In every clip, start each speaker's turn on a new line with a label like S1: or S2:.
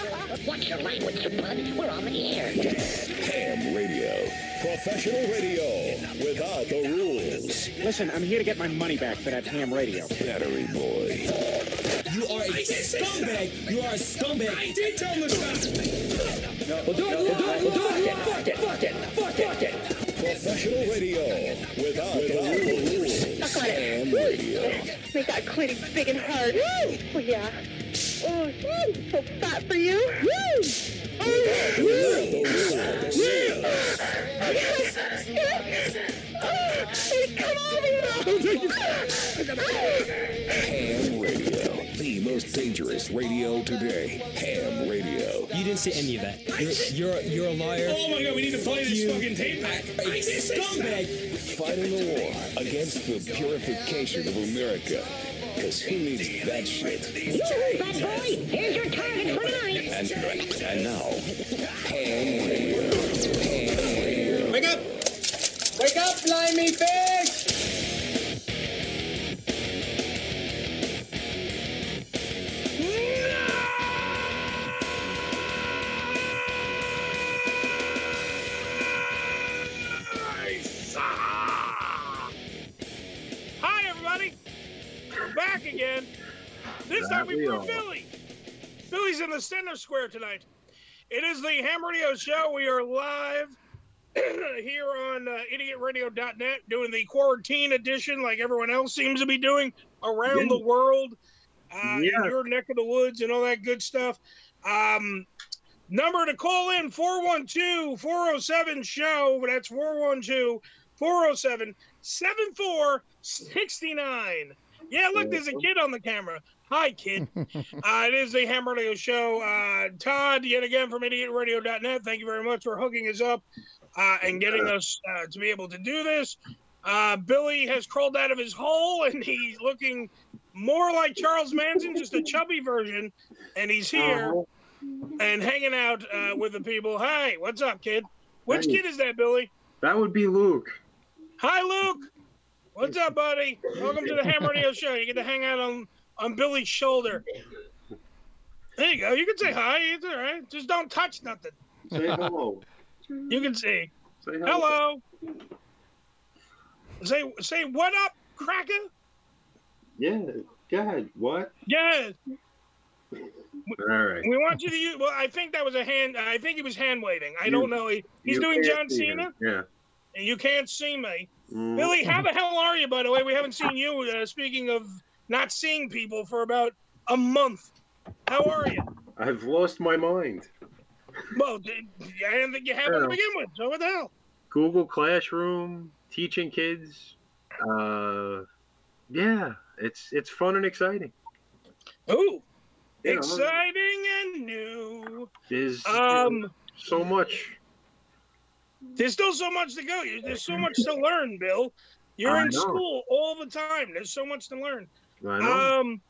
S1: Dr. Rock with your bud. We're on the air.
S2: Ham Radio. Professional radio without the rules.
S3: Listen, I'm here to get my money back for that ham radio.
S2: Battery boy.
S4: You are a scumbag. You are a scumbag. I did tell him to stop. Well, do it. Well, do it. Well, do it.
S1: Fuck it, fuck it, fuck it, fuck it.
S2: Professional radio without, the rules.
S1: Suck on it.
S2: Ham Radio.
S5: Make that clinic big and hard. Woo! Oh, yeah. Oh, woo! so fat for you. Woo! Oh,
S2: Without the rules.
S5: hey, come over here.
S2: Ham Radio. The most dangerous radio today. Ham Radio.
S4: You didn't say any of that. You're you're, you're a liar.
S6: Oh my god, we need to play this fucking tape back.
S4: A scumbag.
S2: Fighting the war against the purification of America. Because who needs that shit?
S1: Yoo-hoo, bad boy. Here's your target for tonight.
S2: And, and now, Ham Radio. Ham Radio.
S6: Wake up! Wake up, blimey bitch!
S7: Hi, everybody. We're back again. This time we brought Billy. Billy's in the center square tonight. It is the Ham Radio Show. We are live here on uh, idiotradio.net doing the quarantine edition, like everyone else seems to be doing around the world, uh, in your neck of the woods, and all that good stuff. Um, number to call in 412 407 show. That's 412 407 7469. Yeah, look, there's a kid on the camera. Hi, kid. uh, it is the Ham Radio Show. Uh, Todd, yet again from idiotradio.net. Thank you very much for hooking us up uh, and getting us uh, to be able to do this. Uh, Billy has crawled out of his hole and he's looking more like Charles Manson, just a chubby version. And he's here and hanging out uh, with the people. Hi, what's up, kid? Which
S8: Hey.
S7: kid is that, Billy?
S8: That would be Luke.
S7: Hi, Luke. What's up, buddy? Welcome to the Ham Radio Show. You get to hang out on on Billy's shoulder. There you go. You can say hi. It's all right. Just don't touch nothing.
S8: Say hello.
S7: You can say
S8: Say hello.
S7: hello. Say say what up, cracker?
S8: Yeah. God, what?
S7: Yeah,
S8: All right.
S7: we want you to use. Well, I think that was a hand. I think he was hand waving. I don't know. He, he's
S8: You
S7: doing John
S8: can't see
S7: Cena,
S8: him. Yeah.
S7: and you can't see me.
S8: Mm.
S7: Billy, how the hell are you? By the way, we haven't seen you. Uh, speaking of not seeing people for about a month, how are you?
S8: I've lost my mind.
S7: Well, d- I didn't think you had one to begin with. So what the hell?
S8: Google Classroom, teaching kids. Uh, yeah, it's it's fun and exciting.
S7: Ooh,
S8: Yeah.
S7: exciting and new.
S8: There's
S7: Um,
S8: so much.
S7: there's still so much to go. There's so much to learn, Bill. You're
S8: I
S7: in
S8: know.
S7: school all the time. There's so much to learn.
S8: I know.
S7: Um,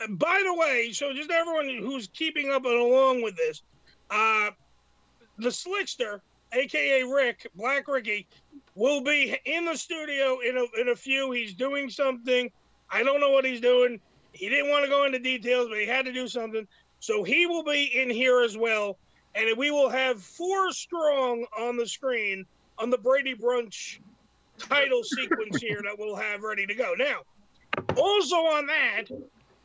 S7: uh, by the way, so just everyone who's keeping up and along with this, uh, the Slickster, aka Rick Black Ricky, will be in the studio in a in a few. He's doing something. I don't know what he's doing. He didn't want to go into details, but he had to do something. So he will be in here as well, and we will have four strong on the screen on the Brady Brunch title sequence here that we'll have ready to go now also on that,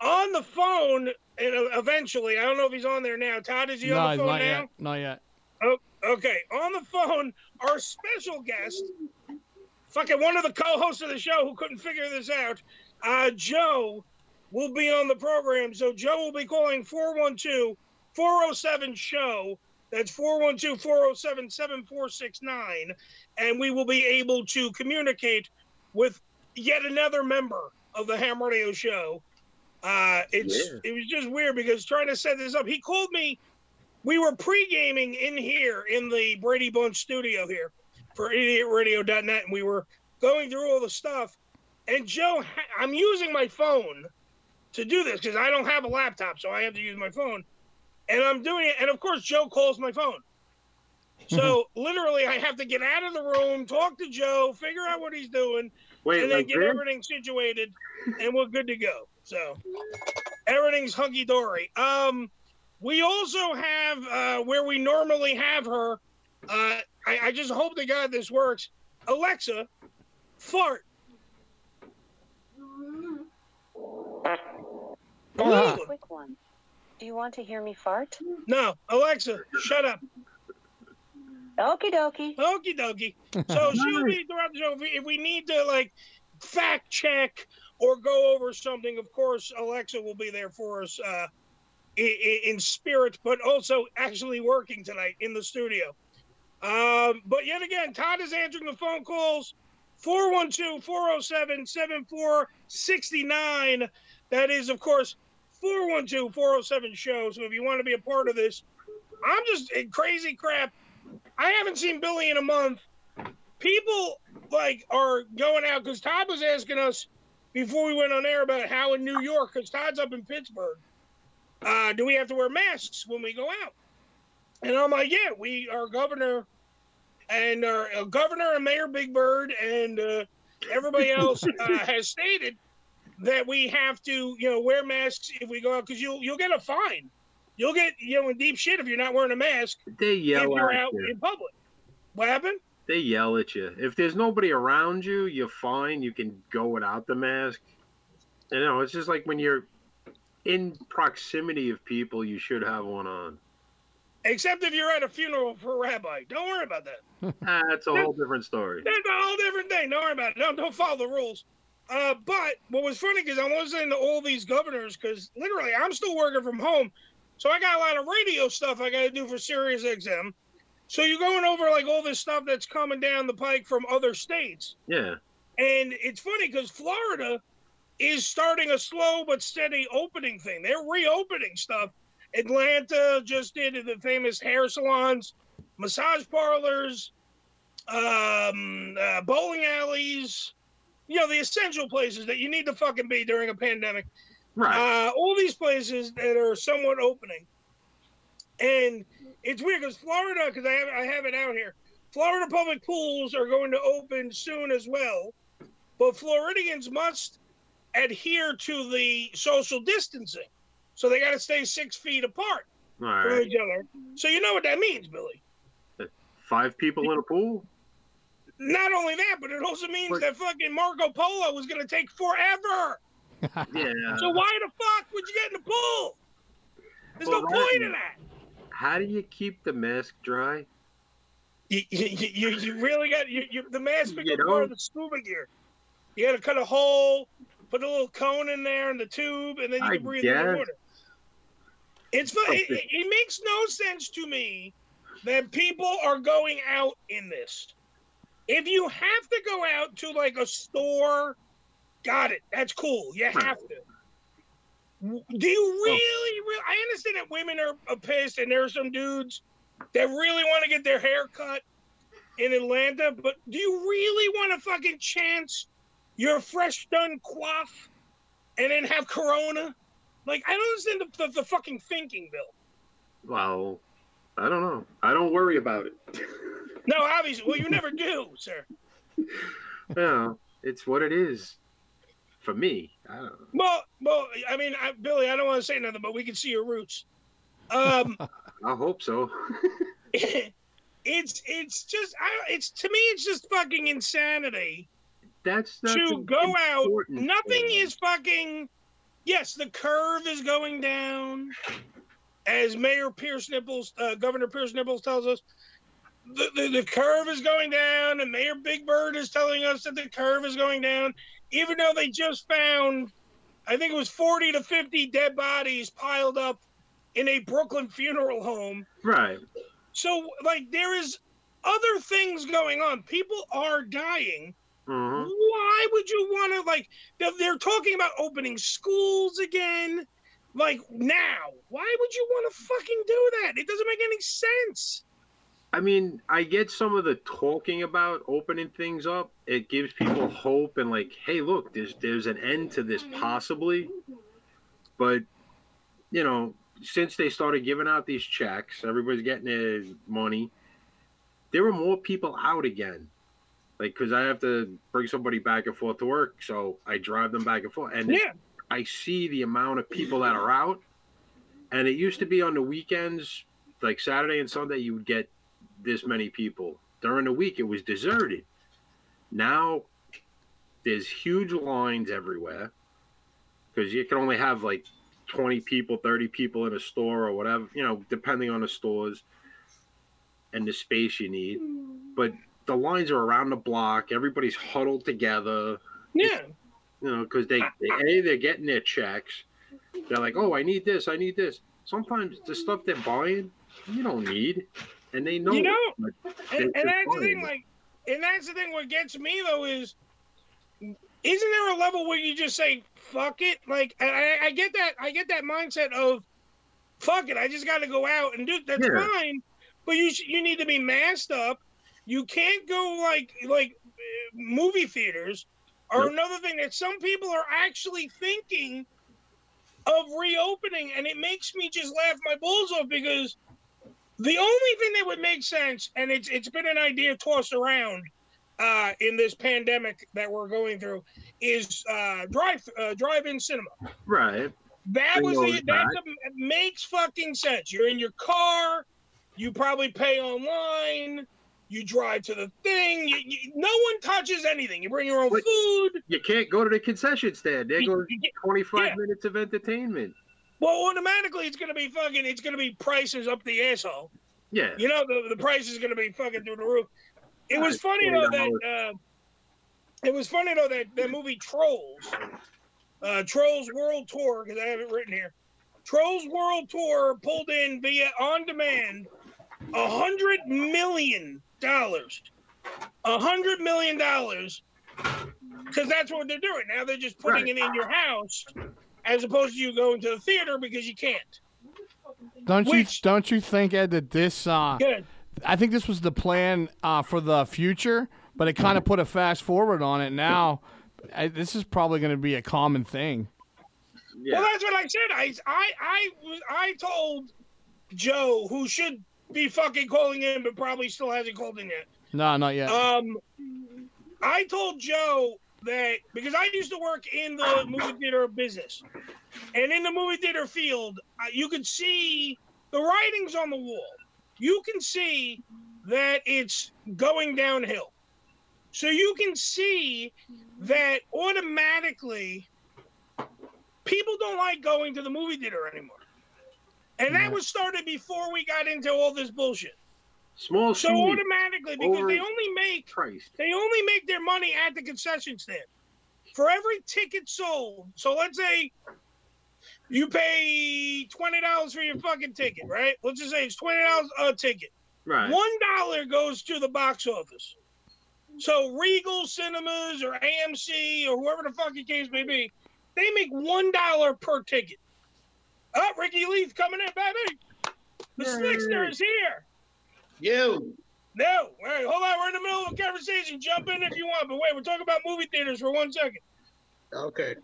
S7: on the phone, and eventually, I don't know if he's on there now. Todd, is he
S9: no,
S7: on the phone
S9: not
S7: now?
S9: yet. Not yet.
S7: Okay, on the phone, our special guest, fucking one of the co-hosts of the show who couldn't figure this out, uh, Joe, will be on the program. So Joe will be calling 412-407-SHOW. That's 412-407-7469. And we will be able to communicate with yet another member of the Ham Radio Show. Uh, it's It was just weird because trying to set this up, he called me – we were pre-gaming in here in the Brady Bunch studio here for idiotradio.net and we were going through all the stuff and Joe ha- I'm using my phone to do this cuz I don't have a laptop so I have to use my phone and I'm doing it and of course Joe calls my phone so literally I have to get out of the room talk to Joe figure out what he's doing
S8: Wait,
S7: and then
S8: like
S7: get
S8: this?
S7: everything situated, and we're good to go. So everything's hunky dory. Um, We also have uh, where we normally have her. Uh, I, I just hope to God this works. Alexa, fart.
S9: This is a quick one. Do you want to hear me fart?
S7: No, Alexa, shut up.
S9: Okie dokie.
S7: Okie dokie. So she'll be throughout the show. If we, if we need to like fact check or go over something, of course Alexa will be there for us uh, in, in spirit, but also actually working tonight in the studio. Um, but yet again, Todd is answering the phone calls 412 407 7469. That is, of course, 412 407 show. So if you want to be a part of this, I'm just in crazy crap. I haven't seen Billy in a month. People like are going out because Todd was asking us before we went on air about how in New York, because Todd's up in Pittsburgh, uh, do we have to wear masks when we go out? And I'm like, yeah, we our governor and our uh, governor and Mayor Big Bird and uh, everybody else uh, has stated that we have to, you know, wear masks if we go out because you'll you'll get a fine. You'll get you know in deep shit if you're not wearing a mask
S8: They
S7: if
S8: yell
S7: you're
S8: at
S7: out
S8: you.
S7: in public. What happened?
S8: They yell at you. If there's nobody around you, you're fine. You can go without the mask. You know, it's just like when you're in proximity of people, you should have one on.
S7: Except if you're at a funeral for a rabbi, don't worry about that.
S8: Ah, That's a whole different story.
S7: That's a whole different thing. Don't worry about it. No, don't follow the rules. Uh, but what was funny because I was saying to all these governors because literally I'm still working from home, so I got a lot of radio stuff I got to do for Sirius XM. So you're going over like all this stuff that's coming down the pike from other states,
S8: Yeah.
S7: and it's funny because Florida is starting a slow but steady opening thing. They're reopening stuff. Atlanta just did the famous hair salons, massage parlors, um, uh, bowling alleys. You know, the essential places that you need to fucking be during a pandemic.
S8: Right.
S7: Uh, all these places that are somewhat opening. And it's weird because Florida, because I have, I have it out here, Florida public pools are going to open soon as well. But Floridians must adhere to the social distancing. So they got to stay six feet apart
S8: All
S7: from
S8: right.
S7: each other. So you know what that means, Billy.
S8: Five people in a pool?
S7: Not only that, but it also means
S8: Right.
S7: that fucking Marco Polo was going to take forever.
S8: Yeah.
S7: So why the fuck would you get in the pool? There's no
S8: Well, right.
S7: point in that.
S8: How do you keep the mask dry?
S7: You, you, you, you really got you, you, the mask
S8: You
S7: become
S8: know?
S7: part of the scuba gear. You got to cut a hole, put a little cone in there in the tube, and then you
S8: I
S7: can breathe in the
S8: guess.
S7: water. It's fu- it, it, it makes no sense to me that people are going out in this. If you have to go out to like a store, got it. That's cool. You have to. Do you really, really? I understand that women are, are pissed, and there are some dudes that really want to get their hair cut in Atlanta. But do you really want to fucking chance your fresh done quaff and then have Corona? Like, I don't understand the, the, the fucking thinking, Bill.
S8: Well, I don't know. I don't worry about it.
S7: No, obviously, well, you never do, sir.
S8: yeah, it's what it is for me. I don't know.
S7: Well, well, I mean, I, Billy, I don't want to say nothing, but we can see your roots. Um,
S8: I hope so.
S7: it's it's just, I, it's to me, it's just fucking insanity.
S8: That's not
S7: to
S8: the
S7: go out.
S8: important
S7: Nothing
S8: thing.
S7: is fucking. Yes, the curve is going down, as Mayor Pierce Nipples, uh, Governor Pierce Nipples tells us. The, the, the curve is going down, and Mayor Big Bird is telling us that the curve is going down, even though they just found, I think it was 40 to 50 dead bodies piled up in a Brooklyn funeral home.
S8: right.
S7: So, like, there is other things going on. People are dying.
S8: uh
S7: Why would you want to like? They're, they're talking about opening schools again, like now. Why would you want to fucking do that? It doesn't make any sense.
S8: I mean, I get some of the talking about opening things up. It gives people hope and like, hey, look, there's there's an end to this possibly. But you know, since they started giving out these checks, everybody's getting their money. There were more people out again. Like, cause I have to bring somebody back and forth to work, so I drive them back and forth, and
S7: Yeah,
S8: I see the amount of people that are out, And it used to be on the weekends, like Saturday and Sunday, you would get this many people. During the week, it was deserted. Now there's huge lines everywhere because you can only have like 20 people, 30 people in a store or whatever, you know, depending on the stores and the space you need. But the lines are around the block, everybody's huddled together
S7: Yeah.
S8: you know, because they, they a they're getting their checks. They're like, oh, I need this, I need this. Sometimes the stuff they're buying, you don't need, and they know.
S7: You
S8: it,
S7: know,
S8: but
S7: And,
S8: they're
S7: and that's the
S8: buying
S7: thing,
S8: it.
S7: like, and that's the thing. What gets me though is, isn't there a level where you just say "fuck it"? Like, and I, I get that. I get that mindset of "fuck it." I just got to go out and do. That's
S8: Yeah.
S7: fine, but you sh- you need to be masked up. You can't go like like uh, movie theaters or
S8: Yep.
S7: another thing that some people are actually thinking of reopening, and it makes me just laugh my balls off because the only thing that would make sense, and it's it's been an idea tossed around uh, in this pandemic that we're going through, is uh, drive uh, drive-in cinema.
S8: right,
S7: That
S8: Bring
S7: was the,
S8: those
S7: that
S8: back.
S7: the- makes fucking sense. You're in your car, you probably pay online, you drive to the thing. You, you, no one touches anything. You bring your own
S8: What-
S7: food.
S8: you can't go to the concession stand. There
S7: You-
S8: goes
S7: you get-
S8: twenty-five
S7: yeah.
S8: minutes of entertainment.
S7: well, automatically it's gonna be fucking. It's gonna be prices up the asshole.
S8: Yeah,
S7: you know the, the price is going to be fucking through the roof. It was funny though that uh, it was funny though that that movie Trolls, uh, Trolls World Tour because I have it written here. Trolls World Tour pulled in via on demand a hundred million dollars, a hundred million dollars, because that's what they're doing now. They're just putting
S8: Right.
S7: it in your house as opposed to you going to the theater because you can't.
S10: Don't you
S7: Which-
S10: don't you think Ed that this uh,
S7: Good.
S10: I think this was the plan uh, for the future, but it kind of put a fast forward on it. Now, I, this is probably going to be a common thing.
S8: yeah.
S7: Well, that's what I said. I, I, I, was- I told Joe, who should be fucking calling in, but probably still hasn't called in yet.
S10: No, not yet.
S7: Um, I told Joe that because I used to work in the movie theater business, and in the movie theater field, uh, you could see the writings on the wall. You can see that it's going downhill. So you can see that automatically people don't like going to the movie theater anymore. And that was started before we got into all this bullshit.
S8: small
S7: So
S8: shoes.
S7: automatically, because they
S8: Over-
S7: only make
S8: Christ.
S7: they only make their money at the concession stand. For every ticket sold, so let's say you pay twenty dollars for your fucking ticket, right? Let's just say it's twenty dollars a ticket.
S8: Right.
S7: One dollar goes to the box office. So Regal Cinemas or AMC or whoever the fucking case may be, they make one dollar per ticket. Oh, Ricky Leith coming in, baby. The Slickster is here.
S4: You.
S7: No, wait, hold on. We're in the middle of a conversation. Jump in if you want, but wait, we're talking about movie theaters for one second.
S4: Okay.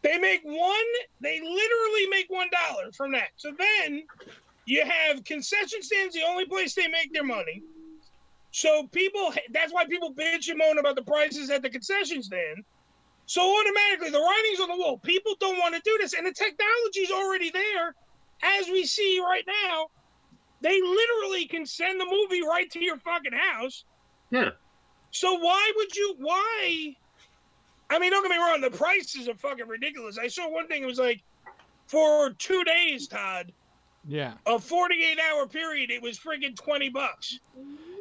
S7: They make one, they literally make one dollar from that. So then you have concession stands, the only place they make their money. So people, that's why people bitch and moan about the prices at the concession stand. So automatically, the writing's on the wall. People don't want to do this, and the technology's already there, as we see right now. They literally can send the movie right to your fucking house.
S8: Yeah.
S7: So why would you? Why? I mean, don't get me wrong. The prices are fucking ridiculous. I saw one thing. It was like for two days, Todd,
S10: yeah,
S7: a forty-eight hour period. It was friggin' twenty bucks.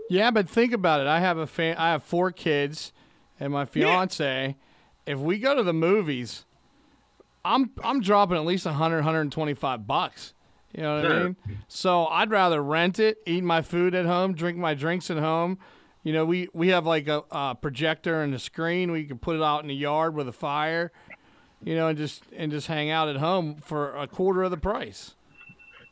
S10: yeah, but think about it. I have a fa- I have four kids, and my fiance. If we go to the movies, I'm I'm dropping at least 100, 125 bucks. You know what I
S8: Yeah.
S10: mean? So I'd rather rent it, eat my food at home, drink my drinks at home. You know, we, we have like a, a projector and a screen. We can put it out in the yard with a fire, you know, and just and just hang out at home for a quarter of the price.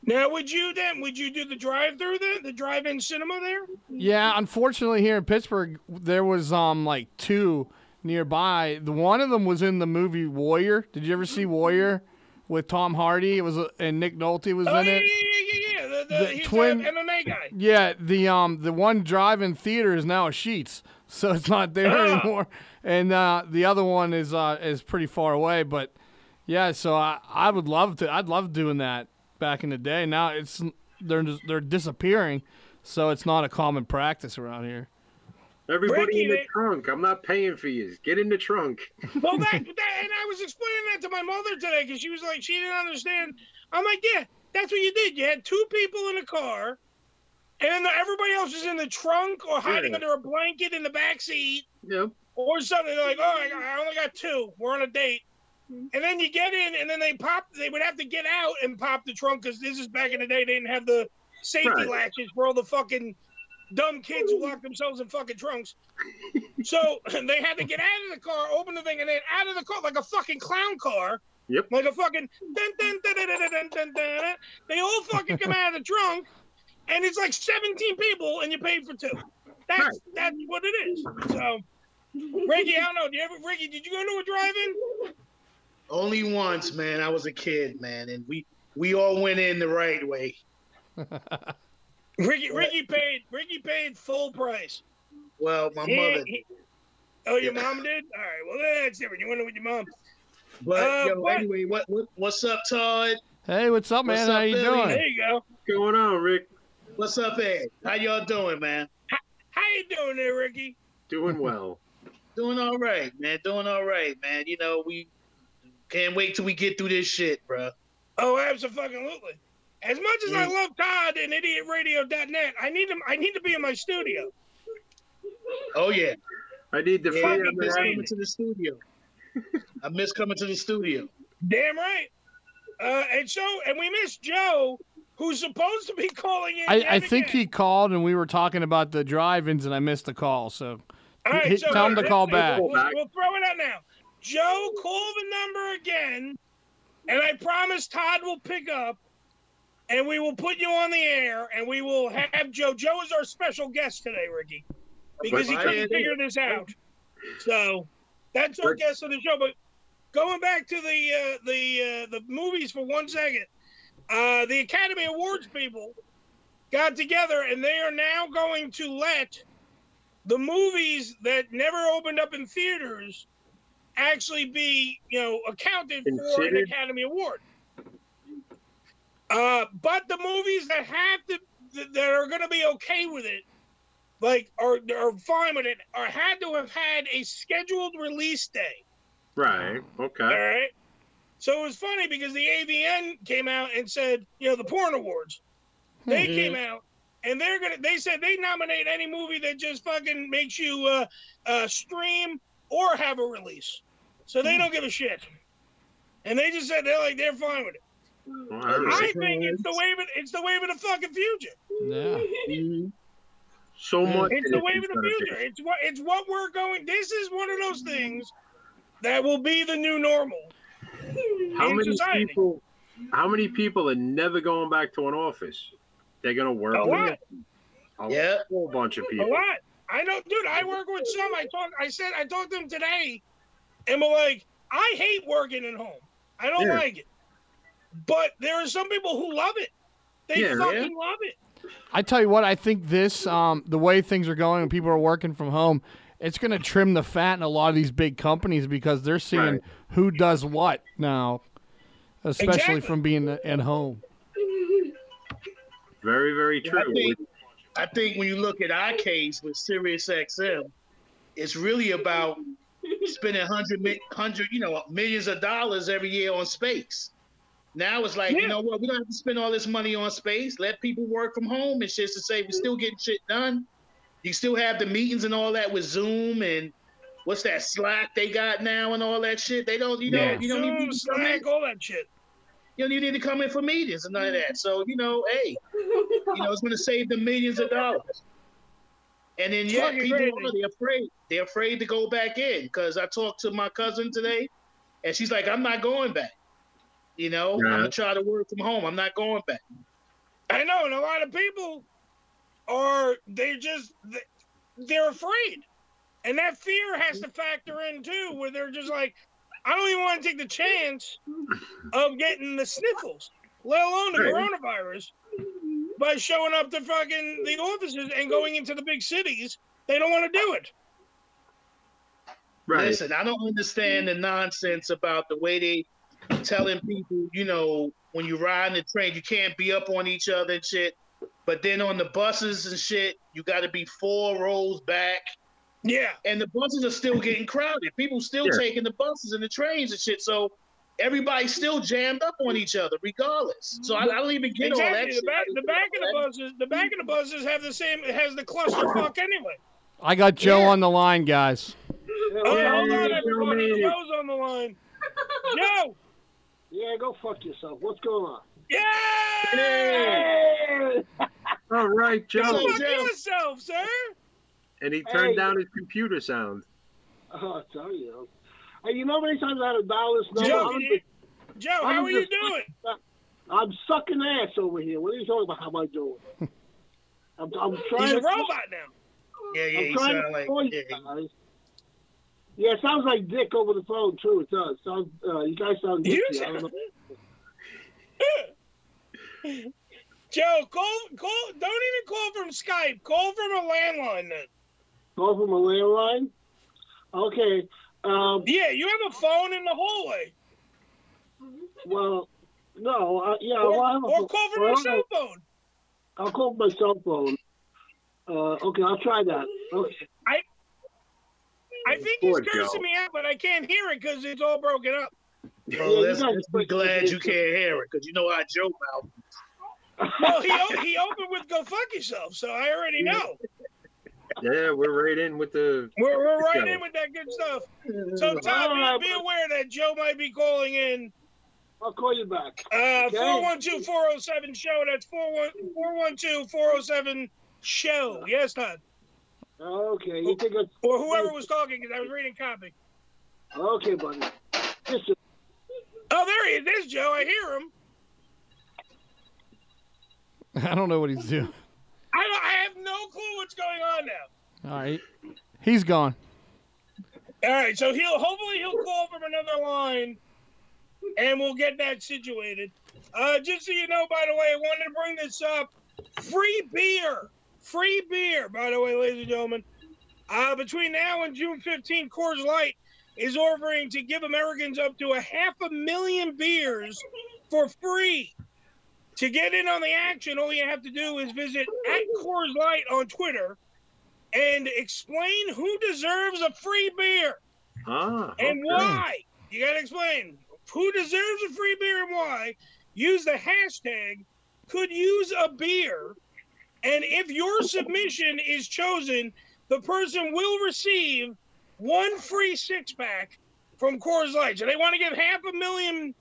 S7: Now, would you then? Would you do the drive-through then? The drive-in cinema there?
S10: Yeah, unfortunately, here in Pittsburgh, there was um like two nearby. The one of them was in the movie Warrior. Did you ever see Warrior with Tom Hardy? It was uh, and Nick Nolte was
S7: oh
S10: in
S7: yeah, yeah,
S10: it.
S7: yeah, yeah, yeah. The,
S10: The
S7: the, he's
S10: twin-
S7: the MMA guy.
S10: Yeah, the um the one driving theater is now a Sheets, so it's not there
S7: Ah.
S10: anymore. And uh, the other one is uh is pretty far away, but yeah. So I I would love to. I'd love doing that. back in the day. Now it's they're they're disappearing, so it's not a common practice around here.
S8: Everybody
S7: Ricky,
S8: in the
S7: they-
S8: trunk. I'm not paying for you. Get in the trunk.
S7: Well, that, that and I was explaining that to my mother today because she was like, she didn't understand. I'm like, yeah, that's what you did. You had two people in a car, and everybody else was in the trunk or hiding
S8: Yeah.
S7: under a blanket in the back seat
S8: Yep.
S7: or something. They're like, oh, I, got- I only got two. We're on a date. And then you get in, and then they pop. They would have to get out and pop the trunk because this is back in the day. They didn't have the safety
S8: Right.
S7: latches for all the fucking dumb kids who lock themselves in fucking trunks. so they had to get out of the car, open the thing, and then out of the car like a fucking clown car.
S8: Yep.
S7: Like a fucking. Dun, dun, dun, dun, dun, dun, dun, dun, dun. They all fucking come out of the trunk, and it's like 17 people, and you paid for two. That's
S8: Right.
S7: that's what it is. So, Ricky, I don't know. Do you ever, Ricky, did you go to a drive-in?
S11: Only once, man. I was a kid, man, and we we all went in the right way.
S7: Ricky, Ricky paid. Ricky paid full price.
S11: Well, my
S7: He-
S11: mother.
S7: he- oh, your mom did. All right. Well, that's different. You went in with your mom.
S11: But
S7: Uh,
S11: yo,
S7: but-
S11: anyway, what, what what's up, Todd?
S10: Hey, what's up, man?
S11: What's
S10: How
S11: up,
S10: you
S11: Billy?
S10: doing?
S7: There you go.
S8: What's going on, Rick?
S11: What's up, Ed? How y'all doing, man?
S7: How you doing there, Ricky?
S8: Doing well.
S11: Doing all right, man. Doing all right, man. You know we can't wait till we get through this shit, bro.
S7: Oh, absolutely. As much as I
S11: Mm.
S7: love Todd and IdiotRadio.net, I need him. I need to be in my studio.
S11: Oh yeah,
S8: I need to
S11: yeah I
S8: find
S11: miss coming
S8: that.
S11: to the studio. I miss coming to the studio.
S7: Damn right. Uh, and so, and we miss Joe, who's supposed to be calling in.
S10: I,
S7: yet
S10: I think
S7: again.
S10: he called and we were talking about the drive-ins and I missed the call. So
S7: All right,
S10: He-
S7: so
S10: tell him to call back.
S7: We'll, we'll throw it out now. Joe, call the number again, and I promise Todd will pick up, and we will put you on the air, and we will have Joe. Joe is our special guest today, Ricky, because he
S8: But-
S7: couldn't figure this out. So that's our
S8: But-
S7: guest on the show. But going back to the uh, the uh, the movies for one second, uh, the Academy Awards people got together, and they are now going to let the movies that never opened up in theaters actually be you know accounted for an
S8: Considered?
S7: Academy Award. Uh, but the movies that have to that- that are going to be okay with it, like are are fine with it, are had to have had a scheduled release day.
S8: Right.
S7: All
S8: Okay.
S7: right. So it was funny because the AVN came out and said, you know, the porn awards.
S8: Hmm.
S7: They
S8: Mm-hmm.
S7: came out and they're gonna. They said they nominate any movie that just fucking makes you uh, uh, stream or have a release. So
S8: Hmm.
S7: they don't give a shit. And they just said they're like they're fine with it.
S8: All right.
S7: I think it's the wave. Of, it's the wave of the fucking future.
S10: yeah,
S8: So much.
S7: It's
S8: in
S7: the
S8: it
S7: wave
S8: is
S7: of the
S8: gonna be.
S7: future. It's what it's what we're going. This is one of those things that will be the new normal.
S8: How
S7: in
S8: many
S7: society.
S8: people? How many people are never going back to an office? They're gonna work.
S7: A lot,
S8: A
S11: Yeah.
S8: whole bunch of
S7: a
S8: people.
S7: lot. I know, dude. I work with some. I talk. I said I talked to them today, and we're like, I hate working at home. I don't
S8: Yeah.
S7: like it. But there are some people who love it. They
S8: Yeah,
S7: fucking love it.
S10: I tell you what, I think this um, the way things are going and people are working from home, it's going to trim the fat in a lot of these big companies because they're seeing
S8: Right.
S10: who does what now, especially
S7: Exactly.
S10: from being at home.
S8: Very, very true.
S11: I think, I think when you look at our case with Sirius XM, it's really about spending hundred, mi- hundred, you know, millions of dollars every year on space. Now it's like,
S7: Yeah.
S11: you know what? We don't have to spend all this money on space. Let people work from home and shit to say we're still getting shit done. You still have the meetings and all that with Zoom and what's that Slack they got now and all that shit. They don't, you know,
S10: Yeah.
S11: you don't need people to
S7: Zoom,
S11: come in
S7: Slack, all that shit. Mm-hmm.
S11: you know, you need to come in for meetings and none of that. So, you know, hey, you know, it's going to save them millions of dollars. And then, yeah,
S7: Fucking
S11: people
S7: crazy.
S11: are they're afraid. They're afraid to go back in because I talked to my cousin today and she's like, I'm not going back. You know, I'm
S8: Yeah.
S11: going to try to work from home. I'm not going back.
S7: I know, and a lot of people are they just they- they're afraid, and that fear has to factor in too, where they're just like, I don't even want to take the chance of getting the sniffles, let alone the
S8: Right.
S7: coronavirus, by showing up to fucking the offices and going into the big cities. They don't want to do it.
S8: right.
S11: Listen, I don't understand the nonsense about the way they telling people, you know, when you ride in the train, you can't be up on each other and shit. But then on the buses and shit, you got to be four rows back.
S7: Yeah.
S11: And the buses are still getting crowded. People still
S7: Yeah.
S11: taking the buses and the trains and shit. So everybody's still jammed up on each other, regardless. So I, I don't even get all that.
S7: exactly.
S11: shit.
S7: The back, the back of the buses, the back of the buses have the same has the clusterfuck anyway.
S10: I got Joe on the line, guys.
S7: Oh, hold on, everybody. Joe's on the line. Joe.
S12: Yeah, go fuck yourself. What's going on?
S7: Yeah.
S8: All right, Joe.
S7: Go fuck yourself, sir.
S8: And he turned
S12: Hey.
S8: down his computer sound.
S12: Oh, I tell you. Hey, you know how many times I had a dollar? No,
S7: Joe,
S12: I'm
S7: you- Joe, how
S12: I'm
S7: are you
S12: just-
S7: doing?
S12: I'm sucking ass over here. What are you talking about? How am I doing? I'm, I'm trying
S7: He's
S12: to.
S7: a robot now.
S11: Yeah,
S12: I'm trying to call you guys. Yeah, it sounds like dick over the phone too. It does. Sounds. Uh, you guys sound.
S7: You
S12: dicky. I don't know.
S7: Joe, call, call. Don't even call from Skype. Call from a landline. Then.
S12: Call from a landline. Okay. Um,
S7: yeah, you have a phone in the hallway.
S12: Well, no. Uh, yeah.
S7: Or-
S12: well, I have a-
S7: or call from your
S12: well,
S7: cell phone.
S12: I'll call from my cell phone. Uh, okay, I'll try that. Okay.
S7: I I think he's
S12: Poor
S7: cursing
S12: Joe.
S7: me out, but I can't hear it because it's all broken up.
S11: Well, let's, let's be glad you can't hear it because you know I joke about.
S7: Well, he o- he opened with "Go fuck yourself," so I already know.
S8: Yeah, we're right in with the.
S7: We're, we're
S8: with the
S7: right
S8: show.
S7: in with that good stuff. So, Tom,
S12: Alright,
S7: be, be aware that Joe might be calling in.
S12: I'll call you back.
S7: Uh,
S12: Okay.
S7: 412 407 show. That's 412 407 show. Yes, Todd.
S12: Okay. You think it's
S7: Or whoever was talking because I was reading copy.
S12: okay, buddy? Listen,
S7: Oh, there he is. There's Joe. I hear him.
S10: I don't know what he's doing.
S7: I, don't, I have no clue what's going on now.
S10: All right, he's gone.
S7: All right. So, he'll hopefully he'll call from another line and we'll get that situated. Uh, just so you know, by the way, I wanted to bring this up free beer. Free beer, by the way, ladies and gentlemen. Uh, between now and June 15, Coors Light is offering to give Americans up to a half a million beers for free. To get in on the action, all you have to do is visit at Coors Light on Twitter and explain who deserves a free beer
S8: Ah,
S7: and
S8: okay.
S7: why. You got to explain who deserves a free beer and why. Use the hashtag could use a beer. And if your submission is chosen, the person will receive one free six pack from Coors Light. So they want to give half a million,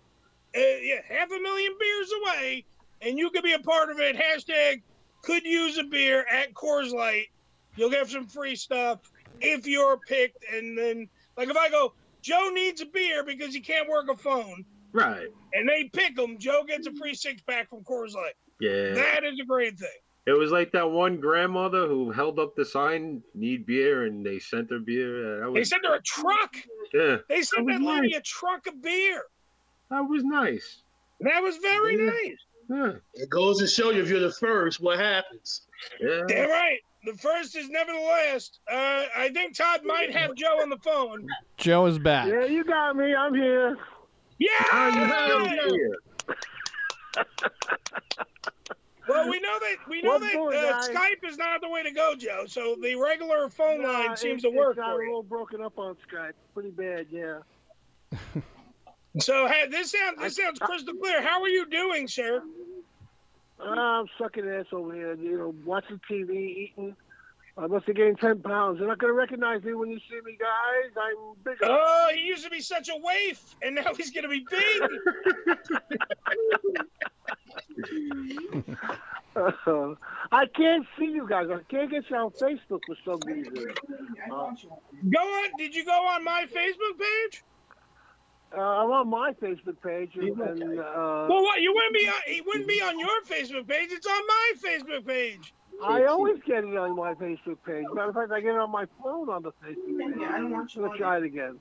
S7: uh, yeah, half a million beers away, and you could be a part of it. Hashtag could use a beer at Coors Light. You'll get some free stuff if you're picked. And then, like, if I go, Joe needs a beer because he can't work a phone,
S8: Right.
S7: and they pick him, Joe gets a free six pack from Coors Light.
S8: Yeah.
S7: That is a great thing.
S8: It was like that one grandmother who held up the sign, need beer, and they sent her beer. Yeah, that
S7: They
S8: was,
S7: sent her a truck.
S8: yeah.
S7: They sent
S8: was
S7: that lady
S8: nice.
S7: a truck of beer.
S8: That was nice.
S7: That was very nice.
S8: Yeah.
S11: It goes to show you if you're the first, what happens.
S8: Yeah.
S7: Damn right. The first is never the last. Uh, I think Todd might have Joe on the phone.
S10: Joe is back.
S12: yeah, you got me. I'm here.
S7: Yeah.
S8: Beer.
S7: Well, we know that we know
S12: What's
S7: that
S12: going,
S7: uh,
S12: guys?
S7: Skype is not the way to go, Joe. So the regular phone
S12: Nah,
S7: line seems
S12: it-
S7: to work
S12: It got
S7: for
S12: a
S7: you.
S12: little broken up on Skype. Pretty bad, yeah.
S7: So hey, this sounds this sounds crystal clear. How are you doing, sir?
S12: Uh, I'm sucking ass over here. You know, watching TV, eating. I must have gained ten pounds. You're not gonna recognize me when you see me, guys. I'm big.
S7: Oh, he used to be such a waif, and now he's gonna be big.
S12: I can't see you guys. I can't get you on Facebook for some reason. Uh,
S7: Go on. Did you go on my Facebook page?
S12: uh, I'm on my Facebook page, and, and uh,
S7: Well, what you wouldn't be on, he wouldn't be on your Facebook page. It's on my Facebook page.
S12: I always get it on my Facebook page. Matter of fact, I get it on my phone on the Facebook page.
S7: I don't want you
S12: Let's
S7: on
S12: try it again.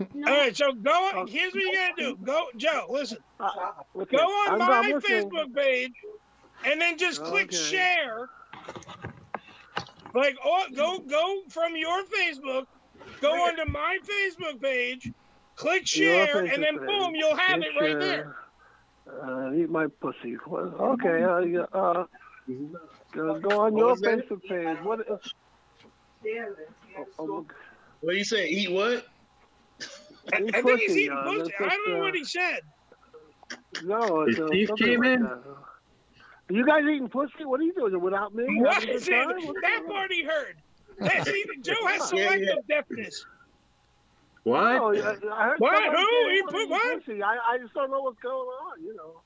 S7: All right, so go. On, here's what you gotta do. Go, Joe. Listen.
S12: Oh. Uh, Okay,
S7: Go on
S12: I'm-
S7: my
S12: I'm listening.
S7: Facebook page, and then just click
S12: Okay.
S7: share. Like, oh, go go from your Facebook, go onto my Facebook page, Click
S12: You're
S7: share, and then
S12: offensive,
S7: boom,
S12: man.
S7: you'll have it
S12: Click
S7: right
S12: share.
S7: there.
S12: Uh, eat my pussy. Well, okay, uh, yeah, uh, go go on
S11: What
S12: your
S11: was that?
S12: Facebook page. What? Uh, oh,
S11: What do you say? Eat what?
S12: I
S7: I think he's eating pussy. I don't know what
S12: uh,
S7: he said.
S12: No,
S7: Is
S12: it's, uh,
S7: Steve
S12: something
S7: came
S12: like
S7: in?
S12: that. You guys eating pussy? What are you doing without me?
S7: What
S12: Having a good
S7: is it?
S12: time? What's
S7: That
S12: going on?
S7: part he heard. That's even- Joe has
S12: Yeah,
S7: selective deafness.
S8: What?
S12: No, I I heard
S7: What?
S12: somebody
S7: Who?
S12: say
S7: He
S12: what
S7: put
S12: are you
S7: what?
S12: pussy. I, I just don't know what's going on. You know,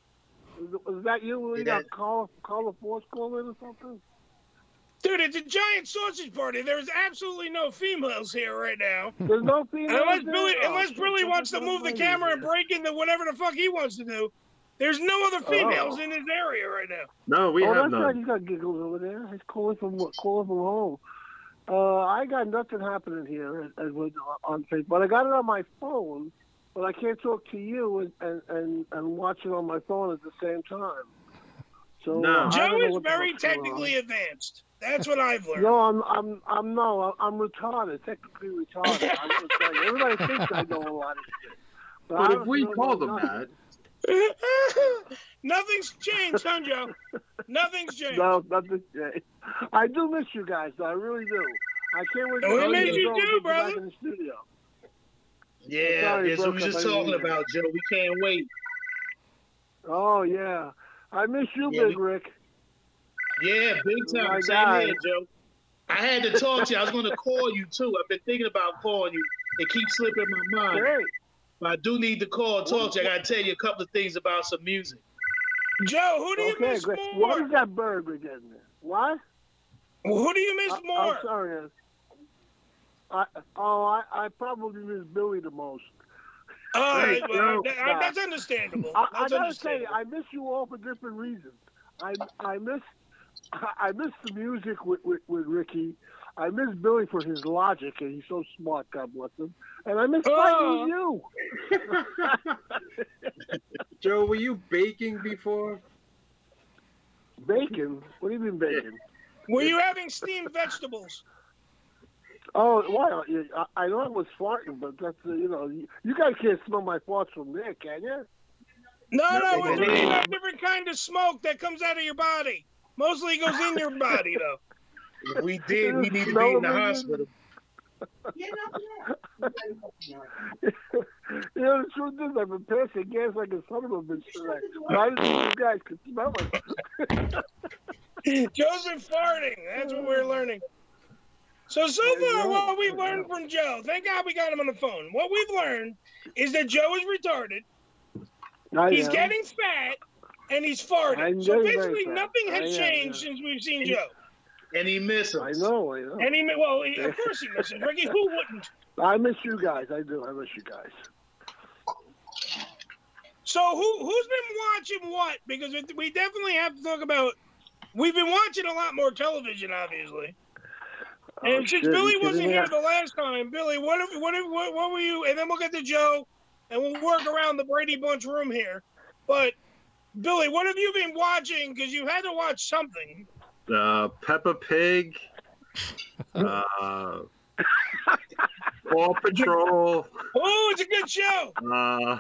S12: is, is that you? We got call call a force call in or something?
S7: Dude, it's a giant sausage party. There's absolutely no females here right now.
S12: There's no females
S7: Unless
S12: there?
S7: Billy,
S12: Oh,
S7: unless
S12: shit,
S7: Billy
S12: there's
S7: wants to
S12: no
S7: move the
S12: ladies
S7: camera and break into whatever the fuck he wants to do, there's no other females in his area right now.
S8: No, we
S12: oh,
S8: have
S12: that's
S8: none.
S12: right. You got giggles over there. He's calling from calling from home. Uh, I got nothing happening here at, at, on- on Facebook, but I got it on my phone. But I can't talk to you and and, and, and watch it on my phone at the same time. So uh, I don't
S7: Joe
S12: know
S7: is
S12: what the
S7: very
S12: fuck's going on.
S7: technically advanced. That's what I've learned.
S12: No, I'm I'm I'm no, I'm retarded, technically retarded. I'm just like, everybody thinks I know a lot of shit. But, I
S8: But if
S12: don't
S8: we
S12: know
S8: call them
S12: nothing.
S8: that,
S7: Nothing's changed, huh, Joe? Nothing's changed.
S12: No, nothing. I do miss you guys, though. I really do. I can't wait.
S11: Oh,
S12: to
S11: we miss you
S12: Joe
S11: too,
S12: gets
S11: brother.
S12: Back in the studio.
S11: Yeah,
S12: Sorry,
S11: that's what we
S12: broke up.
S11: just
S12: I didn't
S11: talking
S12: hear.
S11: about, Joe. We can't wait.
S12: Oh yeah, I miss you,
S11: Yeah,
S12: Big
S11: we-
S12: Rick.
S11: Yeah, big
S12: Oh, my
S11: time. Same
S12: God.
S11: here, Joe. I had to talk to you. I was going to call you too. I've been thinking about calling you. It keeps slipping my mind.
S12: Great.
S11: But I do need to call and talk to you. I got to tell you a couple of things about some music.
S7: Joe, who do you
S12: Okay,
S7: miss
S12: great.
S7: more?
S12: What is that bird we're getting? There? What?
S7: Well, who do you miss
S12: I,
S7: more?
S12: I'm sorry. I, oh, I, I probably miss Billy the most.
S7: All right,
S12: Hey,
S7: well,
S12: Joe.
S7: that-
S12: Nah.
S7: that's understandable.
S12: I, I
S7: That's
S12: gotta tell you,
S7: understandable.
S12: I miss you all for different reasons. I I miss I miss the music with, with, with Ricky. I miss Billy for his logic, and he's so smart. God bless him. And I miss
S7: Oh,
S12: fighting with you.
S8: Joe, were you baking before?
S12: Bacon? What do you mean bacon?
S7: Were you having steamed vegetables?
S12: Oh, why? I, I know I was farting, but that's uh, you know you, you guys can't smell my farts from there, can you?
S7: No, no,
S12: No,
S7: we're
S12: they
S7: talking
S12: didn't.
S7: about different kind of smoke that comes out of your body. Mostly goes in your body, though.
S11: If we did, we need to be
S12: Smell
S11: in the
S12: them.
S11: hospital.
S12: You know, the truth is, I've been passing gas like a son of a bitch tonight. But I didn't think you guys could smell it.
S7: Joe's been farting. That's what we're learning. So so far, what we've learned from Joe, thank God we got him on the phone. What we've learned is that Joe is retarded.
S12: I
S7: he's
S12: am.
S7: getting fat, and he's
S12: I'm
S7: farting. So
S12: very, very
S7: basically,
S12: fat.
S7: nothing
S12: I
S7: has
S12: am,
S7: changed since we've seen Joe.
S11: And he misses. I
S12: know, I know.
S7: And he, well, he- of course he misses Ricky. Who wouldn't?
S12: I miss you guys. I do. I miss you guys.
S7: So who who's been watching what? Because it, we definitely have to talk about. We've been watching a lot more television, obviously. And
S12: Oh,
S7: since
S12: shit,
S7: Billy
S12: you
S7: wasn't
S12: kidding me?
S7: here the last time, Billy, what if, what, if, what what were you? And then we'll get to Joe, and we'll work around the Brady Bunch room here. But Billy, what have you been watching? Because you had to watch something.
S8: Uh, Peppa Pig. Uh, Paw Patrol.
S7: Oh, it's a good show.
S8: Uh,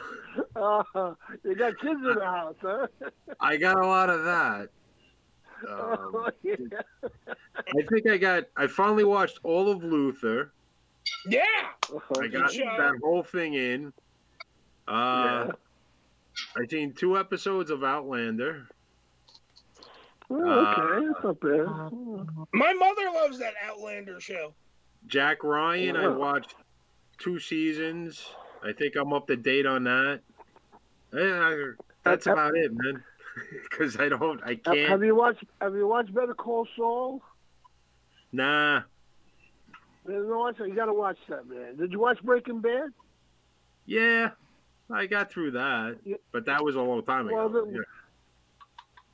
S12: Uh, you got kids in the house, huh?
S8: I got a lot of that. Um,
S12: Oh, yeah.
S8: I think I got. I finally watched all of Luther.
S7: Yeah.
S8: I got
S7: show.
S8: that whole thing in. Uh, I seen two episodes of Outlander. Uh,
S12: Oh, okay, that's not bad.
S7: My mother loves that Outlander show.
S8: Jack Ryan. I
S7: Wow.
S8: watched two seasons. I think I'm up to date on that. Yeah, I- that's
S12: Have-
S8: about it, man. Because I don't, I
S12: Have- Have
S8: can't.
S12: you watched Have you watched Better Call Saul?
S8: Nah.
S12: You, know, what? you gotta watch that, man. Did you watch Breaking Bad?
S8: Yeah, I got through that, but that was a long time ago.
S12: Well, the-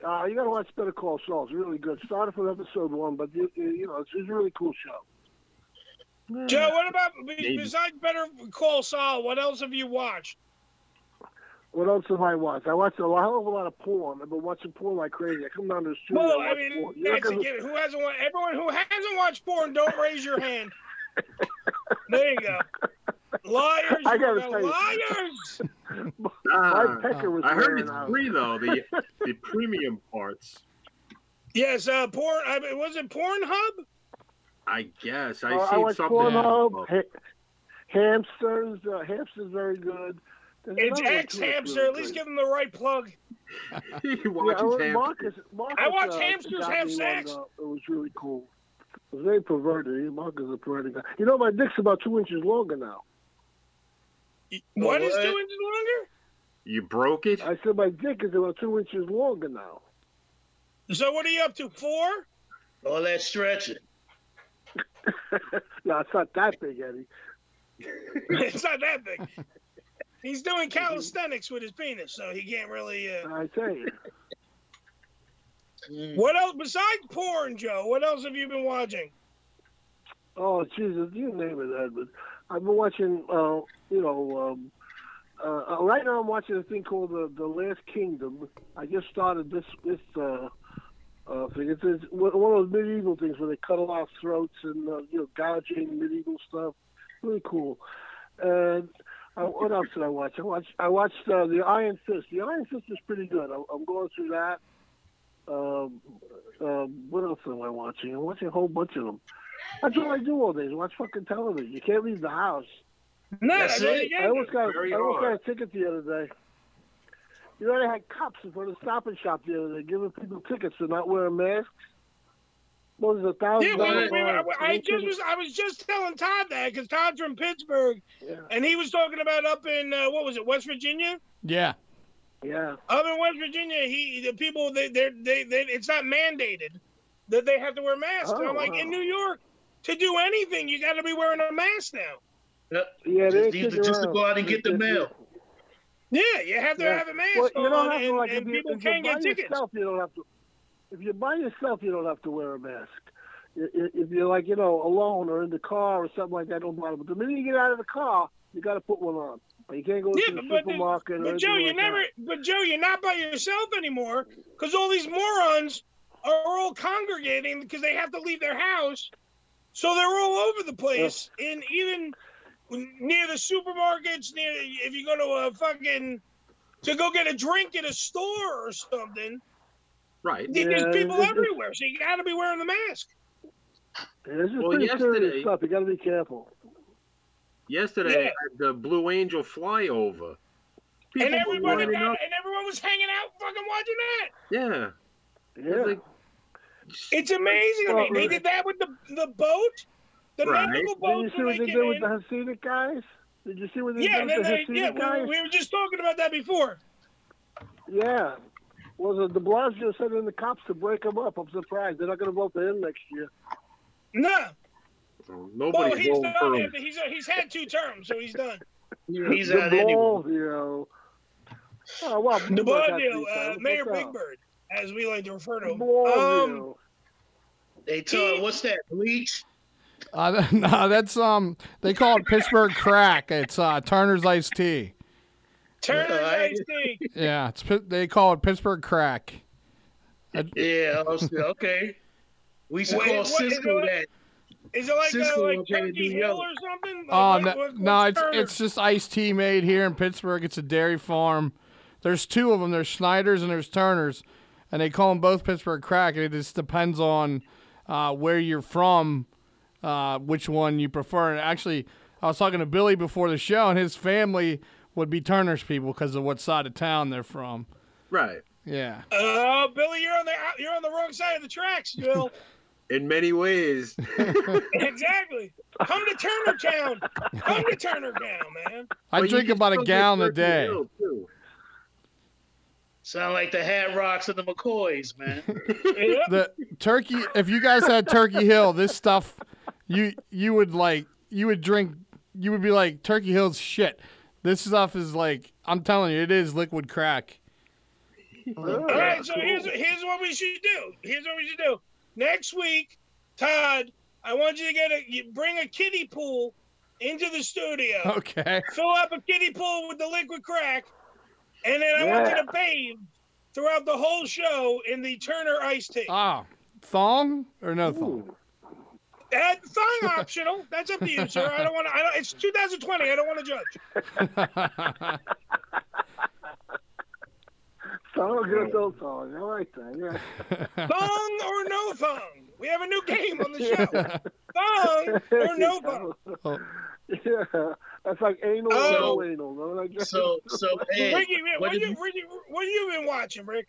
S8: Yeah.
S12: Uh, you gotta watch Better Call Saul. It's really good. Started from episode one, but you, you know it's, it's a really cool show.
S7: Joe, what about be-
S12: Maybe.
S7: besides Better Call Saul? What else have you watched?
S12: What else have I watched? I watched a lot- hell of a lot of porn. I've been watching porn like crazy. I come down to the studio.
S7: Well,
S12: and
S7: I
S12: watch
S7: mean,
S12: porn. You're not
S7: that's a
S12: gonna-
S7: given. Who hasn't watched? Everyone who hasn't watched porn, don't raise your hand. There you go. Liars!
S12: I
S7: you're
S12: gotta tell you.
S7: liars!
S10: Oh,
S8: Ah,
S7: pecker was
S8: I heard
S7: wearing
S8: it's
S7: out.
S8: free though. The the premium parts.
S7: Yes, uh, porn. I mean, was it Pornhub?
S8: I guess I
S12: Uh,
S8: seen
S12: like
S8: something.
S12: Pornhub, ha- hamsters. Uh, hamsters very good. There's
S7: It's
S12: another one,
S7: X
S12: too, that's
S7: Hamster.
S12: really
S7: At least
S12: good.
S7: give them the right plug.
S8: he
S12: yeah, I
S8: watches
S12: was-
S8: ham-
S12: Marcus, Marcus,
S7: I watch
S12: uh,
S7: hamsters
S12: got
S7: have
S12: me
S7: sex.
S12: One, uh, it was really cool. It was very perverted. He- Marcus is a perverted guy. You know, my dick's about two inches longer now.
S7: What is
S12: What?
S7: two inches longer?
S8: You broke it.
S12: I said my dick is about two inches longer now.
S7: So what are you up to? Four?
S11: All that stretching.
S12: No, it's not that big, Eddie.
S7: it's not that big. He's doing calisthenics with his penis, so he can't really. Uh...
S12: I tell you.
S7: What else besides porn, Joe? What else have you been watching?
S12: Oh Jesus, you name it, Edward. I've been watching. Uh, you know, um, uh, uh, right now I'm watching a thing called the the Last Kingdom. I just started this this uh, uh, thing. It's, it's one of those medieval things where they cut off throats and uh, you know gouging medieval stuff. Really cool. And uh, what else did I watch? I watched I watched uh, the Iron Fist. The Iron Fist is pretty good. I'm, I'm going through that. Um, um, what else am I watching? I'm watching a whole bunch of them. That's all I do all day is watch fucking television. You can't leave the house.
S7: No, That's there it. you go.
S12: I almost got
S7: Very
S12: I almost got
S7: hard.
S12: a ticket the other day. You know, they had cops in front of Stop and Shop the other day giving people tickets for not wearing masks. What was it, a thousand
S7: Yeah, well,
S12: dollars?
S7: we- I, I
S12: They
S7: just
S12: couldn't-
S7: was I was just telling Todd that because Todd's from Pittsburgh, and he was talking about up in uh, what was it, West Virginia?
S10: Yeah.
S12: Yeah.
S7: Up in West Virginia, he the people they they they, they it's not mandated that they have to wear masks. and
S12: Oh,
S7: I'm like
S12: wow.
S7: in New York to do anything, you got to be wearing a mask now.
S12: Yeah, they
S11: Just need to- just to go out and get the mail.
S7: Yeah, you have to
S12: Yeah.
S7: have a mask
S12: Well, you don't
S7: on,
S12: have to,
S7: and,
S12: like,
S7: and
S12: if you-
S7: people
S12: if you're
S7: can't
S12: by
S7: get tickets.
S12: Yourself, you don't have to. If you're by yourself, you don't have to wear a mask. I- i- If you're like you know alone or in the car or something like that, don't bother. But the minute you get out of the car, you got to put one on. Or you can't go to
S7: Yeah,
S12: the
S7: but- but the-
S12: supermarket. or
S7: But Joe,
S12: anything
S7: you
S12: like
S7: never. But Joe, you're not by yourself anymore because all these morons are all congregating because they have to leave their house, so they're all over the place. And even near the supermarkets, near if you go to a fucking to go get a drink at a store or something,
S8: Right.
S7: there's people
S12: it's-
S7: everywhere. So you got to be wearing the mask.
S12: that. This is
S8: Well,
S12: pretty
S8: yesterday-
S12: serious stuff. You got to be careful.
S8: Yesterday, at the Blue Angel flyover. People
S7: and
S8: were
S7: everybody
S8: lining
S7: got,
S8: up.
S7: and everyone was hanging out, fucking watching that.
S8: Yeah.
S12: Yeah.
S7: It's amazing. I mean,
S12: Well,
S7: they did that with the the boat, the
S8: Right.
S12: Did
S7: medical
S12: you
S7: boat.
S12: see what
S7: when
S12: they
S7: they
S12: did
S7: came
S12: with
S7: in.
S12: the Hasidic guys? Did you see what they
S7: Yeah,
S12: did
S7: then
S12: with the
S7: they,
S12: Hasidic
S7: yeah, we,
S12: guys?
S7: we were just talking about that before.
S12: Yeah. Was it De Blasio sending the cops to break them up? I'm surprised. They're not going to vote for him next year.
S7: No.
S8: Nobody's
S11: Oh,
S7: well, Oh, he's
S8: going for
S7: done.
S8: him.
S7: After, he's he's had two terms, so he's done.
S11: He's
S12: De
S11: out anyway.
S12: Blasio. Oh, well,
S7: De
S12: Bloomberg had
S7: Blasio,
S12: three
S7: uh,
S12: times.
S7: Mayor
S12: What's
S7: Big
S12: up?
S7: Bird, as we like to refer to him.
S12: Blasio.
S7: Um,
S11: They tell what's that bleach?
S10: Uh, no, that's um. They call it Pittsburgh crack. It's uh, Turner's iced tea.
S7: Turner's iced tea.
S10: Yeah, it's Pit- they call it Pittsburgh crack.
S11: Yeah, I was- okay. We used to
S7: Wait,
S11: call
S7: what- is it
S11: Cisco
S7: like-
S11: that.
S7: Is it like
S11: Cisco
S7: uh, like
S11: okay to
S7: Turkey
S11: do
S7: Hill
S11: yellow.
S7: or something? Like,
S10: Um,
S7: what- what-
S10: no,
S7: what's
S10: it's
S7: Turner?
S10: it's just iced tea made here in Pittsburgh. It's a dairy farm. There's two of them. There's Schneider's and there's Turner's, and they call them both Pittsburgh crack. And it just depends on uh, where you're from, uh, which one you prefer. And actually, I was talking to Billy before the show, and his family would be Turner's people because of what side of town they're from.
S8: Right.
S10: Yeah.
S7: Oh, Billy, you're on the out- you're on the wrong side of the tracks, Bill.
S8: In many ways.
S7: exactly. Come to Turner Town. Come to Turner Town, man.
S10: I
S8: But you
S10: drink
S8: can
S10: about a
S8: still get
S10: gallon a
S8: Turkey
S10: day.
S8: Hill, too.
S11: Sound like the Hat Rocks and the McCoys, man.
S10: the turkey if you guys had turkey hill this stuff you you would like you would drink you would be like turkey hill's shit this stuff is like i'm telling you it is liquid crack
S7: All right, so here's here's what we should do. Here's what we should do. Next week, Todd, I want you to get a you bring a kiddie pool into the studio.
S10: okay
S7: Fill up a kiddie pool with the liquid crack, and then I want you to bathe throughout the
S10: Oh.
S7: whole show in the Turner iced tea.
S10: ah thong or no thong
S7: Uh, thong optional. That's up to you, sir. I don't want to. I don't, it's 2020. I don't want to judge.
S12: Song, a good old song. All right then. Yeah.
S7: Thong or no thong. We have a new game on the show. Thong or no thong.
S12: Yeah, that's like anal,
S7: Oh.
S12: no anal. No, like
S11: So- so, Ed,
S7: Ricky, man,
S11: what
S7: what,
S11: did
S7: you,
S11: you-
S7: Ricky, what have you been watching, Rick?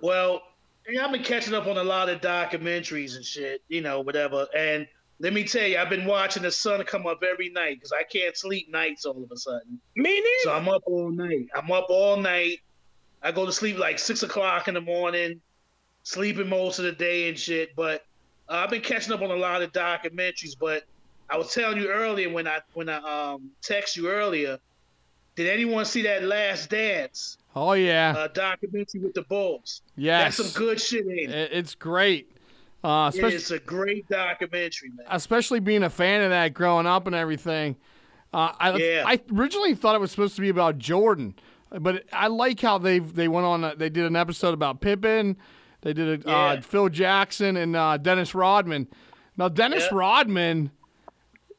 S11: Well, yeah, I've been catching up on a lot of documentaries and shit, you know, whatever. And let me tell you, I've been watching the sun come up every night because I can't sleep nights all of a sudden.
S7: Me neither.
S11: So I'm up all night. I'm up all night. I go to sleep like six o'clock in the morning, sleeping most of the day and shit. But uh, I've been catching up on a lot of documentaries. But I was telling you earlier when I when I um text you earlier, did anyone see that Last Dance?
S10: Oh yeah.
S11: uh, documentary with the Bulls.
S10: Yes.
S11: that's some good shit in it.
S10: It- it's great. Uh, especially,
S11: it's a great documentary, man.
S10: especially being a fan of that growing up and everything. Uh, I,
S11: Yeah.
S10: I originally thought it was supposed to be about Jordan, but I like how they they went on. A, they did an episode about Pippen. They did a, uh,
S11: Yeah.
S10: Phil Jackson and uh, Dennis Rodman. Now Dennis
S11: Yeah.
S10: Rodman,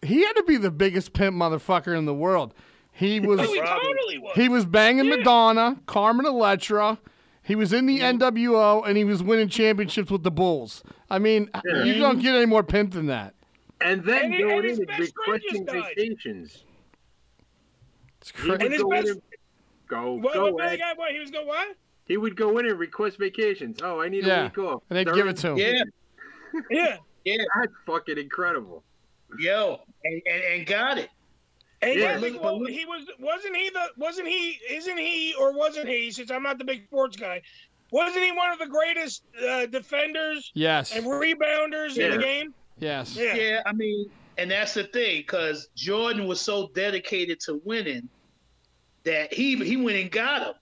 S10: he had to be the biggest pimp motherfucker in the world. He was
S7: he totally was.
S10: he was banging Madonna, Carmen Electra. He was in the NWO and he was winning championships with the Bulls. I mean,
S8: Yeah.
S10: you don't get any more pimp than that.
S8: And then
S7: And-
S8: going
S7: and his
S8: in and
S7: best friend just
S8: requesting
S7: died.
S8: vacations.
S10: It's
S8: He would
S7: And his
S8: go in
S7: best-
S8: and- Go,
S7: What,
S8: go,
S7: what, what,
S8: Ed.
S7: what, what, he was going, what?
S8: He would go in and request vacations. Oh, I need a
S10: Yeah,
S8: week off.
S10: and they'd give it to him.
S11: Yeah,
S7: Yeah.
S11: yeah,
S8: That's fucking incredible.
S11: yo, and, and, and got it.
S7: And
S8: Yeah,
S7: yeah,
S11: look,
S7: like,
S11: but
S7: well,
S11: look-
S7: he was wasn't he the wasn't he isn't he or wasn't he since I'm not the big sports guy, wasn't he one of the greatest uh, defenders
S10: Yes.
S7: and rebounders in the
S8: Yeah.
S7: game?
S10: Yes.
S7: Yeah.
S11: Yeah, I mean, and that's the thing, because Jordan was so dedicated to winning that he he went and got him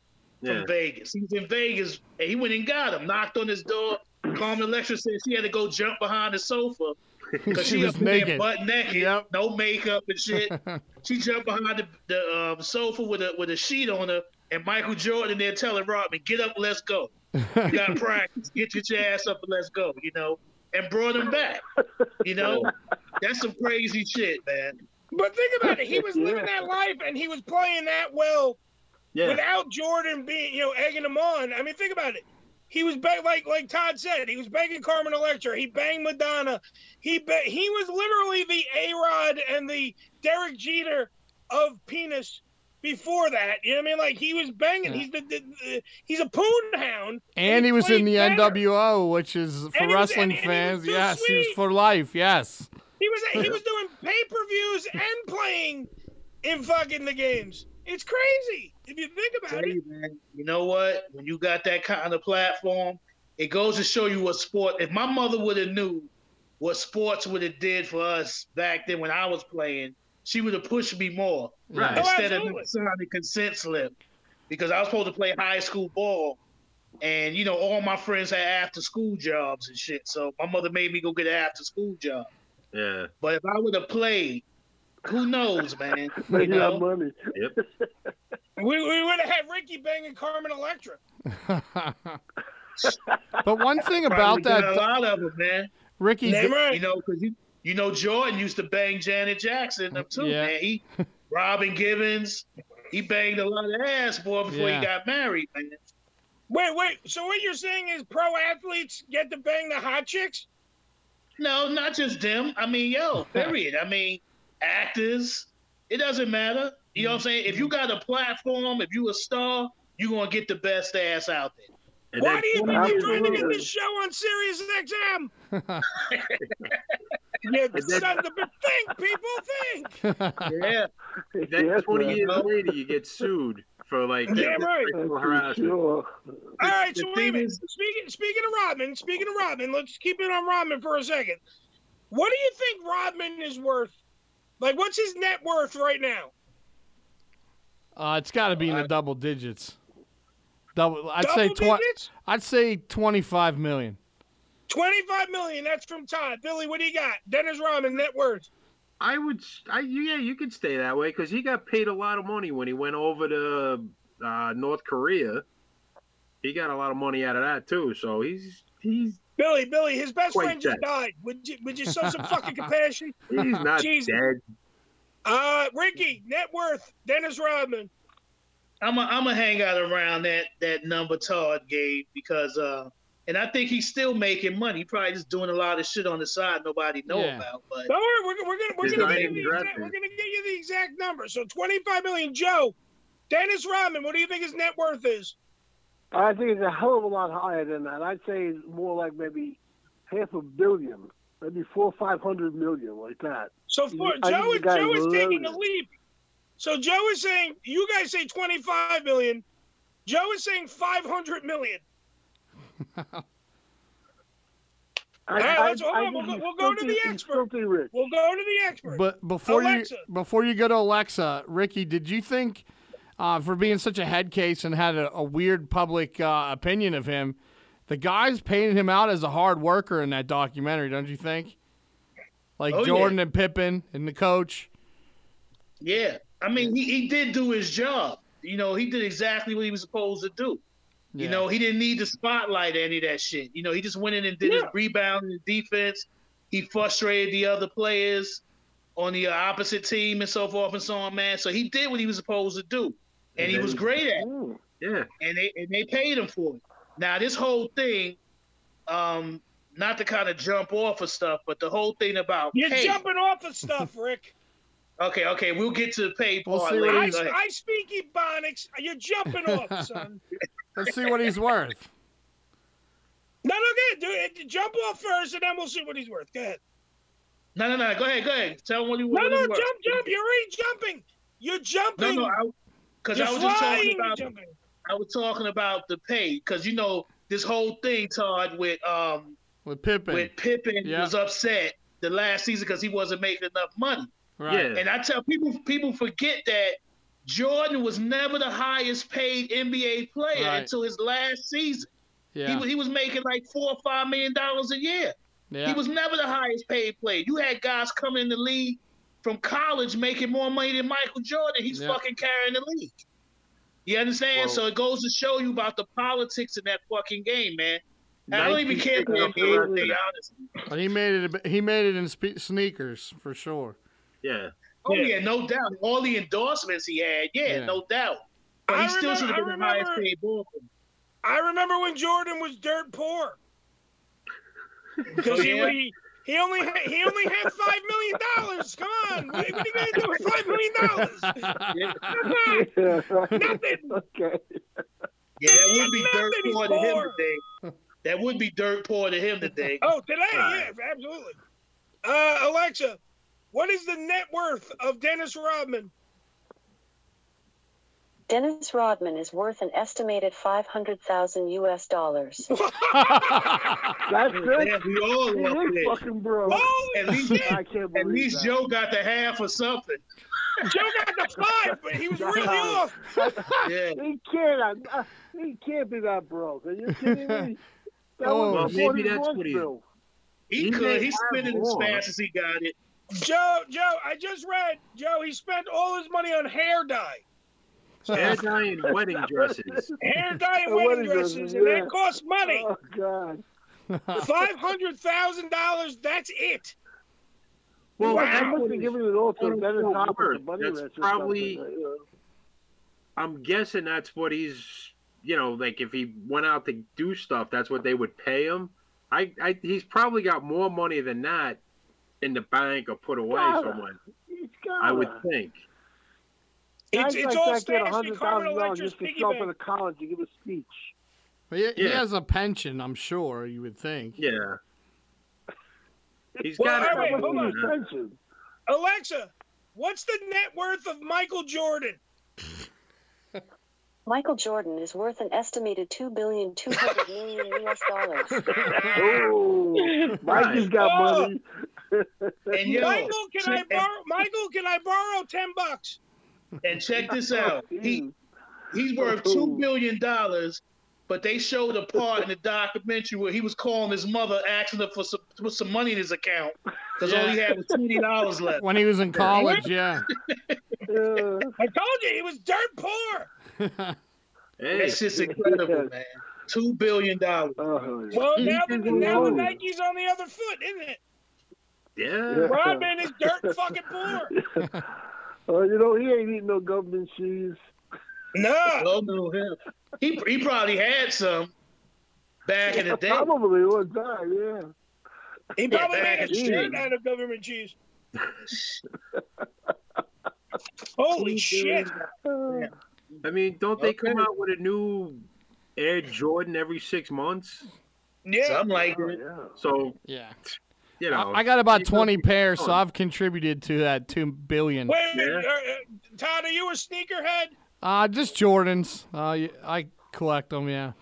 S11: from
S8: Yeah.
S11: Vegas. He was in Vegas and he went and got him. Knocked on his door. Carmen Electra said she had to go jump behind the sofa because
S10: She
S11: she, was
S10: was
S11: up in there
S10: naked.
S11: butt naked,
S10: Yep.
S11: no makeup and shit. she jumped behind the, the um, sofa with a with a sheet on her, and Michael Jordan in there telling Rodman, "Get up, let's go. You got practice. Get your ass up and let's go." You know, and brought him back. You know, that's some crazy shit, man.
S7: But think about it, he was living that life and he was playing that well
S8: Yeah.
S7: without Jordan being you know egging him on. I mean, think about it. He was ba- like like Todd said, he was banging Carmen Electra, he banged Madonna, he ba- he was literally the A Rod and the Derek Jeter of penis. Before that, you know what I mean? Like he was banging. He's the, the, the- he's a poon hound.
S10: And he was in the
S7: played better.
S10: NWO, which is for
S7: he was- and-
S10: wrestling
S7: and he
S10: fans.
S7: was so
S10: yes, he was
S7: sweet.
S10: for life. Yes.
S7: He was he was doing pay per views and playing in fucking the games. It's crazy if you think about
S11: Tell
S7: it.
S11: you, man, you know what? When you got that kind of platform, it goes to show you what sport. If my mother would have knew what sports would have did for us back then when I was playing, she would have pushed me more
S8: Right.
S7: Oh,
S11: instead
S7: absolutely.
S11: of signing a consent slip because I was supposed to play high school ball. And you know, all my friends had after school jobs and shit. So my mother made me go get an after school job.
S8: Yeah.
S11: But if I would have played, who knows, man? You
S12: Make that
S11: know?
S12: money.
S8: Yep.
S7: We, we would have had Ricky banging Carmen Electra.
S10: but one
S11: Probably
S10: thing about
S11: did a
S10: that,
S11: lot of them, man.
S10: Ricky.
S7: Name right.
S11: You know, because you, you know Jordan used to bang Janet Jackson them too,
S10: Yeah.
S11: man. He Robin Givens, he banged a lot of ass boy before
S10: Yeah.
S11: he got married, man.
S7: Wait, wait. So what you're saying is pro athletes get to bang the hot chicks?
S11: No, not just them. I mean, yo, period. I mean, actors. It doesn't matter. You know what I'm saying? If you got a platform, if you a star, you gonna get the best ass out there.
S8: And
S7: Why
S8: then-
S7: do you think you're trying to get
S12: absolutely.
S7: this show on Sirius XM? you son of a bitch. Think, people, think.
S11: Yeah.
S8: then
S12: Yes,
S8: 20
S12: man.
S8: years later, you get sued for like
S7: Yeah, right.
S12: That's
S8: sexual
S12: for
S8: harassment.
S12: sure.
S7: All right,
S11: the
S7: so wait a
S11: thing
S7: minute.
S11: is-
S7: Speaking, speaking of Rodman, speaking of Rodman, let's keep it on Rodman for a second. What do you think Rodman is worth? Like, what's his net worth right now?
S10: Uh, it's got to be in the double digits. Double. I'd say
S7: Double
S10: twenty.
S7: digits?
S10: I'd say twenty-five million.
S7: 25 million. That's from Todd. Billy, what do you got? Dennis Rodman, net worth.
S8: I would, s- I yeah, you could stay that way because he got paid a lot of money when he went over to uh, North Korea. He got a lot of money out of that too, so he's he's
S7: Billy, Billy, his best
S8: Quite
S7: friend just
S8: dead.
S7: died. Would you would you show some fucking compassion?
S8: he's not
S7: Jesus.
S8: dead.
S7: Uh, Ricky, net worth, Dennis Rodman.
S11: I'm a, I'm gonna hang out around that that number Todd gave because uh and I think he's still making money. He probably just doing a lot of shit on the side nobody know
S7: Yeah.
S11: about. But
S7: Don't worry, we're, we're gonna we're
S11: He's
S7: gonna,
S11: not
S7: get you
S11: even
S7: the exact,
S11: drafted.
S7: we're gonna get you the exact number. So twenty five million, Joe. Dennis Rodman, what do you think his net worth is?
S12: I think it's a hell of a lot higher than that. I'd say it's more like maybe half a billion, maybe four or five hundred million, like that.
S7: So for,
S12: I think
S7: Joe,
S12: the
S7: is,
S12: guy's
S7: Joe is taking a
S12: loaded.
S7: leap. So Joe is saying you guys say twenty five million. Joe is saying five hundred million. All right, let's- hold on, we'll go- we'll go to the
S12: expert. Rich.
S7: We'll go to the expert.
S10: But before
S7: Alexa.
S10: you before you go to Alexa, Ricky, did you think uh, for being such a head case and had a, a weird public uh, opinion of him, the guys painted him out as a hard worker in that documentary? Don't you think? Like
S11: Oh, yeah.
S10: Jordan and Pippen and the coach.
S11: yeah, I mean he, he did do his job. You know, he did exactly what he was supposed to do.
S10: Yeah.
S11: You know, he didn't need the spotlight or any of that shit. You know, he just went in and did his rebound and defense. He frustrated the other players on the uh, opposite team and so forth and so on, man. So he did what he was supposed to do. And he was great at it.
S8: Yeah.
S11: And they and they paid him for it. Now this whole thing, um, not to kind of jump off of stuff, but the whole thing about
S7: You're
S11: pay.
S7: jumping off of stuff, Rick.
S11: Okay, okay, we'll get to the pay
S10: We'll
S11: part
S10: see what
S11: later.
S10: he's-
S11: Go
S7: I,
S11: ahead.
S7: I speak Ebonics. You're jumping off, son.
S10: Let's see what he's worth.
S7: No, no, go ahead. Do it. Jump off first, and then we'll see what he's worth. Go ahead.
S11: No, no, no. Go ahead, go ahead. Tell him what he
S7: No,
S11: what
S7: no,
S11: he
S7: jump,
S11: worth.
S7: jump. You're already jumping. You're jumping.
S11: No, no, I, because
S7: You're
S11: I was just talking
S7: flying,
S11: about
S7: jumping.
S11: I was talking about the pay because you know this whole thing, Todd, with um
S10: with Pippen.
S11: with Pippen
S10: Yeah.
S11: was upset the last season because he wasn't making enough money.
S10: Right. Yeah.
S11: And I tell people people forget that Jordan was never the highest paid NBA player
S10: Right.
S11: until his last season. He,
S10: Yeah.
S11: wa- he was making like four or five million dollars a year.
S10: Yeah.
S11: He was never the highest paid player. You had guys coming in the league from college making more money than Michael Jordan. He's
S10: Yeah.
S11: fucking carrying the league. You understand?
S8: Well-
S11: so it goes to show you about the politics in that fucking game, man. I don't even
S8: 19
S11: care if
S8: picking
S11: you're
S8: up the
S11: NBA
S8: record.
S11: player, honestly.
S10: But he made it. a bit- He made it in spe- sneakers for sure.
S8: Yeah.
S11: Oh yeah. no doubt. All the endorsements he had, yeah,
S10: Yeah.
S11: no doubt. But
S7: I
S11: he still
S7: remember-
S11: should have
S7: I
S11: been the highest
S7: remember-
S11: paid ball player.
S7: I remember when Jordan was dirt poor because
S11: Oh,
S7: he,
S11: yeah?
S7: he he only had, he only had five million dollars. Come on, what, what are you gonna do with five million dollars? Nothing.
S12: Okay.
S11: Yeah, that would be dirt
S7: Nothing, he's
S11: poor to him
S7: poor.
S11: today. That would be dirt poor to him today.
S7: Oh, today, yeah, absolutely. Uh, Alexa, what is the net worth of Dennis Rodman?
S9: Dennis Rodman is worth an estimated 500,000 US dollars.
S12: That's good.
S11: Yeah, we all
S12: He
S11: up
S12: is
S11: there.
S12: fucking bro.
S11: At least,
S12: I can't believe
S11: at least
S12: that.
S11: Joe got the half or something.
S7: Joe got the five, but he was really off.
S11: Yeah.
S12: He can't. I'm not- He can't be that broke. Are you kidding me? That
S10: Oh,
S12: was
S10: well,
S12: before
S8: maybe
S12: his
S8: that's
S12: lunch
S8: what he-
S12: bill.
S11: He,
S8: He
S11: could.
S8: may
S11: He
S8: have
S11: spent it as
S8: more.
S11: fast as he got it.
S7: Joe, Joe, I just read, Joe, he spent all his money on hair dye.
S10: Oh,
S8: Hair dye and wedding dresses.
S7: Hair dye and
S12: The
S7: wedding
S12: wedding
S7: dresses,
S12: dresses,
S7: and
S12: yeah.
S7: that costs money.
S12: Oh God.
S7: Five hundred thousand dollars. That's it.
S8: Well,
S12: Wow.
S8: that's
S12: I must
S8: what
S12: be
S8: he-
S12: giving it all to
S8: That's
S12: Dennis
S8: what
S12: Hopper, the
S8: worth.
S12: money
S8: That's
S12: rich or
S8: probably-
S12: something, uh,
S8: I'm guessing that's what he's, you know, like if he went out to do stuff, that's what they would pay him. I, I he's probably got more money than that in the bank or put away
S12: Gotta.
S8: somewhere.
S12: He's
S8: I would
S12: gotta.
S8: think.
S12: Guys
S7: It's, it's
S12: like
S7: all
S12: that get
S7: stashed in Carmen
S12: $100,000
S7: Electra's
S12: just to
S7: piggy
S12: show up in
S7: bank.
S12: a college to give a speech.
S10: But he, he
S8: Yeah.
S10: has a pension, I'm sure. You would think.
S8: Yeah. He's
S7: Well,
S8: got
S7: all right,
S8: it.
S7: hold on.
S12: Attention.
S7: Alexa, what's the net worth of Michael Jordan?
S9: Michael Jordan is worth an estimated 2 billion 200 million US dollars.
S12: Oh, Mike has got
S7: Oh.
S12: money.
S11: And yo,
S7: Michael, can I
S11: and-
S7: borrow? Michael, can I borrow ten bucks?
S11: And check this out. He he's worth
S12: Ooh.
S11: two billion dollars, but they showed a part in the documentary where he was calling his mother asking her for some for some money in his account because all he
S10: Yeah.
S11: had was twenty dollars left.
S10: When he was in college, yeah.
S12: Uh,
S7: I told you he was dirt poor.
S8: Hey,
S11: That's just incredible, man. Two billion dollars.
S7: Well, now the, now the Nike's on the other foot, isn't it?
S8: Yeah.
S7: Rodman is dirt fucking poor.
S12: Uh, you know, he ain't eating no government cheese.
S7: No.
S11: no him. He he probably had some back in the day.
S12: Probably was that, yeah.
S7: He probably made a
S12: Jeez.
S7: shirt out of government cheese. Holy shit.
S8: I mean, don't they come
S7: Okay.
S8: out with a new Air Jordan every six months?
S7: Yeah.
S11: Something like it.
S8: So,
S10: yeah.
S8: You know,
S10: I got about
S8: you know,
S10: 20 pairs, so
S8: on.
S10: I've contributed to that 2 billion.
S7: Wait a minute. Uh, uh, Todd, are you a sneakerhead?
S10: Uh, just Jordans. Uh, y- I collect them, yeah.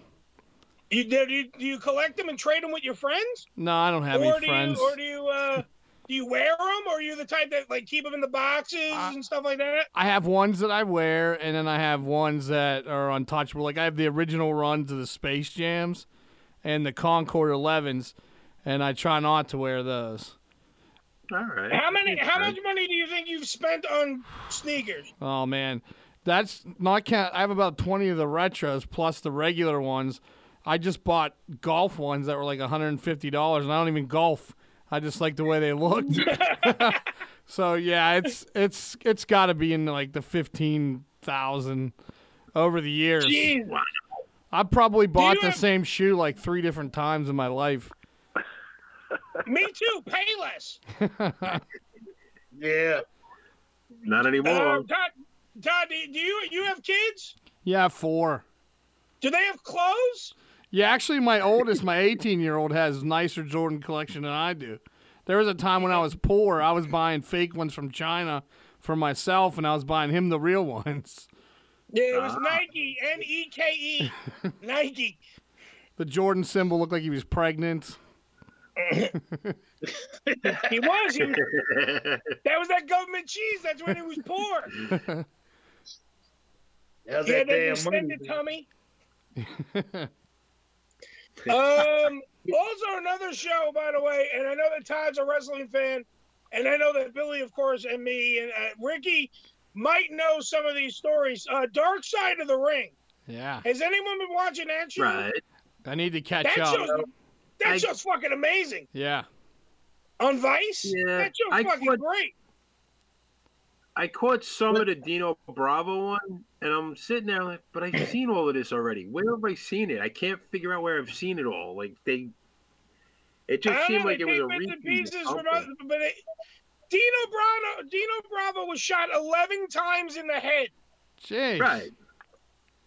S7: You, do, you, do you collect them and trade them with your friends?
S10: No, I don't have
S7: or
S10: any
S7: do
S10: friends.
S7: You, or do you, uh, do you wear them? Or are you the type that like keep them in the boxes
S10: Uh,
S7: and stuff like that?
S10: I have ones that I wear, and then I have ones that are untouchable. Like I have the original runs of the Space Jams and the Concord 11s, and I try not to wear those.
S8: All right.
S7: How many? How much money do you think you've spent on sneakers?
S10: Oh man, that's not count. I have about 20 of the retros plus the regular ones. I just bought golf ones that were like $150, and I don't even golf. I just like the way they looked. so yeah, it's it's it's got to be in like the 15,000 over the years.
S7: Jeez.
S10: I probably bought the same shoe like three different times in my life.
S7: Me too. Payless.
S11: Yeah.
S8: Not
S7: Uh,
S8: anymore.
S7: Todd, Todd, do do you you have kids?
S10: Yeah, four.
S7: Do they have clothes?
S10: Yeah, actually, my oldest, my 18 year old, has nicer Jordan collection than I do. There was a time when I was poor, I was buying fake ones from China for myself, and I was buying him the real ones.
S7: Yeah, it was Nike, N E K E, Ah. Nike.
S10: The Jordan symbol looked like he was pregnant.
S7: He was. He was that was that government cheese. That's when he was poor.
S11: How's
S7: yeah,
S11: that
S7: they
S11: damn money?
S7: extended tummy. Um, also another show, by the way, and I know that Todd's a wrestling fan, and I know that Billy, of course, and me and uh, Ricky might know some of these stories. Uh, Dark Side of the Ring.
S10: Yeah.
S7: Has anyone been watching that show?
S10: I need to catch
S7: That
S10: up.
S7: show's, that show's fucking amazing.
S10: Yeah.
S7: On Vice?
S8: Yeah,
S7: That show's
S8: I
S7: fucking great.
S8: I caught some of the Dino Bravo one, and I'm sitting there like, but I've seen all of this already. Where have I seen it? I can't figure out where I've seen it all. Like they, it
S7: I
S8: just
S7: don't
S8: seemed
S7: know,
S8: like
S7: they
S8: it was a
S7: take bits and
S8: repeat. of
S7: pieces from
S8: something.
S7: other- but it, Dino Bravo, Dino Bravo was shot 11 times in the head
S10: Jeez.
S8: Right.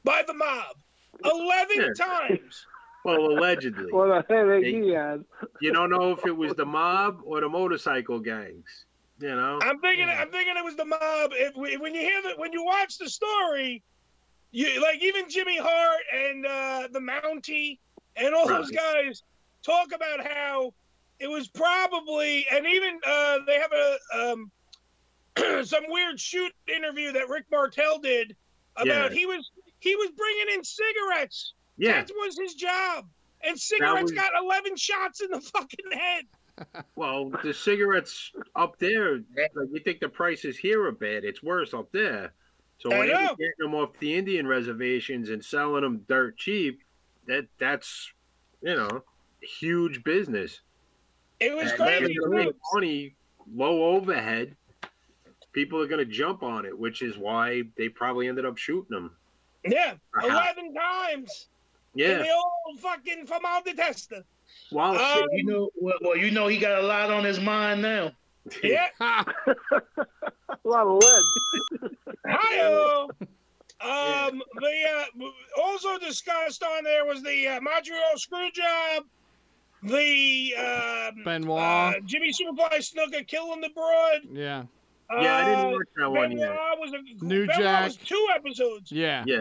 S7: by the mob. 11
S8: Yeah.
S7: times.
S8: Well, allegedly.
S12: What a headache
S8: They-
S12: he had.
S8: you don't know if it was the mob or the motorcycle gangs. You know.
S7: I'm thinking. I'm thinking it was the mob. If, when you hear that, when you watch the story, you like even Jimmy Hart and uh, the Mountie and all those guys talk about how it was probably, and even uh, they have a um, some weird shoot interview that Rick Martel did about
S8: Yeah.
S7: he was he was bringing in cigarettes.
S8: Yeah.
S7: that was his job. And cigarettes
S8: was-
S7: got 11 shots in the fucking head.
S8: Well, the cigarettes up there, like, you think the prices here are bad. It's worse up there. So
S7: I
S8: when they're
S7: know.
S8: getting them off the Indian reservations and selling them dirt cheap, that that's you know huge business.
S7: It was
S8: And
S7: crazy.
S8: they're gonna make money, low overhead. People are going to jump on it, which is why they probably ended up shooting them.
S7: Yeah,
S8: Uh-huh.
S7: eleven times. In
S8: Yeah.
S7: the old fucking formaldetester.
S8: Wow.
S7: Um,
S11: Oh, you know, well, well, you know, he got a lot on his mind now.
S7: Yeah.
S12: A lot of lead.
S7: Hi. Um. The uh, also discussed on there was the uh, Montreal Screwjob, the um,
S10: Benoit.
S7: uh, Jimmy Superfly Snooker killing the broad.
S10: yeah.
S8: Yeah, I didn't
S7: Uh,
S8: watch that one
S7: Benoit
S8: yet.
S7: was a,
S10: New
S7: Benoit
S10: Jack.
S7: was two episodes.
S10: Yeah.
S8: Yeah.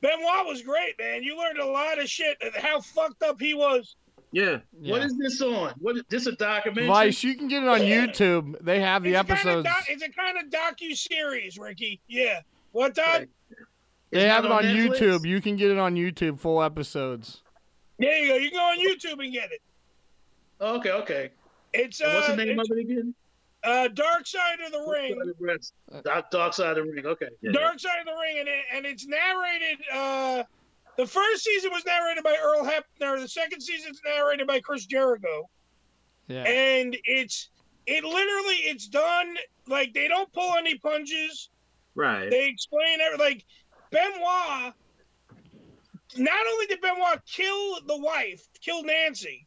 S7: Benoit was great, man. You learned a lot of shit. and How fucked up he was.
S8: Yeah.
S11: What is this on? What is this a documentary?
S10: Vice, you can get it on YouTube. They have the
S7: It's kinda
S10: episodes.
S7: doc- it's a kind of docu series, Ricky. Yeah. What Todd?
S10: They have it
S7: not
S10: on
S7: on Netflix?
S10: YouTube. You can get it on YouTube, full episodes.
S7: There you go. You can go on YouTube and get it.
S11: Okay, okay.
S7: It's uh,
S11: And what's the name of
S7: it's,
S11: it again?
S7: Uh, Dark Side of the Ring.
S11: Dark, Dark Side of the Ring. Okay.
S7: Dark Side of the Ring, and it, and it's narrated. Uh, The first season was narrated by Earl Hepner. The second season is narrated by Chris Jericho.
S10: Yeah.
S7: And it's it literally it's done like they don't pull any punches.
S8: Right.
S7: They explain every like Benoit. Not only did Benoit kill the wife, kill Nancy,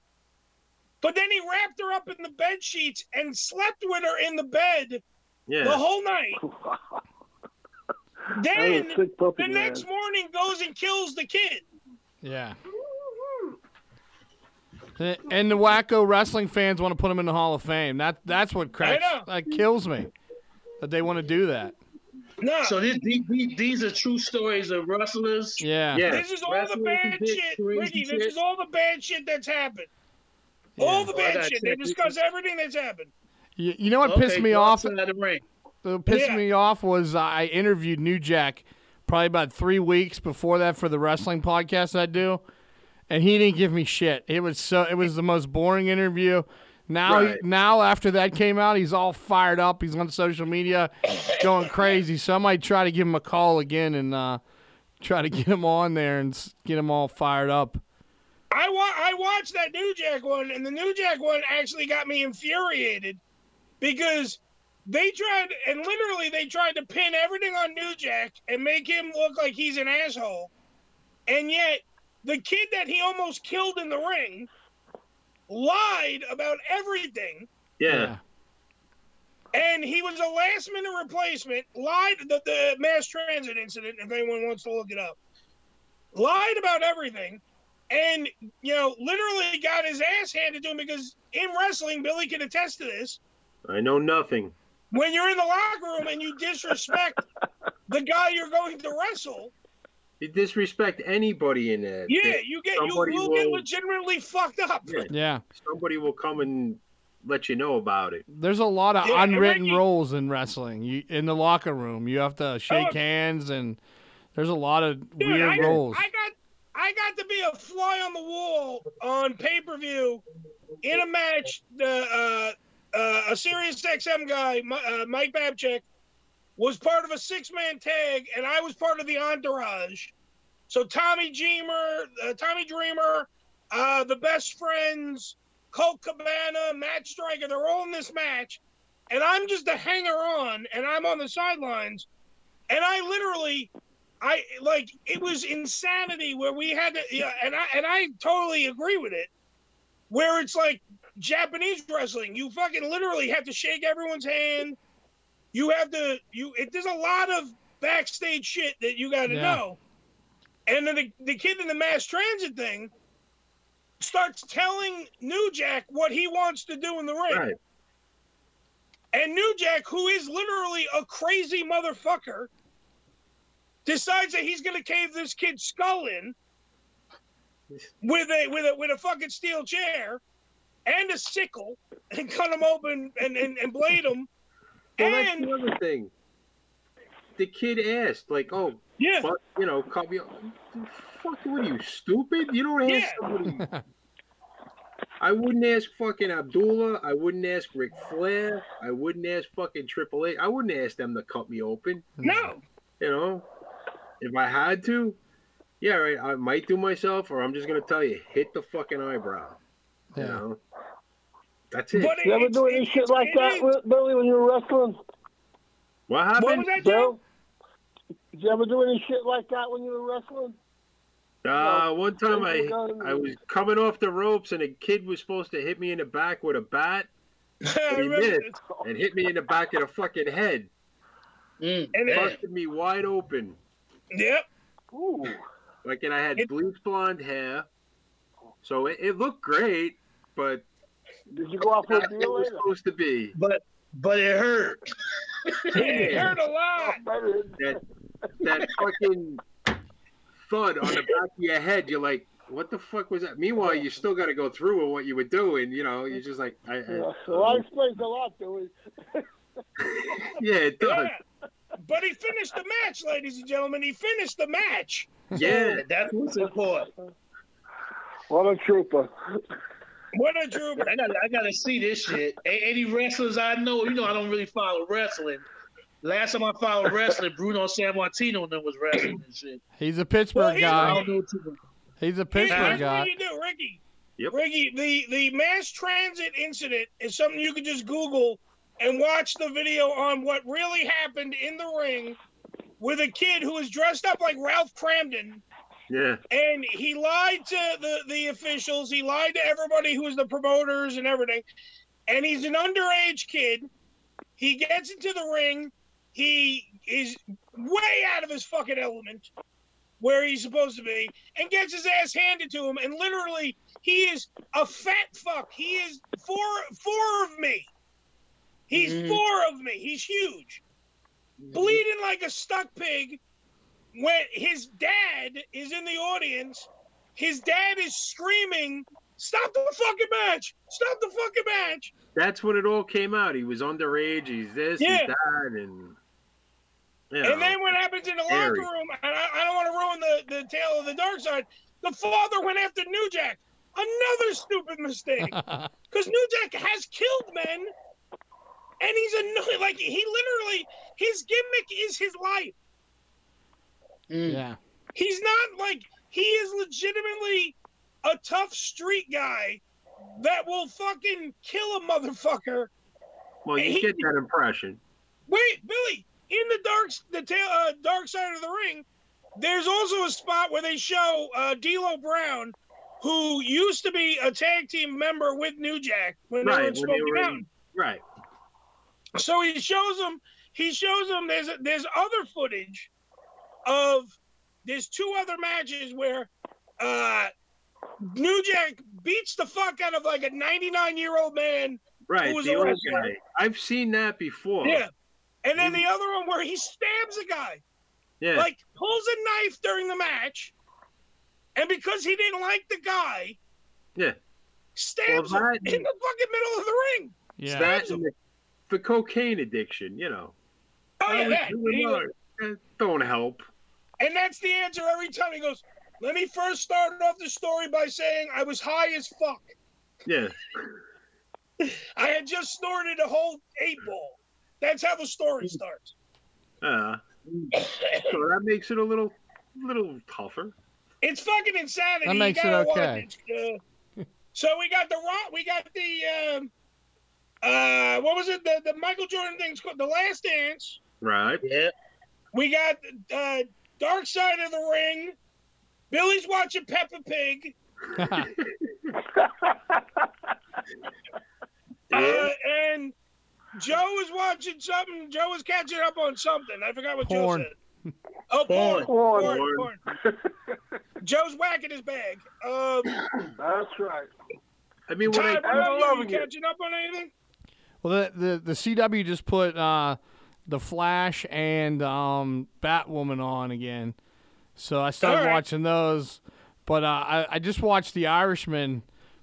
S7: but then he wrapped her up in the bed sheets and slept with her in the bed
S8: Yeah.
S7: the whole night.
S12: That is
S7: then
S12: a sick puppy,
S7: the
S12: man.
S7: next morning goes and kills the kid.
S10: Yeah. And the wacko wrestling fans want to put him in the Hall of Fame. That that's what cracks.
S11: know.
S10: That kills me. That they want to do that.
S7: No.
S11: So this, these, these- these are true stories of wrestlers.
S10: Yeah.
S7: This is all the bad shit, Ricky. This is all the bad shit that's happened. All the
S11: Well, I
S7: bad
S11: gotta
S7: shit. They
S11: check this-
S7: discuss everything that's happened.
S10: You, you know what
S7: Okay,
S10: pissed me
S7: go
S10: off?
S7: outside
S10: What pissed
S7: Yeah.
S10: me off was I interviewed New Jack probably about three weeks before that for the wrestling podcast I do, and he didn't give me shit. It was so it was the most boring interview. Now
S13: Right.
S10: now after that came out, he's all fired up. He's on social media, going crazy. So I might try to give him a call again and uh, try to get him on there and s- get him all fired up.
S7: I wa- I watched that New Jack one, and the New Jack one actually got me infuriated because they tried and literally they tried to pin everything on New Jack and make him look like he's an asshole, and yet the kid that he almost killed in the ring lied about everything.
S8: Yeah.
S7: And he was a last minute replacement. Lied the, the mass transit incident, if anyone wants to look it up. Lied about everything, and you know, literally got his ass handed to him because in wrestling, Billy can attest to this.
S8: I know nothing.
S7: When you're in the locker room and you disrespect the guy you're going to wrestle,
S8: You disrespect anybody in that.
S7: yeah,
S8: that
S7: you get you will,
S8: somebody
S7: get legitimately fucked up.
S10: Yeah.
S8: Somebody will come and let you know about it.
S10: There's a lot of
S8: Yeah, and
S10: unwritten rules in wrestling. You in the locker room, you have to shake hands, and there's a lot of
S7: Dude,
S10: weird
S7: I,
S10: rules.
S7: I got I got to be a fly on the wall on pay per view in a match. The uh, uh, a serious XM guy, Mi- uh, Mike Babchick, was part of a six man tag, and I was part of the entourage. So Tommy Dreamer, uh, Tommy Dreamer, uh, the best friends, Colt Cabana, Matt Striker, they're all in this match, and I'm just a hanger on, and I'm on the sidelines, and I literally I like it was insanity where we had to, yeah, and I and I totally agree with it. Where it's like Japanese wrestling, you fucking literally have to shake everyone's hand. You have to you. It, there's a lot of backstage shit that you got to
S10: Yeah.
S7: know. And then the, the kid in the mass transit thing starts telling New Jack what he wants to do in the ring.
S8: Right.
S7: And New Jack, who is literally a crazy motherfucker, decides that he's gonna cave this kid's skull in with a with a with a fucking steel chair and a sickle and cut him open and, and, and blade him.
S8: Well, that's
S7: and
S8: the other thing. The kid asked, like, "Oh,
S7: yeah,
S8: but, you know, cut me." off." Fuck, what are you stupid? You don't ask somebody. I wouldn't ask fucking Abdullah. I wouldn't ask Ric Flair. I wouldn't ask fucking Triple H. I wouldn't ask them to cut me open.
S7: No.
S8: You know, if I had to, yeah, right. I might do myself, or I'm just gonna tell you, hit the fucking eyebrow. You know, that's it.
S12: you ever do any shit like that, Will- Billy, when you were wrestling?
S8: What happened?
S12: Bill? Did you ever do any shit like that when you were wrestling?
S8: Uh, one time I
S12: Jason Gunn.
S8: I was coming off the ropes and a kid was supposed to hit me in the back with a bat. and he
S7: remember
S8: missed and hit me in the back of the fucking head.
S7: And
S8: it busted me wide open.
S7: Yep.
S12: Ooh.
S8: Like and I had bleach blonde hair, so it, it looked great, but
S12: did you go off
S8: with it was supposed to be?
S11: But but it hurt.
S7: it hurt a lot.
S12: Oh,
S8: that that fucking thud on the back of your head. You're like, what the fuck was that? Meanwhile, you still got to go through with what you were doing. You know, you're just like, I, I,
S12: Well, that explains a lot, Billy.
S8: yeah, it does.
S7: But he finished the match, ladies and gentlemen. He finished the match.
S8: Yeah,
S11: that's what's important.
S12: What a trooper.
S7: What a trooper.
S11: I gotta, I gotta see this shit. A- Any wrestlers I know, you know, I don't really follow wrestling. Last time I followed wrestling, Bruno San Martino and them was wrestling and shit.
S10: He's a Pittsburgh
S11: I
S10: guy.
S11: don't know too much.
S10: He's a
S7: Here's
S10: Pittsburgh
S7: what
S10: guy.
S7: you do, Ricky. Ricky, the, the mass transit incident is something you can just Google and watch the video on what really happened in the ring with a kid who was dressed up like Ralph Cramden
S8: Yeah.
S7: and he lied to the, the officials. He lied to everybody who was the promoters and everything. And he's an underage kid. He gets into the ring. He is way out of his fucking element where he's supposed to be and gets his ass handed to him. And literally, he is a fat fuck. He is four, four of me. He's four of me. He's huge. Bleeding like a stuck pig when his dad is in the audience, his dad is screaming, "Stop the fucking match! Stop the fucking match!"
S8: That's when it all came out. He was underage. He's this.
S7: Yeah.
S8: He's that. And you know,
S7: And then what happens in the locker
S8: Scary.
S7: room? And I, I don't want to ruin the, the tale of the dark side. The father went after New Jack. Another stupid mistake. Because New Jack has killed men, and he's annoying. Like he literally, his gimmick is his life.
S10: Yeah.
S7: He's not like he is legitimately a tough street guy that will fucking kill a motherfucker.
S8: well, you
S7: he-
S8: get that impression.
S7: Wait, Billy, in the dark the tail, uh, dark side of the ring, there's also a spot where they show uh, D'Lo Brown, who used to be a tag team member with New Jack when they were in
S8: Right. When they
S7: Smoky
S8: were
S7: Mountain.
S8: in, right.
S7: So he shows him. He shows him. There's there's other footage of there's two other matches where uh, New Jack beats the fuck out of like a 99 year old man
S8: Right.
S7: who was
S8: the
S7: a
S8: old
S7: wrestler.
S8: guy. I've seen that before.
S7: Yeah, and then the other one where he stabs a guy.
S8: Yeah.
S7: Like pulls a knife during the match, and because he didn't like the guy,
S8: yeah.
S7: stabs
S8: Well,
S7: him
S8: that-
S7: in the fucking middle of the ring.
S8: It's That and the, the cocaine addiction, you know.
S7: Oh,
S8: I
S7: yeah,
S8: was
S7: that.
S8: doing
S7: Anyway.
S8: all right. That Eh, Don't help.
S7: And that's the answer every time. He goes, Let me first start off the story by saying I was high as fuck.
S8: Yeah.
S7: I had just snorted a whole eight ball. That's how the story starts.
S8: Uh, so that makes it a little, little tougher.
S7: It's fucking insanity.
S8: That makes it
S7: you gotta
S8: okay.
S7: Watch it. Uh, so we got the rock. We got the um, uh, what was it? The the Michael Jordan thing's called the Last Dance.
S8: Right.
S11: Yeah.
S7: We got uh, Dark Side of the Ring. Billy's watching Peppa Pig. Uh, and Joe was watching something. Joe was catching up on something. I forgot what
S10: Porn.
S7: Joe said. Oh, porn.
S12: Porn.
S7: Porn. porn. Joe's whacking his bag. Um,
S12: That's right.
S8: I mean,
S12: when I-
S7: Todd,
S12: I'm
S7: what about you?
S12: loving
S7: you
S12: it.
S7: catching up on anything?
S10: Well, the the, the CW just put uh, the Flash and um, Batwoman on again, so I started
S7: All right.
S10: watching those. But uh, I I just watched The Irishman,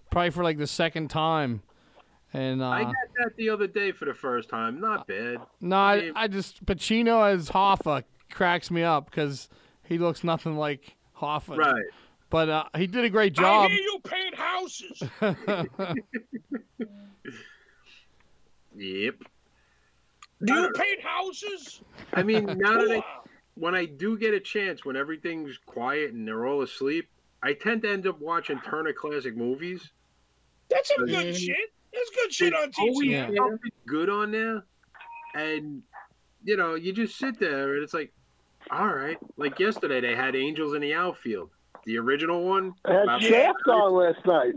S10: probably for like the second time, and uh,
S8: I got that the other day for the first time. Not bad.
S10: no, I, I just Pacino as Hoffa cracks me up because he looks nothing like Hoffa.
S8: Right.
S10: But uh, he did a great
S7: I
S10: job.
S7: hear you paint houses.
S8: Yep.
S7: Do you paint houses?
S8: I mean, now that I, when I do get a chance, when everything's quiet and they're all asleep, I tend to end up watching Turner Classic Movies.
S7: That's some
S8: Yeah.
S7: good shit. That's good shit
S12: Oh,
S7: on
S8: Always
S7: TV.
S8: something good on there, and you know, you just sit there and it's like, all right. Like yesterday, they had Angels in the Outfield, the original one.
S12: I had
S8: about-
S12: Shaft on last night.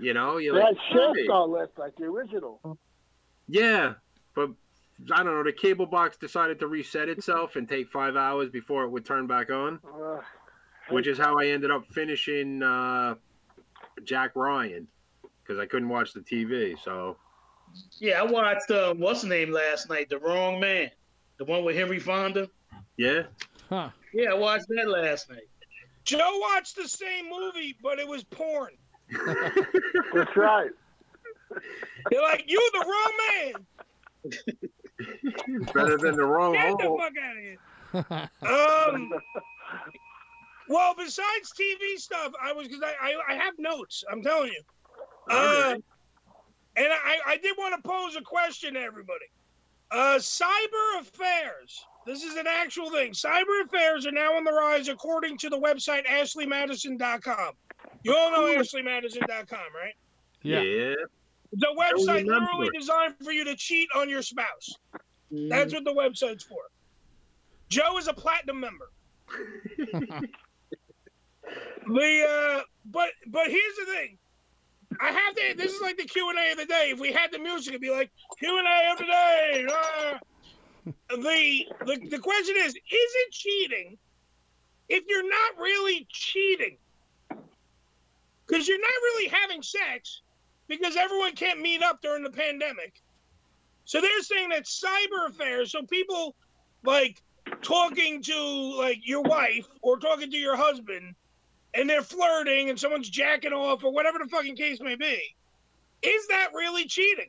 S8: You know,
S12: They
S8: you're
S12: had
S8: like,
S12: Shaft
S8: hey.
S12: on last night, the original.
S8: Yeah, but I don't know. The cable box decided to reset itself and take five hours before it would turn back on,
S12: Uh,
S8: which is how I ended up finishing uh, Jack Ryan because I couldn't watch the TV. So
S11: Yeah, I watched uh, what's the name last night? The Wrong Man, the one with Henry Fonda.
S8: yeah,
S10: Huh.
S11: Yeah, I watched that last night.
S7: Joe watched the same movie, but it was porn.
S12: that's right.
S7: They're like, you the wrong man.
S8: better than the wrong
S7: Get the
S12: Oh.
S8: hole.
S7: fuck out of here. Um, well, besides TV stuff, I was because I, I I have notes. I'm telling you. Um, Uh, and I I did want to pose a question to everybody. Uh, cyber affairs. This is an actual thing. Cyber affairs are now on the rise, according to the website AshleyMadison.com. You all know AshleyMadison.com, right?
S10: Yeah.
S7: The
S10: I
S7: website
S10: remember.
S7: literally designed for you to cheat on your spouse. That's what the website's for. Joe is a platinum member. the uh, but but here's the thing. I have to. This is like the Q and A of the day. If we had the music, it'd be like Q and A of the day. ah. the, the the question is: Is it cheating if you're not really cheating? Because you're not really having sex, because everyone can't meet up during the pandemic. So they're saying that cyber affairs. So people like talking to like your wife or talking to your husband and they're flirting and someone's jacking off or whatever the fucking case may be, is that really cheating?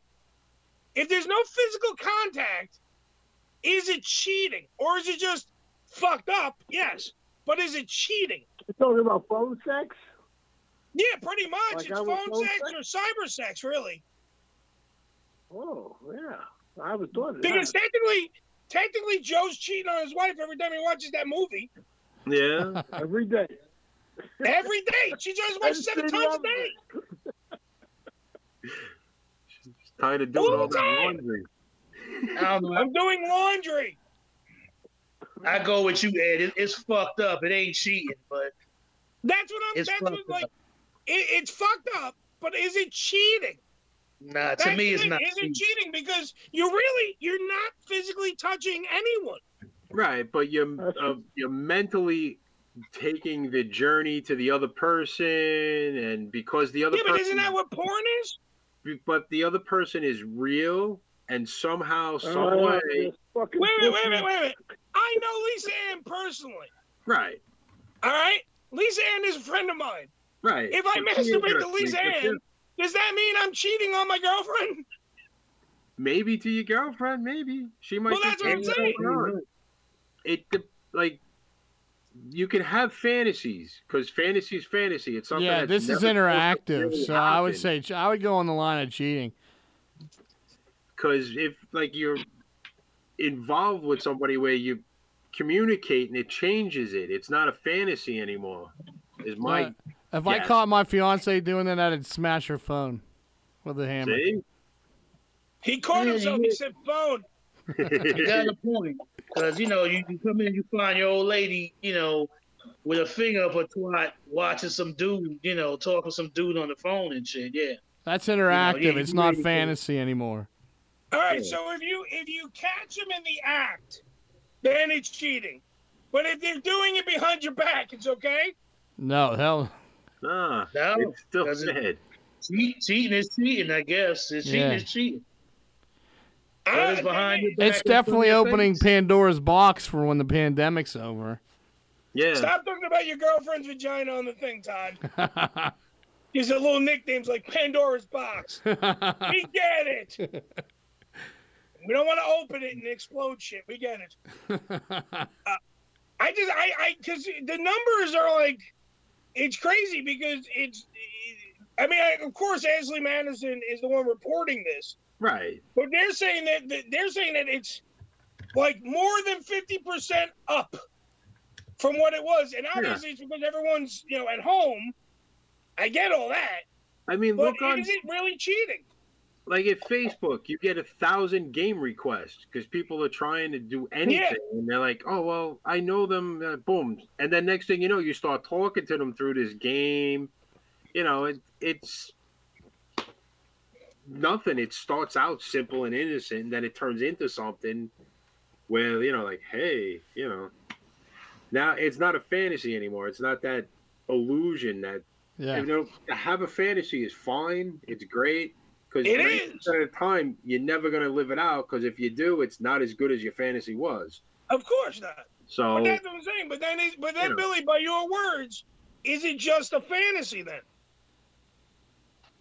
S7: If there's no physical contact, is it cheating or is it just fucked up? Yes, but is it cheating?
S12: You're talking about phone sex?
S7: Yeah, pretty much.
S12: Like
S7: it's
S12: I
S7: phone,
S12: was phone
S7: sex or cyber sex, really.
S12: Oh, yeah. I was doing
S7: Because technically, technically, Joe's cheating on his wife every time he watches that movie.
S8: Yeah.
S12: Every day.
S7: Every day, she just watches seven
S12: Every
S7: times a
S12: day.
S7: day.
S8: Tired of doing all that laundry.
S7: I'm doing laundry.
S11: I go with you, Ed. It, it's fucked up. It ain't cheating, but
S7: That's what I'm.
S11: It's
S7: that's what,
S11: fucked
S7: like,
S11: up.
S7: it, it's fucked up. But is it cheating?
S11: nah, to
S7: That's
S11: me,
S7: the
S11: it's
S7: thing,
S11: not.
S7: Is
S11: cheating.
S7: it cheating because you're really you're not physically touching anyone?
S8: Right, but you're uh, you're mentally taking the journey to the other person, and because the other
S7: yeah, but
S8: person,
S7: isn't that what porn is?
S8: but the other person is real, and somehow, some way,
S7: Wait, wait, wait, wait, wait, wait. I know Lisa Ann personally.
S8: right,
S7: All right, Lisa Ann is a friend of mine.
S8: right.
S7: If I
S8: It's
S7: masturbate to
S8: interesting,
S7: Lisa
S8: it's
S7: Ann,
S8: just-
S7: does that mean I'm cheating on my girlfriend?
S8: maybe to your girlfriend, maybe she might.
S7: Well,
S8: just
S7: that's what I'm
S8: hang
S7: saying.
S8: out with her. It de- like you can have fantasies because fantasy is fantasy. It's something.
S10: yeah,
S8: that's
S10: this is
S8: never supposed to
S10: interactive,
S8: really
S10: so I would
S8: happen.
S10: say ch- I would go on the line of cheating.
S8: because if like you're involved with somebody where you communicate and it changes it it's not a fantasy anymore is my
S10: Uh, if I
S8: guess.
S10: caught my fiance doing that, I'd smash her phone with a hammer.
S8: See?
S7: He caught himself. He said, "Phone."
S11: you got a point. Because, you know, you, you come in, you find your old lady, you know, with a finger up her twat, watching some dude, you know, talking to some dude on the phone and shit. Yeah.
S10: That's interactive.
S11: you-
S10: it's
S11: you
S10: not
S11: really-
S10: fantasy anymore.
S7: All right, so if you if you catch them in the act, then it's cheating. But if they're doing it behind your back, it's okay.
S10: No, hell.
S8: Ah,
S11: no, it's
S8: still
S11: bad. Cheat, cheating is cheating, I guess. It's cheating
S10: Yeah.
S11: is cheating.
S7: Ah,
S11: But it's behind your back
S10: It's
S11: in front of
S10: definitely
S11: your
S10: opening
S11: face.
S10: Pandora's box for when the pandemic's over.
S8: Yeah.
S7: Stop talking about your girlfriend's vagina on the thing, Todd. These are little nicknames like Pandora's box. we get it. We don't want to open it and explode shit. We get it. Uh, I just I I because the numbers are like it's crazy because it's I mean I, of course Ashley Madison is the one reporting this,
S8: right
S7: but they're saying that that- they're saying that it's like more than fifty percent up from what it was, and obviously it's because everyone's you know at home. I get all that,
S8: i mean
S7: but
S8: look on
S7: is it really cheating?
S8: like at facebook you get a thousand game requests because people are trying to do anything and they're like oh well i know them uh, boom and then next thing you know you start talking to them through this game you know it, it's nothing it starts out simple and innocent then it turns into something where you know like hey you know now it's not a fantasy anymore it's not that illusion that
S10: Yeah.
S8: you know, to have a fantasy is fine. It's great because
S7: It
S8: at a time you're never going to live it out because if you do, it's not as good as your fantasy was.
S7: Of course not.
S8: So
S7: But that's what I'm saying. But then, is, but then,
S8: Oh. Yeah.
S7: Billy, by your words, is it just a fantasy then?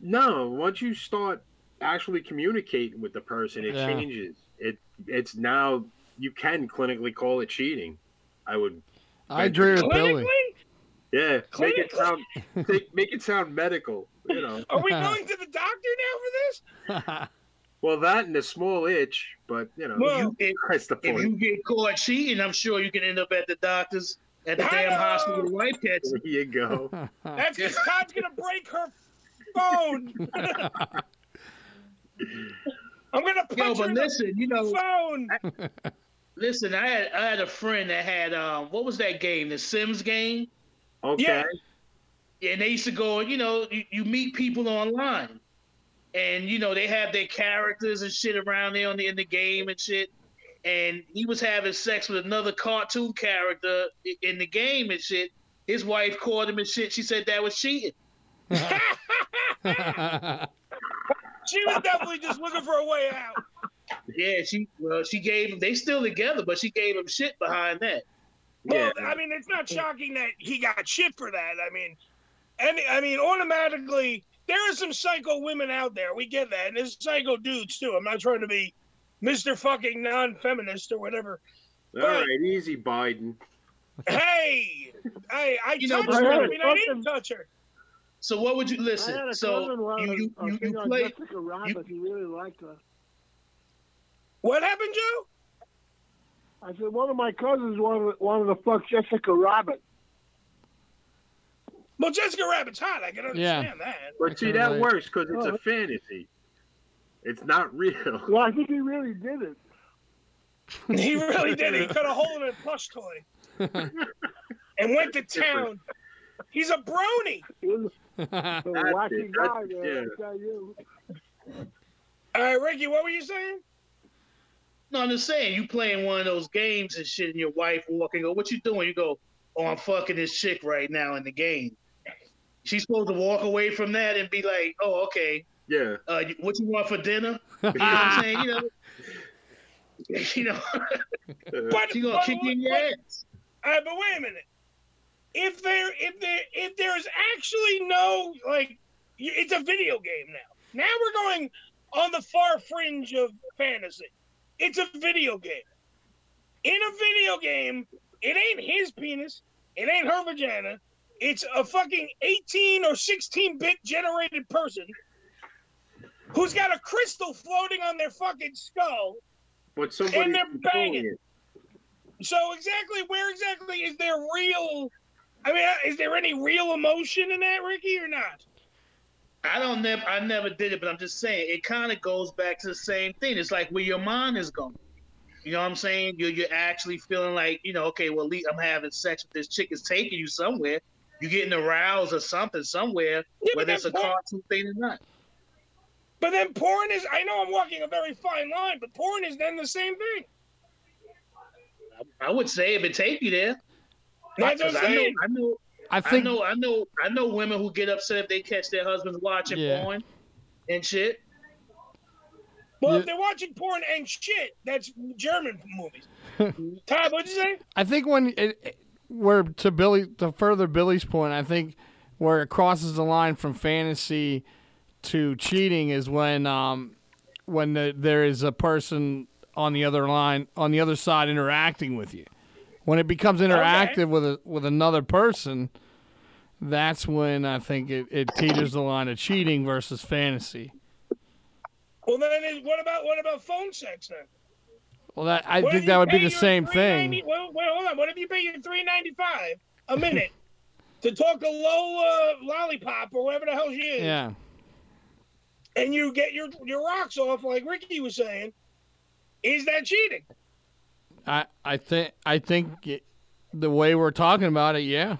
S8: no, once you start actually communicating with the person, it
S10: Yeah.
S8: changes. It it's now you can clinically call it cheating. I would.
S10: I agree with
S7: Clinically,
S10: Billy.
S8: Yeah, make it sound take, make it sound medical. You know.
S7: are we going to the doctor now for this?
S8: Well, that and a small itch, but you know,
S11: Well, if,
S8: that's the
S11: if
S8: point.
S11: you get caught cheating, I'm sure you can end up at the doctor's, at the damn hospital with life catch.
S8: There you go.
S7: That's because Todd's gonna break her phone. I'm gonna punch
S11: Yo,
S7: her
S11: but
S7: in the
S11: listen, you know,
S7: phone.
S11: listen. I had I had a friend that had um, what was that game? The Sims game.
S8: Okay.
S11: Yeah. And they used to go, you know, you, you meet people online, and you know they have their characters and shit around there on the, in the game and shit. And he was having sex with another cartoon character i- in the game and shit. His wife called him and shit. She said that was cheating.
S7: She was definitely just looking for a way out.
S11: Yeah, she well, she gave him. They still together, but she gave him shit behind that.
S7: Well, I mean, it's not shocking that he got shit for that. I mean, and I mean, automatically, there are some psycho women out there. We get that, and there's psycho dudes too. I'm not trying to be Mister Fucking Non-Feminist or whatever.
S8: All right, easy, Biden.
S7: Hey, hey, I
S11: You know,
S7: touched her. I
S11: but-
S7: mean, I didn't touch her.
S11: So what would you
S12: I had
S11: listen?
S12: a
S11: So
S12: cousin who had
S11: you
S12: a- a
S11: you, you,
S12: thing
S11: you
S12: on
S11: play
S12: Jessica Rabbit. he really liked her.
S7: What happened, Joe?
S12: I said one of my cousins wanted wanted to fuck Jessica Rabbit.
S7: Well, Jessica Rabbit's hot. I can understand that.
S8: But see, that works because it's a fantasy. It's not real.
S12: Well, I think he really did it.
S7: He really did. He cut a hole in a plush toy and went to town. He's a brony.
S12: A
S7: That's
S12: wacky
S7: it, that's
S12: guy,
S7: it,
S12: man.
S7: yeah.
S12: I tell you.
S7: All right, Ricky, what were you saying?
S11: No, I'm just saying you playing one of those games and shit, and your wife walking. Go, what you doing? You go, oh, I'm fucking this chick right now in the game. She's supposed to walk away from that and be like, oh, okay.
S8: Yeah.
S11: Uh, you- what you want for dinner? You know what I'm saying? You know. You know.
S8: Uh,
S7: But-
S11: she gonna
S7: but-
S11: kick you in your
S7: but-
S11: ass.
S7: All right, but wait a minute. If there, if there, if there's actually no like, y- it's a video game now. Now we're going on the far fringe of fantasy. It's a video game. In a video game, it ain't his penis. It ain't her vagina. It's a fucking 18 or 16 bit generated person who's got a crystal floating on their fucking skull
S8: But somebody's
S7: they're
S8: controlling
S7: banging.
S8: it.
S7: So exactly where exactly is there real? I mean, is there any real emotion in that, Ricky, or not?
S11: I don't never I never did it, but I'm just saying it kind of goes back to the same thing. It's like where your mind is going. You know what I'm saying? You're you're actually feeling like you know, okay, well, at least I'm having sex with this chick is taking you somewhere. You're getting aroused or something somewhere, whether it's a cartoon thing or not.
S7: But then porn is. I know I'm walking a very fine line, but porn is then the same thing.
S11: I would say if it take you there.
S7: That's what I'm
S11: 'Cause I know-
S7: saying.
S11: I know.
S10: I
S11: I,
S10: think-
S11: know. I know. I know women who get upset if they catch their husbands watching
S10: Yeah.
S11: porn and shit.
S7: Well, if they're watching porn and shit, that's German movies. Todd, what'd you say?
S10: I think when it, it- where to Billy to further Billy's point, I think where it crosses the line from fantasy to cheating is when um when the, there is a person on the other line on the other side interacting with you. When it becomes interactive with a, with another person, that's when I think it, it teeters the line of cheating versus fantasy.
S7: Well, then is, what about what about phone sex then?
S10: Well, that I
S7: What
S10: think
S7: if
S10: that
S7: you
S10: would
S7: pay
S10: be the
S7: your
S10: same thing.
S7: 390 Well, well, hold on. What if you pay your three ninety five a minute to talk a low uh, lollipop or whatever the hell she is?
S10: Yeah.
S7: and you get your your rocks off, like Ricky was saying, is that cheating?
S10: I I think I think it, the way we're talking about it, yeah.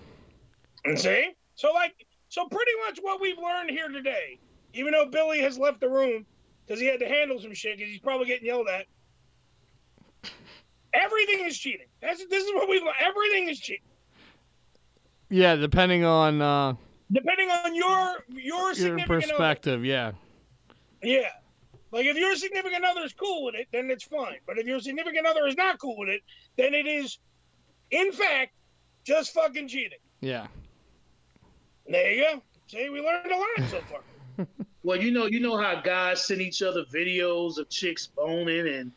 S7: See, so like, so pretty much what we've learned here today, even though Billy has left the room because he had to handle some shit because he's probably getting yelled at. Everything is cheating. That's this is what we've learned. Everything is cheating,
S10: Yeah, depending on uh,
S7: depending on your your
S10: your
S7: significant
S10: perspective, yeah.
S7: other. Yeah. Like if your significant other is cool with it, then it's fine. But if your significant other is not cool with it, then it is, in fact, just fucking cheating.
S10: Yeah.
S7: There you go. See, we learned a lot so far.
S11: Well, you know, you know how guys send each other videos of chicks boning and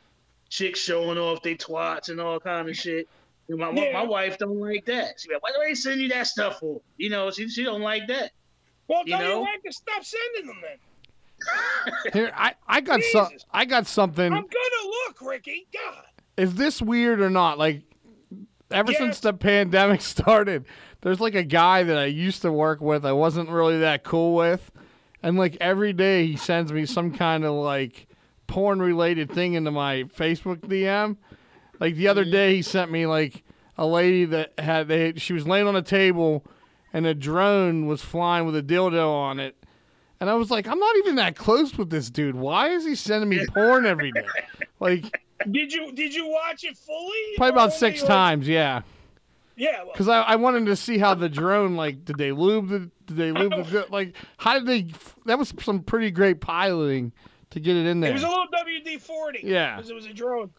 S11: chicks showing off they twats and all kind of shit. And my, my-
S7: Yeah.
S11: my wife don't like that. She be like, why do they send you that stuff for? You know, she she don't like that.
S7: Well,
S11: you
S7: tell
S11: know,
S7: your wife to stop sending them then.
S10: Here, I, I got some. I got something.
S7: I'm gonna look, Ricky. God.
S10: Is this weird or not? Like, ever since the pandemic started, there's like a guy that I used to work with. I wasn't really that cool with, and like every day he sends me some kind of like porn related thing into my Facebook DM. Like the other day, he sent me like a lady that had they she was laying on a table, and a drone was flying with a dildo on it. And I was like, I'm not even that close with this dude. Why is he sending me porn every day? Like
S7: Did you did you watch it fully? Or
S10: probably about
S7: only,
S10: six
S7: like-
S10: times, yeah.
S7: Yeah. well,
S10: Because I, I wanted to see how the drone like did they lube the did they lube the dr- like how did they that was some pretty great piloting to get it in there.
S7: It was a little WD forty.
S10: Yeah.
S7: Because it was a drone.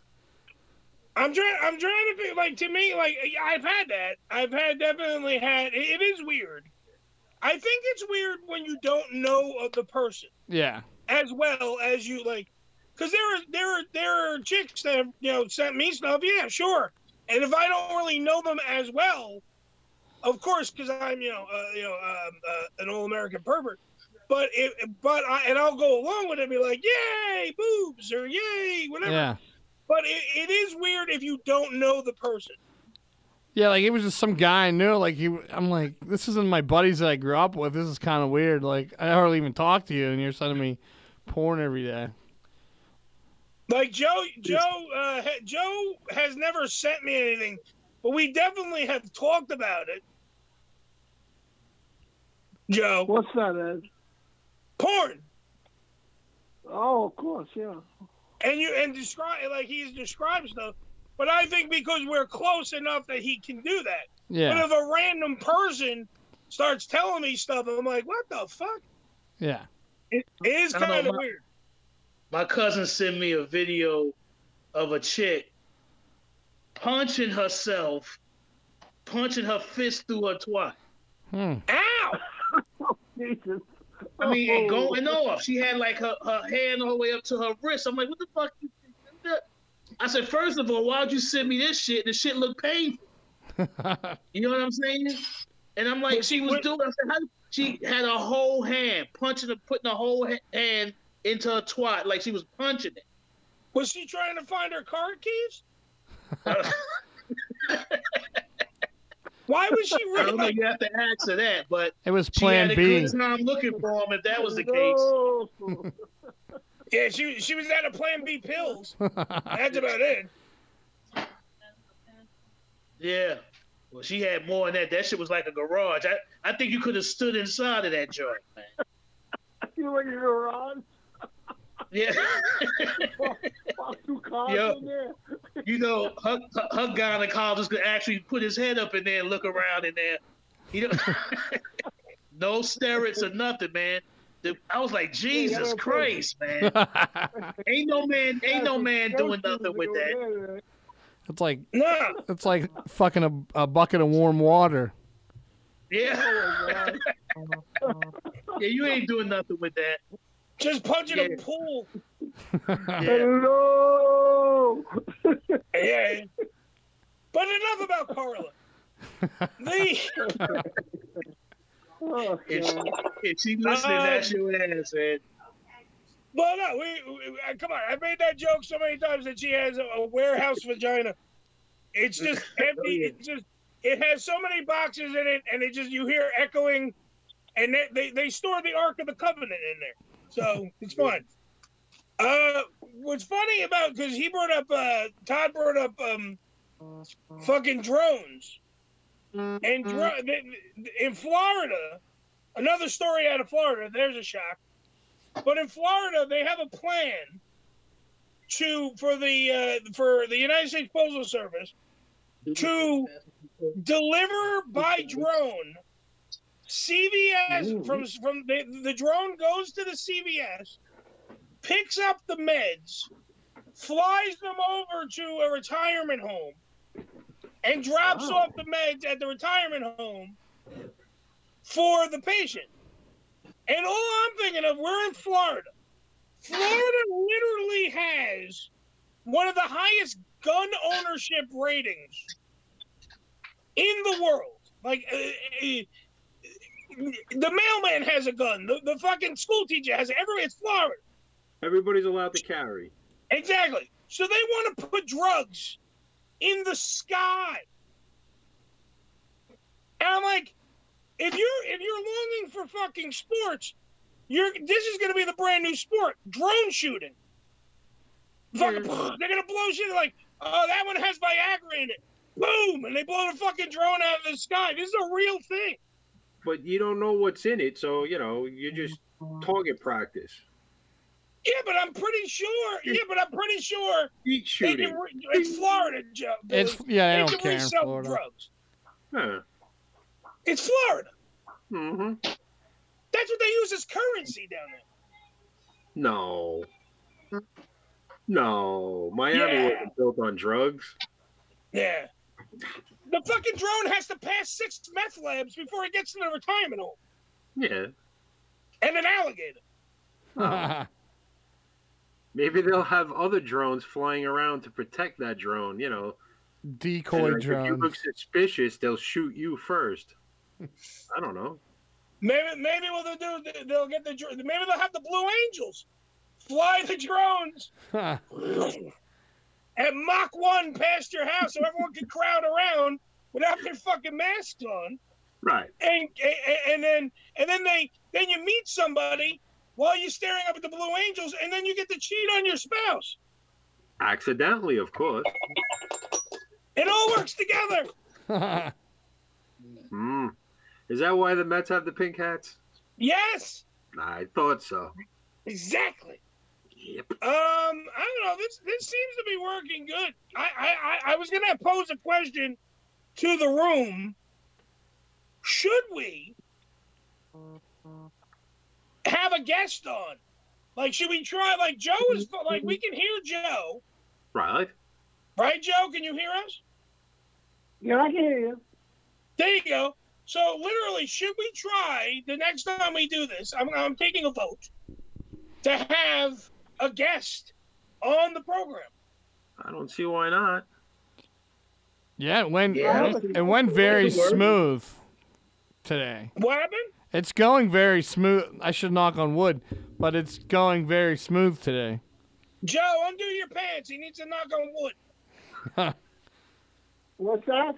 S7: I'm trying. I'm trying to be like to me. Like I've had that. I've had definitely had. It, it is weird. I think it's weird when you don't know of the person
S10: yeah.
S7: as well as you like, because there are there are there are chicks that have, you know sent me stuff. Yeah, sure. And if I don't really know them as well, of course, because I'm you know uh, you know um, uh, an all American pervert. But it, but I and I'll go along with it and be like, yay boobs or yay whatever.
S10: Yeah.
S7: But it, it is weird if you don't know the person.
S10: Yeah, like it was just some guy I knew. Like he, I'm like, this isn't my buddies that I grew up with. This is kind of weird. Like I hardly even talk to you, and you're sending me porn every day.
S7: Like Joe, Joe, uh, ha- Joe has never sent me anything, but we definitely have talked about it. Joe.
S12: What's that, Ed?
S7: Porn.
S12: Oh, of course, yeah.
S7: And you and describe like he's described stuff, but I think because we're close enough that he can do that.
S10: Yeah.
S7: But if a random person starts telling me stuff, I'm like, what the fuck?
S10: Yeah.
S7: It is
S11: I don't know,
S7: kind of
S11: my-
S7: weird.
S11: My cousin sent me a video of a chick punching herself, punching her fist through her twat.
S10: Hmm.
S7: Ow!
S12: Jesus.
S11: I mean, and going off. She had like her, her hand all the way up to her wrist. I'm like, what the fuck? You, I said, first of all, why'd you send me this shit? This shit look painful. you know what I'm saying? And I'm like, she was doing. I said, how, she had a whole hand punching, and putting a whole ha- hand into her twat, like she was punching it.
S7: Was she trying to find her car keys? Why was she?
S11: I don't know. You have to ask her that, but
S10: It was
S11: she had
S10: Plan
S11: a
S10: B.
S11: good time looking for him. If that was the
S12: case,
S7: Yeah, she she was out of Plan B pills. That's about it.
S11: Yeah. Well, she had more than that. That shit was like a garage. I, I think you could have stood inside of that joint, man.
S12: You in your garage?
S11: Yeah.
S12: Fuck two cars
S11: Yeah.
S12: in there.
S11: You know, her, her, her gynecologist could actually put his head up in there and look around in there. You know, no steroids or nothing, man. The- I was like, Jesus
S12: Yeah,
S11: Christ, man. ain't no man, ain't no man doing nothing with that.
S10: It's like
S7: no.
S10: It's like fucking a, a bucket of warm water.
S11: Yeah. yeah, you ain't doing nothing with that.
S7: Just punching a pool.
S12: Hello.
S7: Yeah. But enough about Carla. The
S11: If she, if she listening, that's your ass, man.
S7: well, no, we, we uh, come on. I made that joke so many times that she has a, a warehouse vagina. It's just empty. It's just it has so many boxes in it, and it just you hear echoing, and they they, they store the Ark of the Covenant in there, so it's fun. Uh, what's funny about because he brought up uh Todd brought up um fucking drones. And dr- in Florida, another story out of Florida, there's a shock. But in Florida, they have a plan to for the uh, for the United States Postal Service to deliver by drone CVS from from the, the drone goes to the CVS, picks up the meds, flies them over to a retirement home, and drops off the meds at the retirement home for the patient. And all I'm thinking of, we're in Florida. Florida literally has one of the highest gun ownership ratings in the world. Like, uh, uh, the mailman has a gun. The, the fucking school teacher has it. Everybody, it's Florida.
S8: Everybody's allowed to carry.
S7: Exactly. So they want to put drugs in the sky. And I'm like, if you're if you're longing for fucking sports, you're this is gonna be the brand new sport. Drone shooting. Fucking, they're gonna blow shit like, oh that one has Viagra in it. Boom! And they blow the fucking drone out of the sky. This is a real thing.
S8: But you don't know what's in it, so you know you just target practice.
S7: Yeah, but I'm pretty sure. Yeah, but I'm pretty sure.
S8: Peak
S7: They
S8: shooting.
S7: can re- it's Florida, Joe.
S10: It's- yeah, I
S7: They
S10: don't
S7: can
S10: care in
S7: resell
S10: Florida.
S7: drugs.
S8: Huh.
S7: It's Florida.
S8: Mm-hmm.
S7: That's what they use as currency down there.
S8: No. No. Miami
S7: Yeah.
S8: wasn't built on drugs.
S7: Yeah. The fucking drone has to pass six meth labs before it gets to the retirement home
S8: Yeah.
S7: and an alligator.
S8: Oh. Maybe they'll have other drones flying around to protect that drone, you know.
S10: Decoy
S8: And, like, If you
S10: drone.
S8: look suspicious, they'll shoot you first. I don't know.
S7: Maybe, maybe what they'll do, they'll get the drone. Maybe they'll have the Blue Angels fly the drones at Mach one past your house, so everyone can crowd around without their fucking masks on.
S8: Right.
S7: and and- and then and then they then you meet somebody while you're staring up at the Blue Angels, and then you get to cheat on your spouse.
S8: Accidentally, of course.
S7: It all works together.
S8: Hmm. Is that why the Mets have the pink hats?
S7: Yes,
S8: I thought so.
S7: exactly.
S8: Yep.
S7: Um, I don't know. This this seems to be working good. I I I, I was gonna pose a question to the room. Should we have a guest on? Like, should we try? Like, Joe is like we can hear Joe,
S8: Right.
S7: right? Joe, can you hear us?
S12: Yeah, I can hear you.
S7: There you go. So literally, should we try the next time we do this? I'm, I'm taking a vote to have a guest on the program.
S8: I don't see why not.
S10: Yeah, it went
S8: Yeah.
S10: it went very
S8: It's a word.
S10: smooth today.
S7: What happened?
S10: It's going very smooth. I should knock on wood, but it's going very smooth today.
S7: Joe, undo your pants. He needs to knock on wood.
S12: What's that?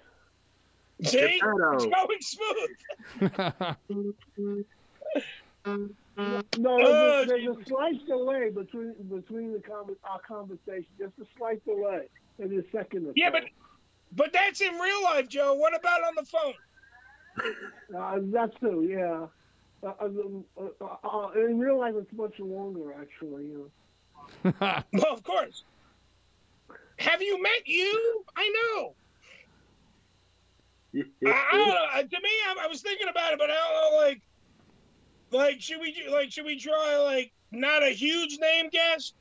S7: See,
S12: Geppetto.
S7: it's going smooth.
S12: No,
S7: Oh,
S12: there's, a- there's a slight delay between between the com- our conversation. Just a slight delay. Maybe a second or
S7: Yeah,
S12: so.
S7: but but that's in real life, Joe. What about on the phone?
S12: Uh, that's true, yeah. Uh, uh, uh, uh, in real life, it's much longer, actually. You
S7: well, of course. Have you met you? I know. I, I don't know. Uh, To me, I, I was thinking about it, but I don't know. Like, like should we do? Like, should we try like not a huge name guest,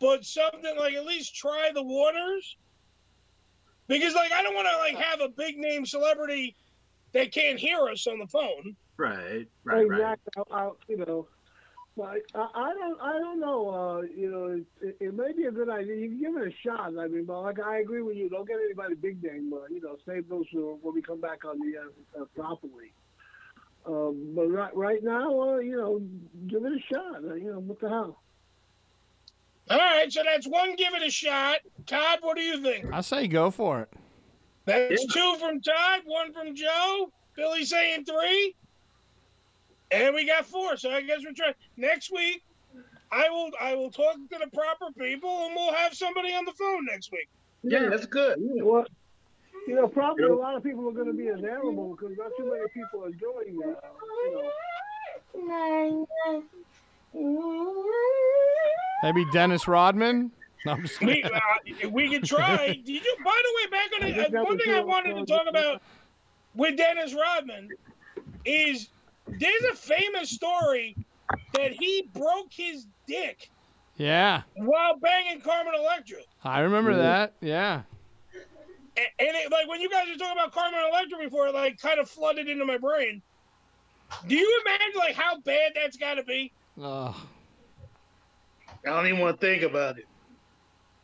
S7: but something like at least try the waters? Because like I don't want to like have a big name celebrity that can't hear us on the phone.
S8: Right.
S12: know.
S8: Right. Right.
S12: exactly. I, I, you know, but I, I don't, I don't know. Uh, you know, it, it may be a good idea. You can give it a shot. I mean, but like I agree with you. Don't get anybody big name. Uh, you know, save those for when we come back on the uh, uh, properly. Um, but right, right now, uh, you know, give it a shot. Uh, you know, what the hell?
S7: All right, so that's one. Give it a shot, Todd. What do you think?
S10: I say go for it.
S7: That's two from Todd, one from Joe. Billy saying three. And we got four, so I guess we're trying. Next week, I will I will talk to the proper people, and we'll have somebody on the phone next week.
S11: Yeah, that's good.
S12: Well, you know, probably a lot of people are going to be available because not too many people are doing that. You
S10: Maybe Dennis Rodman. No, I'm just
S7: We uh, we can try. Did you? By the way, back on
S12: I think
S7: the,
S12: that
S7: uh, one
S12: was
S7: thing I
S12: your-
S7: wanted to talk about with Dennis Rodman is there's a famous story that he broke his dick
S10: yeah,
S7: while banging Carmen Electra.
S10: I remember that. Yeah.
S7: and and it, like when you guys were talking about Carmen Electra before, it, like kind of flooded into my brain. Do you imagine like how bad that's got to be?
S10: Ugh.
S11: I don't even want to think about it.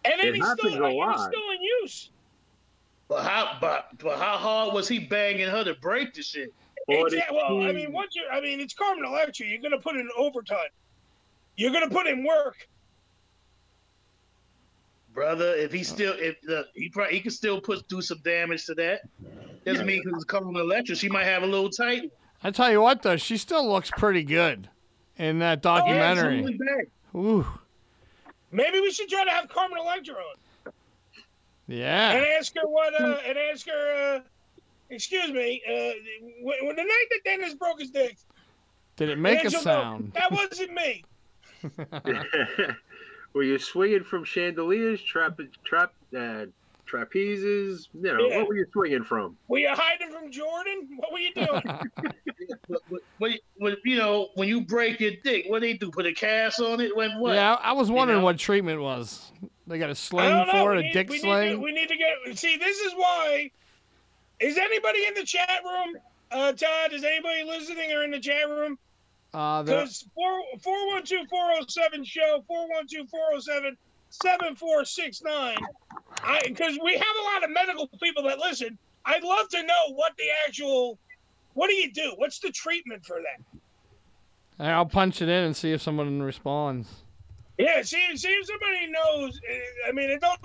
S7: And then
S11: It
S7: he's still
S11: happens a
S7: like, and he's
S11: lot.
S7: still in use.
S11: But how, but, but how hard was he banging her to break the shit?
S7: Exactly. Well, I mean, once you, I mean, it's Carmen Electra. You're going to put in overtime. You're going to put in work.
S11: brother. If he still, if look, he probably he can still put do some damage to that. Doesn't mean because it's coming electric, she might have a little tight.
S10: I tell you what, though, she still looks pretty good in that
S7: Oh,
S10: documentary. Ooh,
S7: Maybe we should try to have Carmen Electra on and
S10: yeah.
S7: ask her what. Uh, and ask her. Uh, excuse me. Uh, when, when the night that Dennis broke his dick,
S10: Did it make a
S7: Angel, no,
S10: sound?
S7: That wasn't me.
S8: Were you swinging from chandeliers, trap, trap, uh, trapezes? You know,
S7: Yeah.
S8: what were you swinging from?
S7: Were you hiding from Jordan? What were you doing?
S11: But, but you know, when you break your dick, what they do? Put a cast on it? When what?
S10: Yeah, I I was
S11: You
S10: wondering
S11: know?
S10: what treatment was. They got a
S7: I
S10: sling
S7: don't know.
S10: for
S7: we
S10: it, a
S7: need-
S10: dick
S7: we
S10: sling.
S7: Need to, we need to get. See, this is why. Is anybody in the chat room? Uh, Todd, is anybody listening or in the chat room?
S10: Uh, there,
S7: Because 412 407 show, 412 407 7469. Because we have a lot of medical people that listen. I'd love to know what the actual. What do you do? What's the treatment for that?
S10: I'll punch it in and see if someone responds.
S7: Yeah, see, see if somebody knows. uh, I mean, it don't,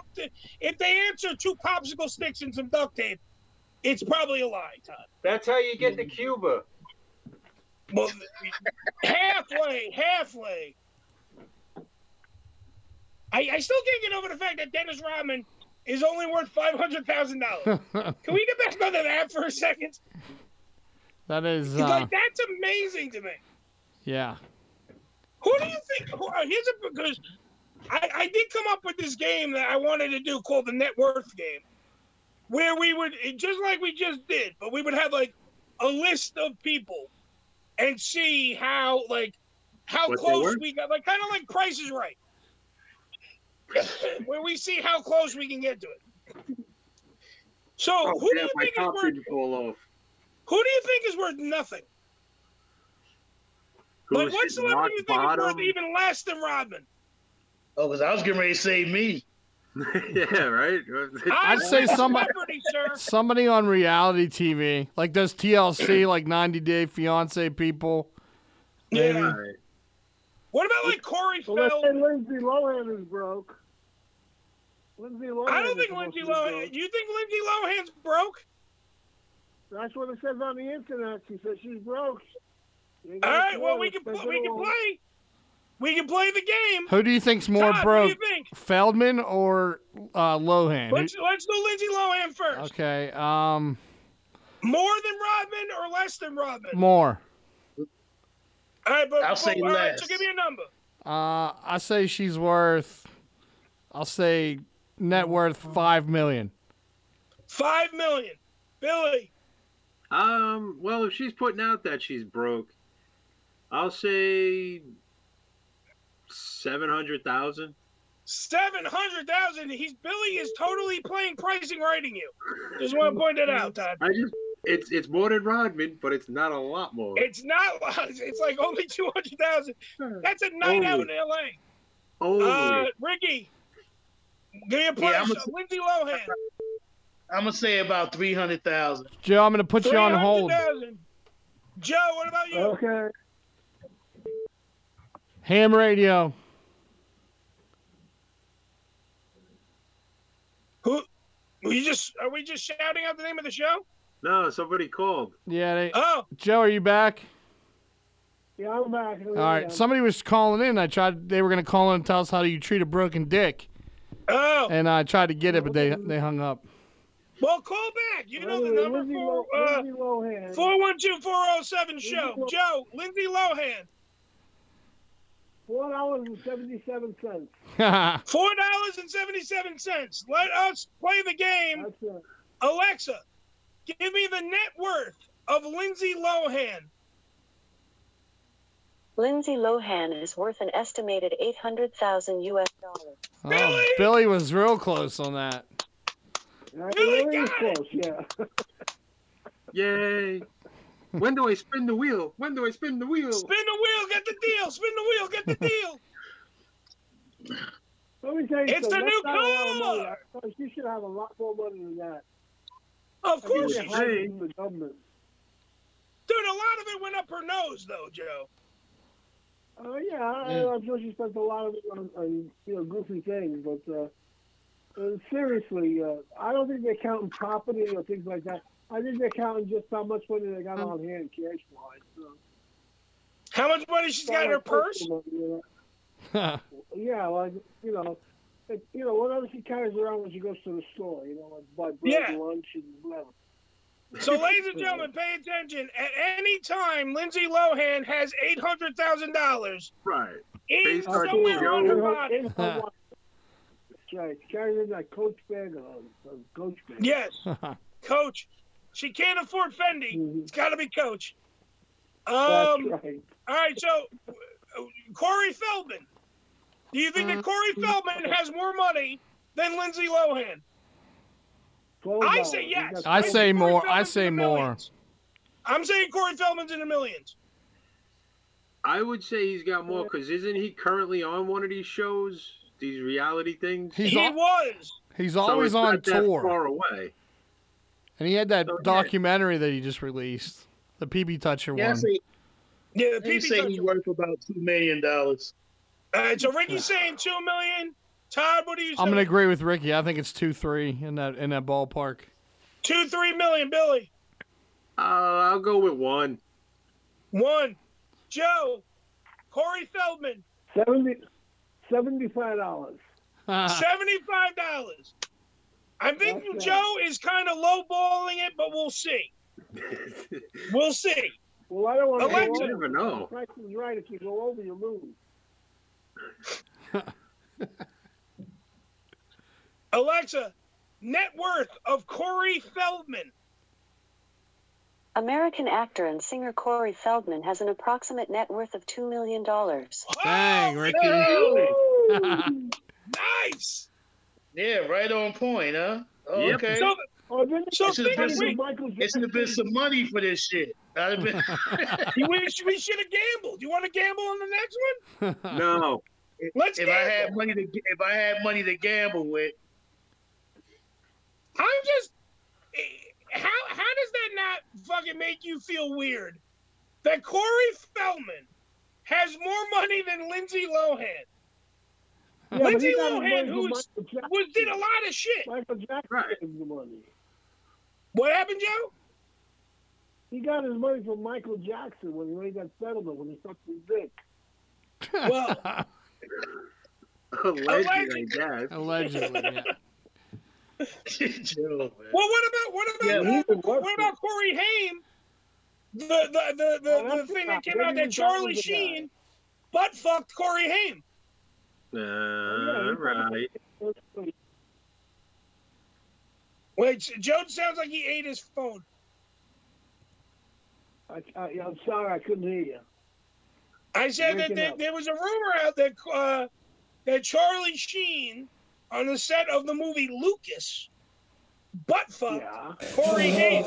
S7: if they answer two popsicle sticks and some duct tape, it's probably a lie, Todd.
S6: That's how you get to Cuba.
S7: Well, halfway, halfway. I, I still can't get over the fact that Dennis Rodman is only worth five hundred thousand dollars. Can we get back onto that for a second?
S10: That is,
S7: It's
S10: uh,
S7: like that's amazing to me.
S10: yeah.
S7: Who do you think? Who, uh, here's a because I, I did come up with this game that I wanted to do called the net worth game, where we would it- just like we just did, but we would have like a list of people and see how like how
S8: What they
S7: close
S8: were?
S7: we got, like kind of like Price is Right, where we see how close we can get to it. So
S8: Oh,
S7: who do
S8: yeah,
S7: you
S8: my
S7: think is
S8: top
S7: worth?
S8: didn't fall off.
S7: Who do you think is worth nothing?
S8: Who
S7: Like
S8: was
S7: what
S8: his
S7: celebrity do you think is worth
S8: bottom?
S7: even less than Rodman?
S11: Oh, because I was getting ready to say me.
S8: yeah, right.
S10: I'd say somebody,
S7: Jeopardy, sir.
S10: somebody on reality TV, like those TLC, like 90 Day Fiance people. Maybe.
S7: Yeah. What about like Corey
S12: Well, let's
S7: Feldman?
S12: say Lindsay Lohan is broke. Lindsay Lohan.
S7: I don't
S12: is
S7: think Lindsay
S12: supposed to be
S7: Lohan. You think Lindsay Lohan's broke?
S12: broke. That's what it says on the internet. She says she's broke. You
S7: All
S12: know,
S7: right. Well,
S12: boy,
S7: we can
S12: let's
S7: pl-
S12: take
S7: we
S12: it
S7: can
S12: along.
S7: play. We can play the game.
S10: Who do you think's more
S7: Todd,
S10: broke,
S7: What do you think?
S10: Feldman or uh, Lohan? Who-
S7: Let's, let's do Lindsay Lohan first.
S10: okay, um,
S7: More than Rodman or less than Rodman?
S10: more.
S7: All right, but
S11: I'll say
S7: but- all right, so
S11: less.
S7: give me a number.
S10: Uh, I say she's worth, I'll say net worth five million.
S7: Five million. Billy.
S8: Um. Well, if she's putting out that she's broke, I'll say seven hundred thousand.
S7: Seven hundred thousand. He's Billy is totally playing pricing writing you. Just want to point that out, Todd.
S8: I just it's it's more than Rodman, but it's not a lot more.
S7: It's not. It's like only two hundred thousand. That's a night out in
S8: Only.
S7: L.A.
S8: Only.
S7: Uh, Ricky, give me a price.
S11: Yeah, I'm a-
S7: Lindsay Lohan.
S11: I'm gonna say about three hundred thousand.
S10: Joe, I'm gonna put you on hold.
S7: 300,000. Joe, what about you?
S12: Okay.
S10: Ham radio.
S7: Who? We just are we just shouting out the name of the show?
S8: No, somebody called.
S10: Yeah. They,
S7: Oh,
S10: Joe, are you back?
S12: Yeah, I'm back.
S10: All right. Somebody was calling in. I tried. They were gonna call in and tell us how you treat a broken dick,
S7: oh.
S10: and I tried to get it, but they they hung up.
S7: Well, call back. You know the number
S12: Lindsay,
S7: for
S12: Lo-
S7: uh,
S12: Lindsay Lohan.
S7: four one two four zero seven show.
S12: Lindsay
S7: Joe, Lindsay Lohan,
S12: Four dollars and seventy-seven cents.
S10: All
S7: four dollars and seventy seven cents. Let us play the game.
S12: That's it.
S7: Alexa, give me the net worth of Lindsay Lohan.
S9: Lindsay Lohan is worth an estimated 800,000 US dollars.
S10: Oh, Billy was real close on that.
S12: That's
S7: Really
S12: really
S7: got
S12: close. Yeah.
S8: Yay! when do I spin the wheel? When do I spin the wheel?
S7: Spin the wheel, get the deal. Spin the wheel, get the deal.
S12: Let me tell you
S7: It's the
S12: something.
S7: new
S12: That's not a lot of money.
S7: car!
S12: I thought She should have a lot more money than that.
S7: Of
S12: I mean,
S7: course,
S12: they're
S7: she
S12: hiding
S8: should.
S12: from the government.
S7: Dude, a lot of it went up her nose, though, Joe.
S12: Uh, yeah, I, I'm sure she spent a lot of it on, on you know goofy things, but uh, uh, seriously, uh, I don't think they're counting property or things like that. I think they're counting just how much money they
S9: Um,
S12: got on hand cash wise. So.
S7: How much money she's got in her purse?
S12: yeah, like you know, it, you know whatever she carries around when she goes to the store, you know, like buy bread,
S7: Yeah.
S12: lunch, and whatever.
S7: So, ladies and gentlemen, pay attention. At any time, Lindsay Lohan has eight hundred thousand dollars.
S8: Right.
S7: In
S12: Based on
S7: somewhere on her
S12: Joe.
S7: body.
S12: In her wallet. That's right. Carrying that Coach bag on, on Coach bag.
S7: Yes, Coach. She can't afford Fendi. It's got to be Coach. Um.
S12: Mm-hmm. That's right.
S7: All right. So, uh, Corey Feldman. Do you think
S10: Mm-hmm.
S7: that Corey Feldman has more money than Lindsay Lohan? I say yes.
S10: I say
S7: think
S10: more.
S7: Corey
S10: I
S7: Feldman's
S10: say
S7: in the
S10: more.
S7: millions. I'm saying Corey Feldman's in the millions.
S8: I would say he's got more because isn't he currently on one of these shows, these reality things?
S10: He's
S7: he
S10: on-
S7: was.
S10: He's
S8: So it's
S10: always
S8: not
S10: on
S8: that
S10: tour.
S8: far away.
S10: And he had that documentary that he just released, the PB Toucher
S11: Yeah, I
S10: one.
S11: see.
S7: Yeah, the
S11: people say he's worth about two million dollars.
S7: All right. So Ricky's saying two million. Todd, what do you?
S10: I'm
S7: say?
S10: gonna agree with Ricky. I think it's two three in that in that ballpark.
S7: Two, three million, Billy.
S8: Uh, I'll go with one.
S7: One. Joe, Corey Feldman,
S12: Seventy, seventy-five dollars.
S10: Ah.
S7: seventy-five dollars. I'm thinking Joe is kind of lowballing it, but we'll see. we'll see.
S12: Well, I don't want to.
S7: Alexa.
S12: go over.
S7: You never know.
S12: The price is right. If you go over, you lose.
S7: Alexa, net worth of Corey Feldman.
S9: American actor and singer Corey Feldman has an approximate net worth of $2 million.
S10: Dang,
S7: Oh,
S10: Ricky.
S7: nice.
S11: Yeah, right on point, huh? Oh,
S10: Yep.
S11: Okay.
S7: So- so
S11: It should've been
S7: think-
S11: some-
S12: Michael
S11: it should have been some money for this shit. I'd have been.
S7: we should, we should have gambled. You want to gamble on the next one?
S8: No.
S7: Let's
S11: if I had money to if I had money to gamble with,
S7: I'm just eh, how how does that not fucking make you feel weird that Corey Feldman has more money than Lindsay Lohan?
S12: Yeah, but
S7: Lindsay
S12: he got
S7: Lohan,
S12: his money from
S7: who's
S12: Michael Jackson.
S7: who did a lot of shit.
S12: Michael Jackson gave the money.
S7: What happened, Joe?
S12: He got his money from Michael Jackson when he made that settlement when he sucked his dick.
S7: Well,
S8: Allegedly, I guess.
S10: Allegedly,
S7: Well, what about what about
S8: Yeah,
S7: uh, what about Corey Haim? The the the the, the thing that came out that Charlie Sheen butt fucked Corey Haim.
S8: All right.
S7: Wait, Joe sounds like he ate his phone.
S12: I, I, I'm sorry, I couldn't hear you.
S7: I said that
S12: Breaking
S7: there,
S12: up.
S7: there was a rumor out that uh, that Charlie Sheen on the set of the movie Lucas butt fucked Corey Haim.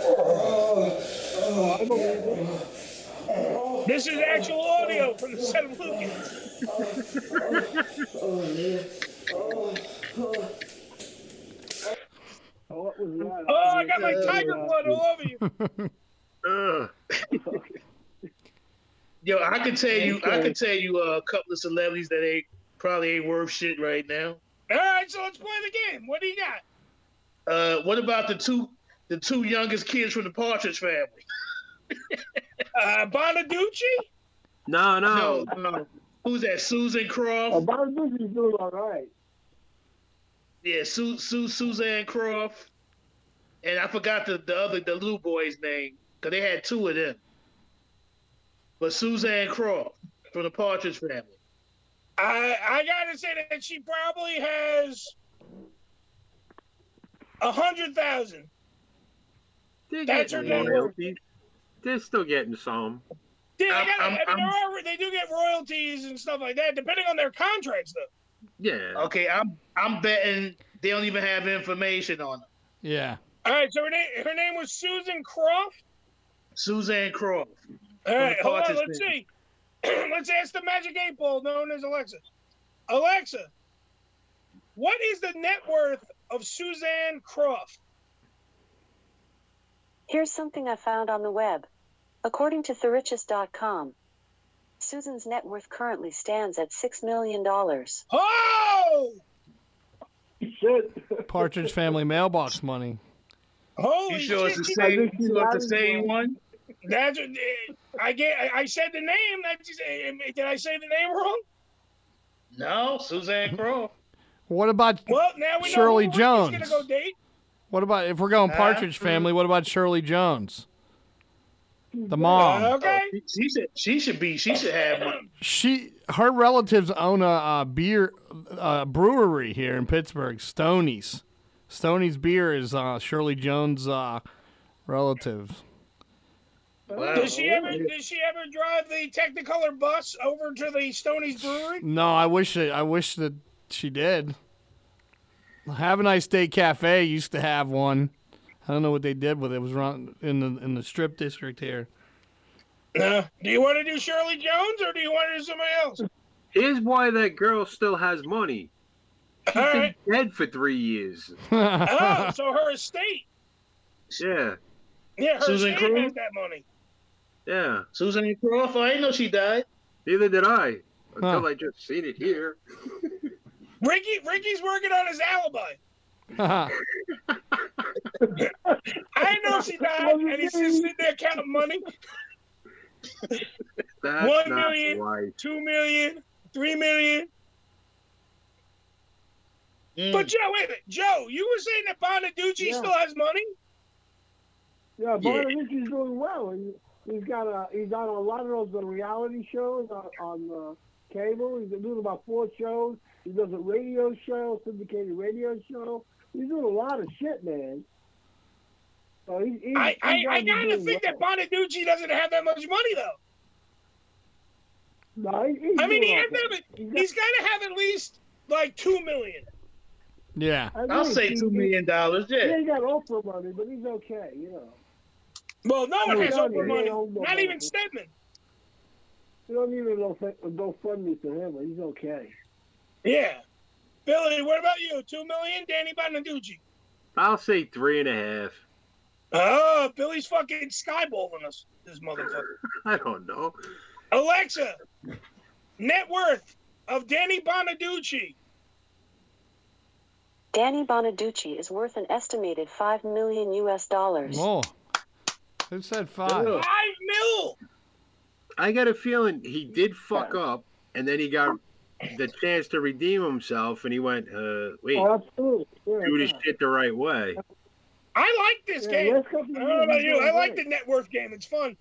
S7: This is actual audio from the set of Lucas.
S12: Oh, what was that?
S7: Oh, I got my tiger blood all over you.
S8: Ugh.
S11: yo, I could tell you, I could tell you uh, a couple of celebrities that ain't probably ain't worth shit right now.
S7: All right, so let's play the game. What do you got?
S11: Uh, what about the two the two youngest kids from the Partridge Family?
S7: uh, Bonaducci.
S8: No, no.
S11: no, no. Who's that? Susan Croft.
S12: Oh, Bob Bucky's doing all right.
S11: Yeah, Su- Su- Suzanne Croft, and I forgot the, the other the little boy's name because they had two of them. But Suzanne Croft from the Partridge Family.
S7: I I gotta say that she probably has a hundred thousand.
S8: They're
S7: That's her
S8: getting
S7: net worth.
S8: royalties. They're still getting some.
S7: Yeah, they,
S8: I'm-
S7: gotta,
S8: I'm-
S7: I mean, there are, they do get royalties and stuff like that, depending on their contracts, though.
S8: Yeah.
S11: Okay, I'm I'm betting they don't even have information on her.
S10: Yeah.
S7: All right, so her name her name was Susan Croft.
S11: Suzanne Croft.
S7: All
S11: From
S7: right,
S11: the
S7: hold on,
S11: Partridge
S7: let's
S11: Family.
S7: see. let's ask the magic eight ball known as Alexa. Alexa, what is the net worth of Suzanne Croft?
S9: Here's something I found on the web. According to TheRiches.com, Susan's net worth currently stands at $6 million.
S7: Oh!
S10: Partridge family mailbox money.
S7: Holy
S11: You sure it's the
S7: shit.
S11: same- you sure it's the same one?
S7: That's what- eh, I get. I- I said the name. That's just- eh, eh, did I say the name wrong?
S11: No, Suzanne Croft.
S10: What about
S7: Well, now we
S10: Shirley
S7: know who Ricky's
S10: Jones?
S7: Gonna go date.
S10: What about if we're going
S7: Huh?
S10: Partridge family? What about Shirley Jones? The mom.
S7: Uh, okay.
S11: She, she should. She should be. She should have money.
S10: She her relatives own a uh, beer uh, brewery here in Pittsburgh, Stony's. Stony's beer is uh, Shirley Jones' uh, relative. Oh,
S7: Does she ever? Does she ever drive the Technicolor bus over to the Stony's Brewery?
S10: No, I wish it, I wish that she did. Have a nice day cafe used to have one. I don't know what they did with it. It was run in the in the strip district here.
S7: No. Do you want to do Shirley Jones or do you want to do somebody else?
S8: Here's why that girl still has money. She's
S7: All
S8: been
S7: right.
S8: dead for three years.
S7: oh, so her estate.
S8: Yeah,
S7: Yeah, her
S11: Susan
S7: estate
S11: Cruz?
S7: has that money.
S8: yeah.
S11: Suzanne Croft. I didn't know she died.
S8: Neither did I until I just seen it here.
S7: Ricky, Ricky's working on his alibi. I know she died, and he's just sitting there counting money.
S8: That's
S7: One
S8: not
S7: million,
S8: right.
S7: two million, three million. But Joe, wait a minute. Joe, you were saying that Bonaducci
S12: Mm. Yeah.
S7: still has money?
S12: Yeah,
S7: Yeah.
S12: Bonaducci's doing well. He, he's got a he's on a lot of those uh, reality shows on, on uh, cable. He's doing about four shows. He does a radio show, syndicated radio show. He's doing a lot of shit, man. So he, he,
S7: I, I,
S12: he's gotta
S7: I
S12: be
S7: gotta
S12: doing
S7: think
S12: well.
S7: that Bonaducci doesn't have that much money though.
S12: No, he- he's
S7: I mean, he
S12: doing
S7: has
S12: okay.
S7: to have- he's gotta have at least like two million.
S10: Yeah.
S11: I'll say two million dollars. Yeah.
S12: Yeah, he got Oprah money, but he's okay, you know.
S7: Well, no one
S12: Oh,
S7: has
S12: yeah,
S7: Oprah
S12: yeah,
S7: money.
S12: yeah, Oprah
S7: Not even
S12: money.
S7: Stedman.
S12: You don't need a no no fund me to him. He's okay.
S7: Yeah. Billy, what about you? Two million, Danny Bonaducci.
S8: I'll say three and a half.
S7: Oh, Billy's fucking skyballing us, this motherfucker.
S8: I don't know.
S7: Alexa, net worth of Danny Bonaducci.
S9: Danny Bonaducci is worth an estimated 5 million US dollars.
S10: More. Who said five?
S8: Yeah.
S7: Five mil.
S8: I got a feeling he did fuck up, and then he got the chance to redeem himself, and he went, uh, "Wait,
S12: Oh, absolutely. Yeah,
S8: do
S12: yeah.
S8: this shit the right way."
S7: I like this
S12: Yeah,
S7: game.
S12: let's go for
S7: I
S12: the
S7: don't know about
S12: Billy.
S7: you. I like the
S12: Great.
S7: net worth game. It's fun.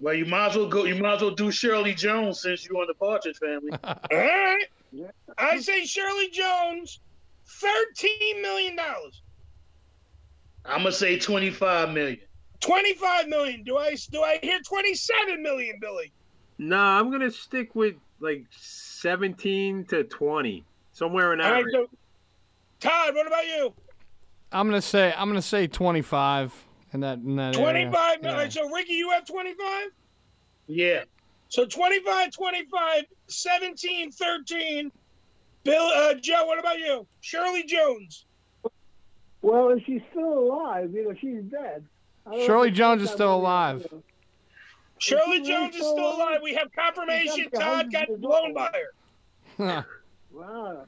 S11: Well, you might as well go. You might as well do Shirley Jones since you're on the Partridge Family.
S7: All right.
S12: Yeah.
S7: I say Shirley Jones, thirteen million dollars,
S11: I'm gonna say twenty-five million.
S7: twenty-five million. Do I do I hear twenty-seven million, Billy?
S8: No, I'm gonna stick with like 17 to 20, somewhere in
S7: All
S8: that.
S7: right.
S8: range.
S7: So, Todd, what about you?
S10: I'm gonna say I'm gonna say twenty five in that in that area.
S7: Twenty-five.
S10: Yeah.
S7: All right, so Ricky, you have twenty-five.
S11: Yeah.
S7: So 25, 25, 17, 13. Bill, uh, Joe, what about you? Shirley Jones.
S12: Well, if she's still alive, you know, she's dead. I don't
S10: Shirley
S12: know.
S10: Jones is still alive.
S7: Shirley
S12: Is she
S7: Jones is
S12: still
S7: still
S12: alive?
S7: alive. We have confirmation.
S12: She's got
S7: Todd got
S12: hundreds of
S7: blown by
S12: dollars.
S7: her.
S12: Wow. Ah.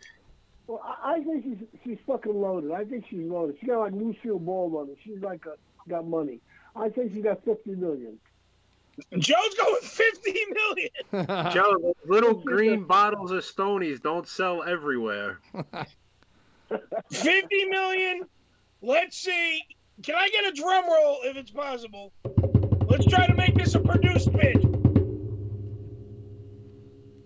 S12: Well, I, I think she's she's fucking loaded. I think she's loaded. She got like Lucille Ball money. She's like a, got money. I think she got fifty million.
S7: Joe's going 50 million.
S8: Joe, those little green bottles of Stonies don't sell everywhere.
S7: 50 million. Let's see. Can I get a drum roll if it's possible? Let's try to make this a produced bid.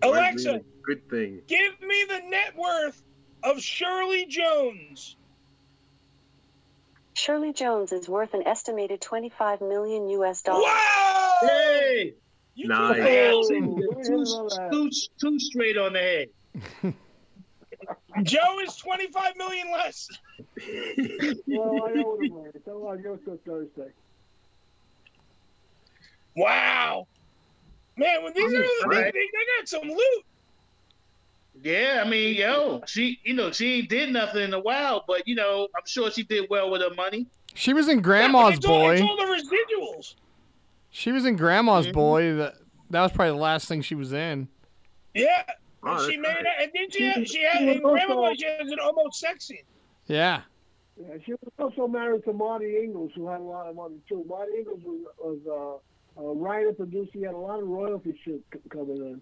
S11: Oh,
S7: Alexa,
S8: Really good thing.
S7: give me the net worth of Shirley Jones.
S9: Shirley Jones is worth an estimated 25 million US dollars.
S7: Wow!
S11: Hey,
S7: You
S8: Nice.
S7: took
S11: I
S7: a-
S11: got you. two, two, two straight on the head.
S7: Joe is 25 million less.
S12: Well, I owe them money, so I'll go till Thursday.
S7: Wow. Man, when these are all the
S11: Right.
S7: big, they got some loot.
S11: Yeah, I mean, yo, she, you know, she ain't did nothing in a while, but you know, I'm sure she did well with her money.
S10: She was in Grandma's
S7: it's all,
S10: boy.
S7: It's all the residuals.
S10: She was in Grandma's
S11: Mm-hmm.
S7: Mhm.
S10: Boy. That that was probably the last thing she was in.
S7: Yeah.
S10: Oh,
S7: and she made
S10: that's right.
S7: it. And then she,
S10: She
S7: had,
S10: was-
S7: she had,
S12: she was
S7: in Grandma
S12: also-
S7: Boy, she has an almost sexy.
S10: Yeah.
S12: Yeah, she was also married to Marty Ingalls, who had a lot of money too. Marty Ingalls was, was uh, a writer, producer. He had a lot of royalty shit c- coming in.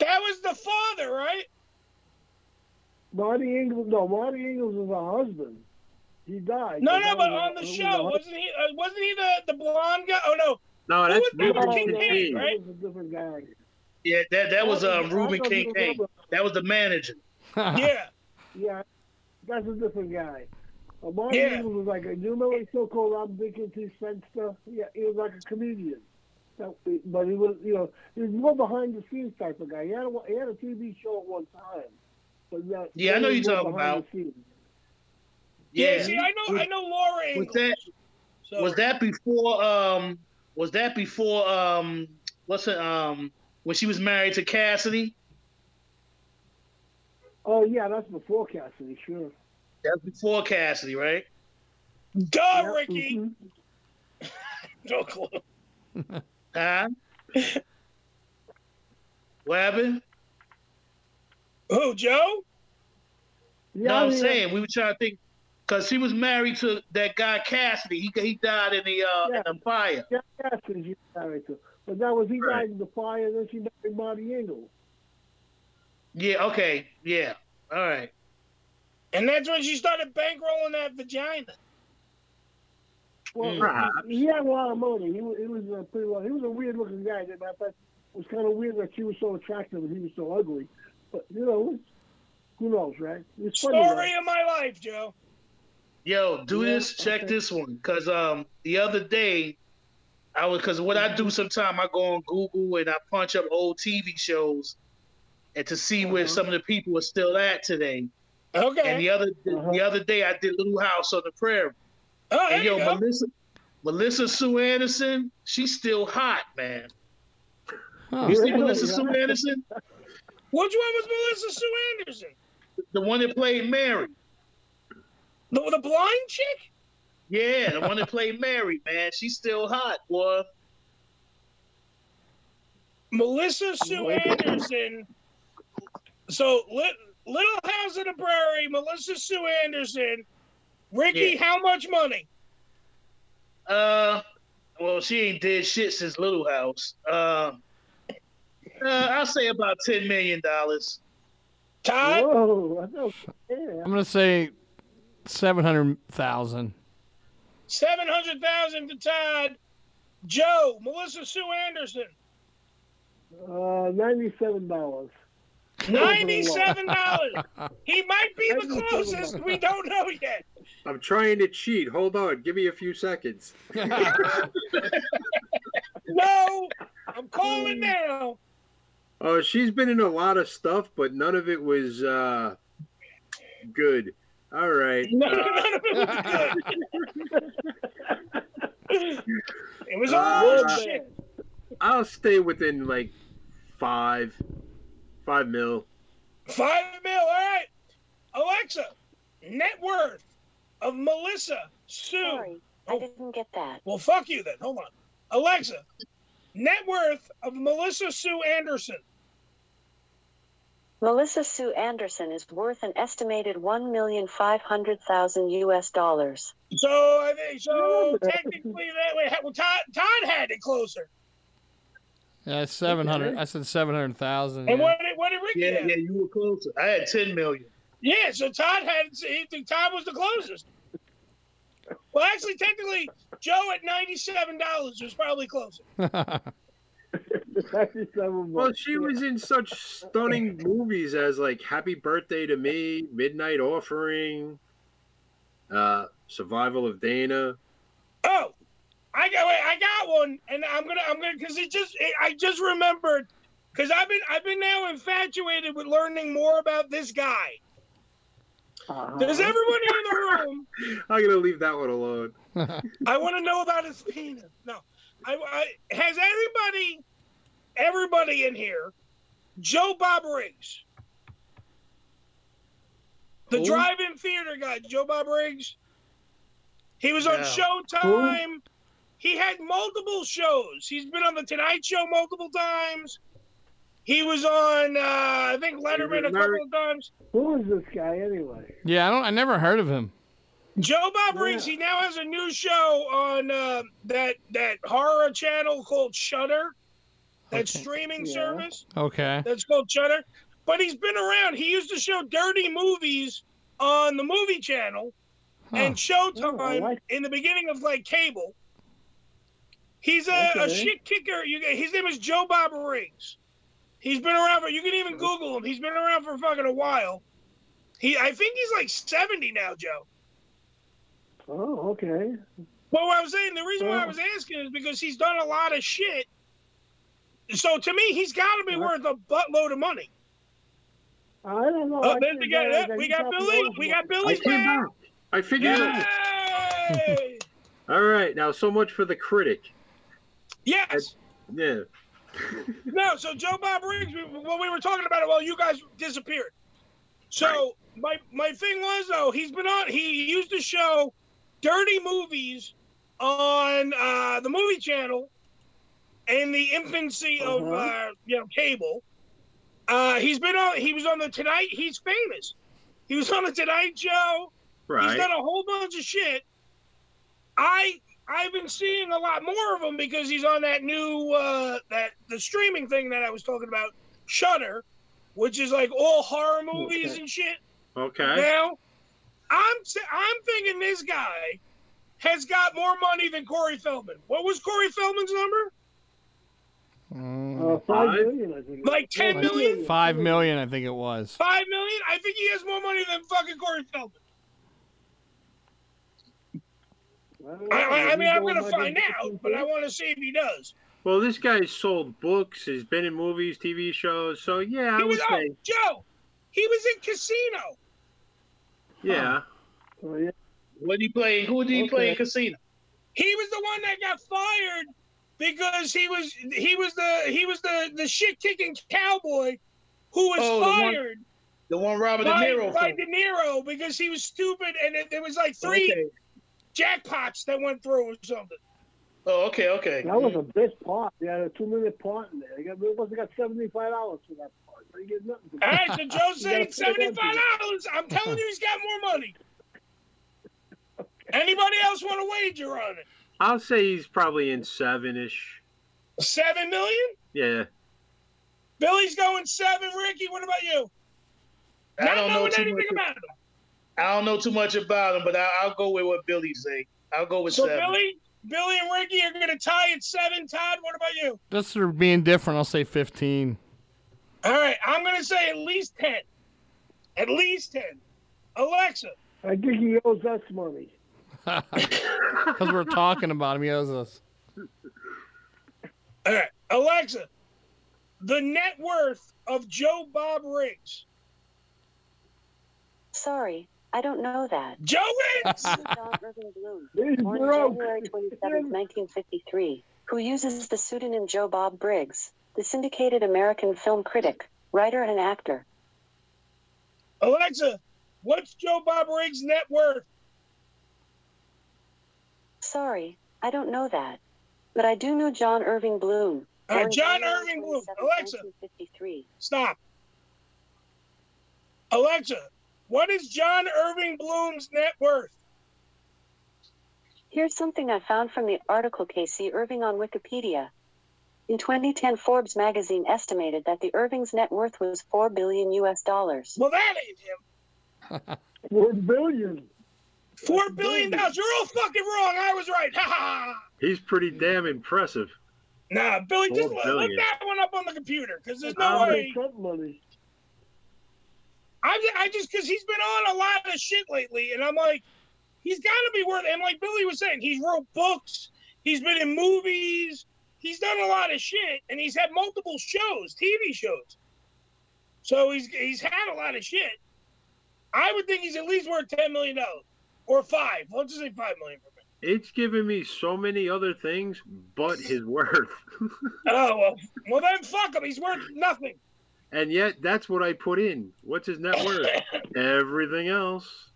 S7: That was the father, right?
S12: Marty Ingalls, no, Marty Ingalls was her husband. He died.
S7: No,
S12: But
S7: no,
S12: that
S7: but
S12: was-
S7: on the
S12: that was
S7: show,
S12: her
S7: wasn't he? Uh, wasn't he the, the blonde guy? Oh no,
S8: No,
S7: Who
S8: that's
S7: was that?
S8: Ruben
S7: King
S8: Kincaid.
S7: right?
S12: was a different guy.
S11: Yeah, that that was uh,
S12: I
S11: Ruben
S12: thought you
S11: Kincaid.
S12: remember.
S11: That was the manager.
S7: Yeah.
S12: Yeah, that's a different guy. Uh, Marty
S11: Yeah.
S12: Ingalls was like, a, you know, he's so called I'm Dickens, he's Fenster. Yeah, he was like a comedian. That, but he was, you know, he was more behind the scenes type of guy. He had a, he had a TV show at one time. But that,
S11: Yeah, I know
S12: he
S11: you're
S12: was
S11: talking
S12: more behind
S11: about.
S12: the scenes.
S11: Yeah.
S7: See, I know, I know Laura
S11: Was
S7: Ingalls.
S11: that was that before um was that before um what's it um when she was married to Cassidy?
S12: Oh, yeah, that's before Cassidy, sure.
S11: That's before Cassidy, right?
S7: Duh, Ricky.
S12: mm-hmm.
S7: No clue.
S11: Huh? what happened?
S7: Who, Joe?
S11: no,
S7: Yeah,
S11: I'm
S7: yeah.
S11: saying we were trying to think because she was married to that guy Cassidy. He he died in the uh in the fire.
S12: Yeah, Cassidy she was married to. But that was, he died in the fire, and then she married Marty Ingalls.
S11: Yeah. Okay. Yeah. All right.
S7: And that's when she started bankrolling that vagina.
S12: Well,
S11: Perhaps.
S12: he, he had a lot of money. He was, he was a pretty well. He was a weird looking guy. As a matter of fact, it was kind of weird that she was so attractive and he was so ugly. But you know, it was- who knows, right? It's funny.
S7: Story
S12: though.
S7: of my life, Joe.
S11: Yo, do this. Check this one, cause um the other day, I was cause what I do sometime I go on Google and I punch up old TV shows, and to see where
S12: Uh-huh.
S11: some of the people are still at today.
S7: Okay.
S11: And the other
S12: Uh-huh.
S11: the other day I did Little House on the Prairie.
S7: Oh,
S11: and yo, Melissa Melissa Sue Anderson, she's still hot, man. You see Melissa Sue Anderson,
S7: Which one was Melissa Sue Anderson?
S11: the one that played Mary.
S7: The, the blind chick?
S11: Yeah, the one that played Mary, man. She's still hot, boy.
S7: Melissa Sue Anderson. So, Lit- Little House on the Prairie, Melissa Sue Anderson. Ricky,
S11: Yeah.
S7: how much money?
S11: Uh, well, she ain't did shit since Little House. Uh, uh I'll say about ten million dollars.
S7: Todd,
S12: Whoa, I know. Yeah.
S10: I'm gonna say seven hundred thousand.
S7: 700000 to Todd. Joe, Melissa Sue Anderson.
S12: Uh, ninety-seven dollars.
S7: Ninety-seven dollars. He might be the closest. We don't know yet.
S8: I'm trying to cheat. Hold on. Give me a few seconds.
S7: No, I'm
S12: Mm.
S7: calling now.
S8: Oh, she's been in a lot of stuff, but none of it was uh, good. All right. Uh,
S7: It was
S8: Uh,
S7: all shit.
S8: I'll stay within like five, five mil.
S7: Five mil. All right, Alexa. Net worth of Melissa Sue. Sorry, I
S9: didn't get that.
S7: Well, fuck you then. Hold on, Alexa. Net worth of Melissa Sue Anderson.
S9: Melissa Sue Anderson is worth an estimated 1,500,000 US dollars.
S7: So I think so. Technically, that way. Well, Todd, Todd had it closer.
S10: Yeah, seven hundred. I said seven hundred thousand.
S7: And what did what did Ricky
S11: Yeah,
S7: have?
S11: yeah, you were closer. I had ten million.
S7: Yeah, so Todd had he, Todd was the closest. Well, actually, technically, Joe at ninety-seven dollars was probably closer.
S8: Well, she was in such stunning movies as like Happy Birthday to Me, Midnight Offering, uh, Survival of Dana.
S7: Oh, I got wait, I got one, and I'm gonna I'm gonna because it just it, I just remembered because I've been I've been now infatuated with learning more about this guy. Does everyone in the room?
S8: I'm gonna leave that one alone.
S7: I want to know about his penis. No, I, I has anybody, everybody in here, Joe Bob Riggs, the
S1: Who?
S7: drive-in theater guy, Joe Bob Riggs. He was
S1: No.
S7: on Showtime. He had multiple shows. He's been on the Tonight Show multiple times. He was on, uh, I think, Letterman a couple of times.
S12: Who is this guy anyway?
S10: Yeah, I don't. I never heard of him.
S7: Joe Bob Briggs. He now has a new show on uh, that that horror channel called Shudder, that streaming service.
S10: Okay.
S7: That's called Cheddar. But he's been around. He used to show dirty movies on the movie channel and
S12: Oh,
S7: Showtime in the beginning of like cable. He's a, a
S13: Okay.
S7: shit kicker. You, his name is Joe Bob Riggs. He's been around for. You can even Google him. He's been around for fucking a while. He, I think he's like seventy now, Joe.
S12: Oh, okay. Oh.
S7: Well, what I was saying, the reason why I was asking is because he's done a lot of shit. So to me, he's got to be worth a buttload of money.
S12: I don't know.
S7: Oh,
S12: I
S7: there's
S12: think
S7: the guy.
S12: that-
S7: Yeah, we
S12: he's
S7: got
S12: not the
S7: Billy.
S12: only
S7: We
S12: one.
S7: got Billy's
S8: I came
S7: back.
S8: I figured it
S7: Yay!
S8: out. All right, now so much for the critic.
S7: Yes.
S8: yeah.
S7: No, so Joe Bob Riggs, we, when we were talking about it, well, you guys disappeared. So my my thing was though, he's been on. He used to show dirty movies on uh, the movie channel in the infancy of uh, you know cable. Uh, he's been on. He was on the Tonight. He's famous. He was on the Tonight Show. He's
S8: Right.
S7: done a whole bunch of shit. I I've been seeing a lot more of him because he's on that new uh, that the streaming thing that I was talking about, Shutter, which is like all horror movies and shit.
S8: Okay.
S7: Now, I'm sa- I'm thinking this guy has got more money than Corey Feldman. What was Corey Feldman's number?
S12: Uh, five million, I think.
S7: Like ten million?
S10: Five million, I think it was.
S7: Five million? I think he has more money than fucking Corey Feldman. I, I- I mean, I'm gonna find out, but I want to see if he does.
S8: Well, this guy's sold books. He's been in movies, TV shows. So yeah, I
S7: He
S8: would
S7: was oh,
S8: say
S7: Joe. He was in Casino.
S8: yeah.
S11: Oh, What did he play? Who did he play in Casino?
S7: He was the one that got fired because he was he was the he was the the shit kicking cowboy who was
S11: Oh, the one- oh,
S7: fired
S11: The one Robert De
S7: by,
S11: Niro.
S7: by
S11: film.
S7: De Niro because he was stupid and it, there was like three
S11: Okay.
S7: jackpots that went through or something.
S11: Oh, okay, okay.
S12: That was a big pot. They had a two minute pot in there. They got, they must have got $75 for that pot. They get nothing. for
S7: All right,
S12: that.
S7: so
S12: You gotta
S7: Joe's saying
S12: put it
S7: seventy
S12: empty.
S7: five dollars. I'm telling you, he's got more money. Anybody else want to wager on it?
S8: I'll say he's probably in seven ish.
S7: Seven million?
S8: Yeah.
S7: Billy's going seven. Ricky, what about you?
S11: I
S7: Not
S11: don't know
S7: knowing
S11: too
S7: anything
S11: much
S7: about him.
S11: I don't know too much about him, but I, I'll go with what Billy say. I'll go with
S7: So
S11: seven.
S7: Billy, Billy and Ricky are going to tie at seven. Todd, what about you?
S10: Just for being different, I'll say fifteen.
S7: All right, I'm going to say at least ten. At least ten. Alexa,
S12: I think he owes us money.
S10: Because we're talking about him, he owes us.
S7: all right, Alexa, the net worth of Joe Bob Riggs.
S9: Sorry, I don't know that.
S7: Joe wins!
S9: John Irving Bloom,
S12: He's
S9: born
S12: broke.
S9: January 27, 1953, who uses the pseudonym Joe Bob Briggs, the syndicated American film critic, writer, and actor.
S7: Alexa, what's Joe Bob Riggs' net worth?
S9: Sorry, I don't know that. But I do know John Irving Bloom.
S7: All right,
S9: born
S7: Uh, John
S9: January
S7: Irving Bloom.
S9: 27,
S7: Alexa,
S9: 1953.
S7: stop. Alexa, what is John Irving Bloom's net worth?
S9: Here's something I found from the article Casey Irving on Wikipedia. In 2010, Forbes magazine estimated that the Irving's net worth was 4 billion US dollars.
S7: Well, that ain't him.
S12: Four billion.
S7: Four billion dollars. You're all fucking wrong. I was right. Ha ha. ha.
S8: He's pretty damn impressive.
S7: Nah, Billy, just
S8: Four
S7: look, look
S8: billion.
S7: that one up on the computer because there's no
S12: Donald
S7: way.
S12: Trump money.
S7: I, ju- I just because he's been on a lot of shit lately, and I'm like, he's got to be worth. And like Billy was saying, he's wrote books. He's been in movies. He's done a lot of shit, and he's had multiple shows, TV shows. So he's he's had a lot of shit. I would think he's at least worth ten million dollars or five. Let's just say five million.
S8: It's given me so many other things, but his worth.
S7: Oh well, well then fuck him. He's worth nothing.
S8: And yet, that's what I put in. What's his net worth? Everything else.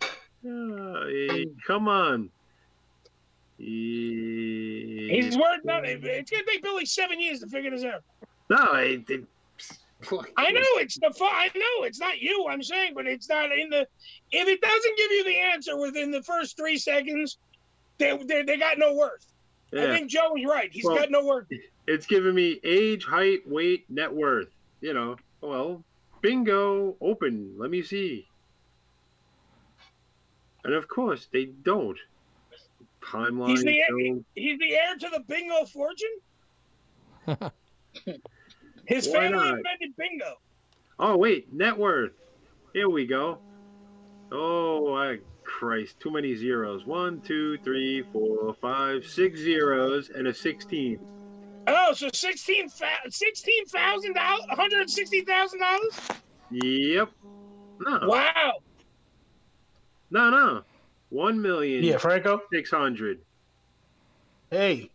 S8: Ah, Uh, eh, come on.
S7: He's
S8: He's
S7: worth nothing. It's gonna take Billy seven years to figure this out.
S8: No, it, it,
S7: I know it's the fu- I know it's not you. I'm saying, but it's not in the. If it doesn't give you the answer within the first three seconds, they they, they got no worth. I
S8: Yeah.
S7: think Joe is right. He's
S8: Well-
S7: got no worth.
S8: it's giving me age, height, weight, net worth. You know, well, bingo, open. Let me see. And of course, they don't. Timeline.
S7: He's the heir,
S8: film.
S7: he's the heir to the bingo fortune. His
S8: Why
S7: family
S8: not?
S7: invented bingo.
S8: Oh wait, net worth. Here we go. Oh, I Christ, too many zeros. One, two, three, four, five, six zeros, and a sixteen.
S7: Oh, so sixteen sixteen thousand dollars, one hundred sixty thousand dollars.
S8: Yep. No.
S7: Wow.
S8: No, no. One million.
S13: Yeah, Franco?
S8: Six hundred.
S13: Hey.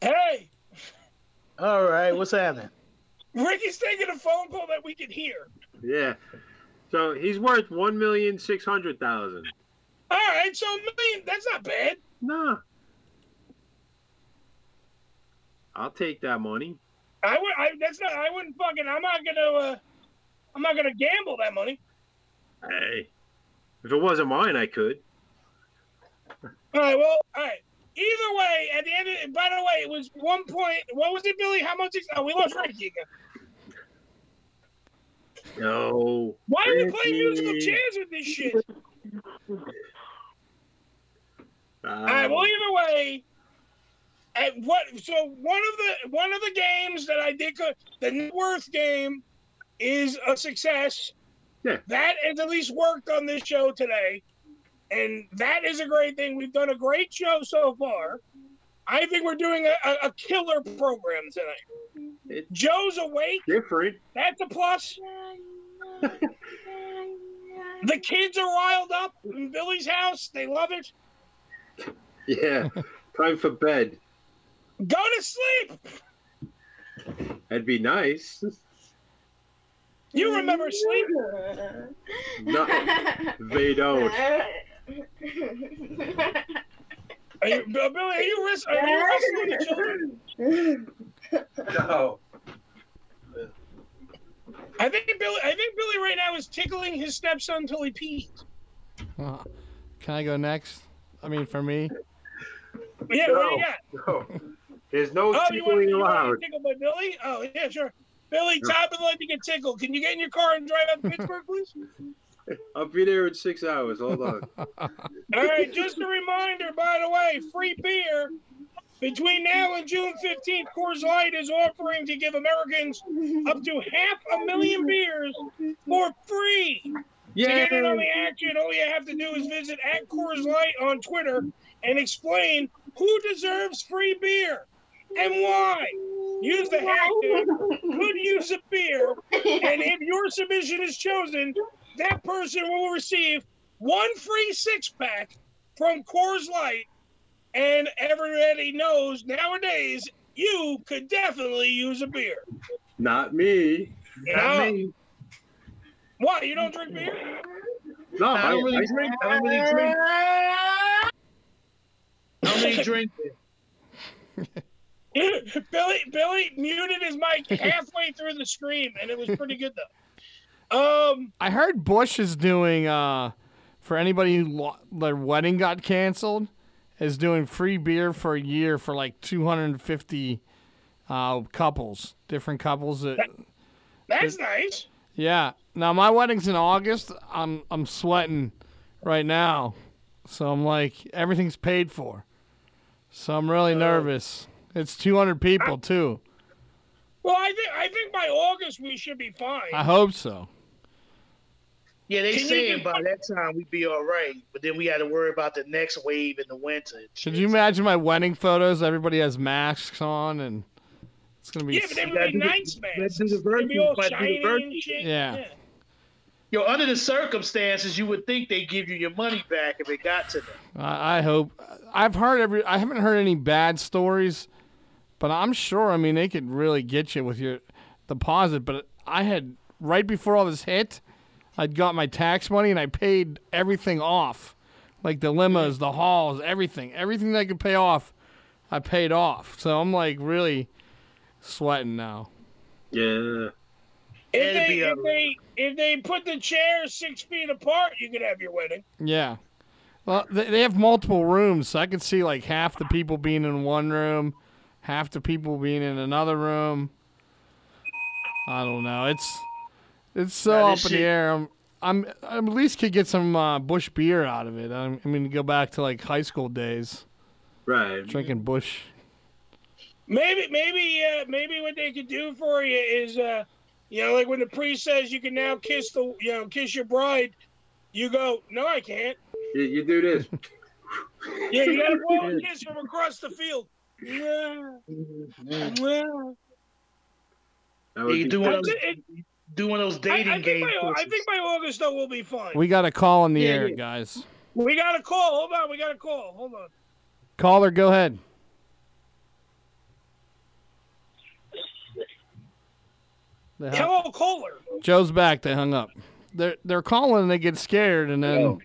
S7: Hey.
S13: All right, what's happening?
S7: Ricky's taking a phone call that we can hear.
S8: Yeah. So he's worth one million six hundred thousand.
S7: All right, so a million. That's not bad.
S8: No. I'll take that money.
S7: I would. I, that's not. I wouldn't fucking. I'm not gonna. Uh, I'm not gonna gamble that money.
S8: Hey. If it wasn't mine, I could.
S7: All right. Well. All right. Either way, at the end. Of, by the way, it was one point. What was it, Billy? How much? Is, oh, we lost Ricky again.
S8: No.
S7: Why are we playing musical
S8: Ricky.
S7: chairs with this shit?
S8: Um,
S7: All right. Well, either way, at what? So one of the one of the games that I did, co- the net worth game, is a success.
S8: Yeah.
S7: That has at least worked on this show today, and that is a great thing. We've done a great show so far. I think we're doing a, a, a killer program tonight.
S8: It's
S7: Joe's awake.
S8: different.
S7: That's a plus. the kids are riled up in Billy's house. They love it.
S8: Yeah. Time for bed.
S7: Go to sleep.
S8: That'd be nice.
S7: You remember sleep?
S8: No, they don't.
S7: Are you, Bill- Billy, are you, ris- are you wrestling the children?
S13: No.
S7: I think Billy. I think Billy right now is tickling his stepson until he pees.
S10: Uh, Can I go next? I mean, for me.
S7: Yeah, what do you got?
S8: There's no
S7: oh, you want,
S8: tickling
S7: you want to
S8: allowed.
S7: get tickled by Billy? Oh, yeah, sure. Billy, top would like to get tickled. Can you get in your car and drive up to Pittsburgh, please?
S8: I'll be there in six hours. Hold on.
S7: All right, just a reminder, by the way, free beer. Between now and June 15th, Coors Light is offering to give Americans up to half a million beers for free. To get in on the
S8: Yay.
S7: action, all you have to do is visit at Coors Light on Twitter and explain who deserves free beer and why. Use the hashtag could use a beer, and if your submission is chosen, that person will receive one free six pack from Coors Light. And everybody knows nowadays you could definitely use a beer.
S8: Not me.
S7: Not me. Why? You don't drink beer?
S8: No, I don't really
S13: drink. I don't really drink. How many drinks?
S7: Billy Billy muted his mic halfway through the stream, and it was pretty good though. Um,
S10: I heard Bush is doing uh, for anybody who lo- their wedding got canceled is doing free beer for a year for like 250 uh, couples, different couples that.
S7: that's nice.
S10: Yeah. Now my wedding's in August. I'm I'm sweating right now, so I'm like everything's paid for, so I'm
S7: Uh,
S10: really nervous. It's 200 people too.
S7: Well, I think I think by August we should be fine.
S10: I hope so.
S13: Yeah, they
S7: Can you
S13: saying by that time we'd be all right, but then we got to worry about the next wave in the winter.
S10: Could you imagine my wedding photos? Everybody has masks on, and it's gonna be.
S7: Yeah, but they would be nice, man.
S13: Let's do the
S7: They'd be all
S13: virtues, but do
S7: shiny
S13: the
S7: and
S13: virtues.
S7: shit.
S10: Yeah.
S13: Yo, under the circumstances, you would think they give you your money back if it got to them.
S10: I, I hope. I've heard every. I haven't heard any bad stories, but I'm sure. I mean, they could really get you with your deposit. But I had right before all this hit, I'd got my tax money and I paid everything off Like the limas, the halls, everything, everything that I could pay off, I paid off. So I'm like really sweating now.
S14: Yeah.
S7: If they, if they if they put the chairs six feet apart, you could have your wedding.
S10: Yeah. Well, they, they have multiple rooms, so I could see like half the people being in one room, half the people being in another room. I don't know. It's it's so
S15: Nah,
S10: up in
S15: this
S10: the
S15: shit-
S10: air. I'm I'm I at least could get some uh, bush beer out of it. I'm, I mean, go back to like high school days,
S14: right?
S10: Drinking bush.
S7: Maybe maybe uh, maybe what they could do for you is uh, you know like when the priest says you can now kiss the you know kiss your bride, you go no I can't.
S14: You, you do this.
S7: Yeah, you gotta blow a kiss from across the field. Yeah.
S8: Mm-hmm.
S7: Yeah.
S14: That
S8: You do one of
S7: That's
S8: those,
S7: it.
S8: do one of those
S7: I,
S8: dating
S7: I think
S8: game
S7: my, I
S8: courses.
S7: think by August though we'll be fine.
S10: We got a call in the
S7: Yeah,
S10: air,
S7: yeah.
S10: guys.
S7: We got a call. Hold on, we got a call. Hold on.
S10: Caller, go ahead. They
S8: Uh-huh.
S10: hung-
S7: Hello, caller.
S10: Joe's back. They hung up. They're they're calling and they get scared and then.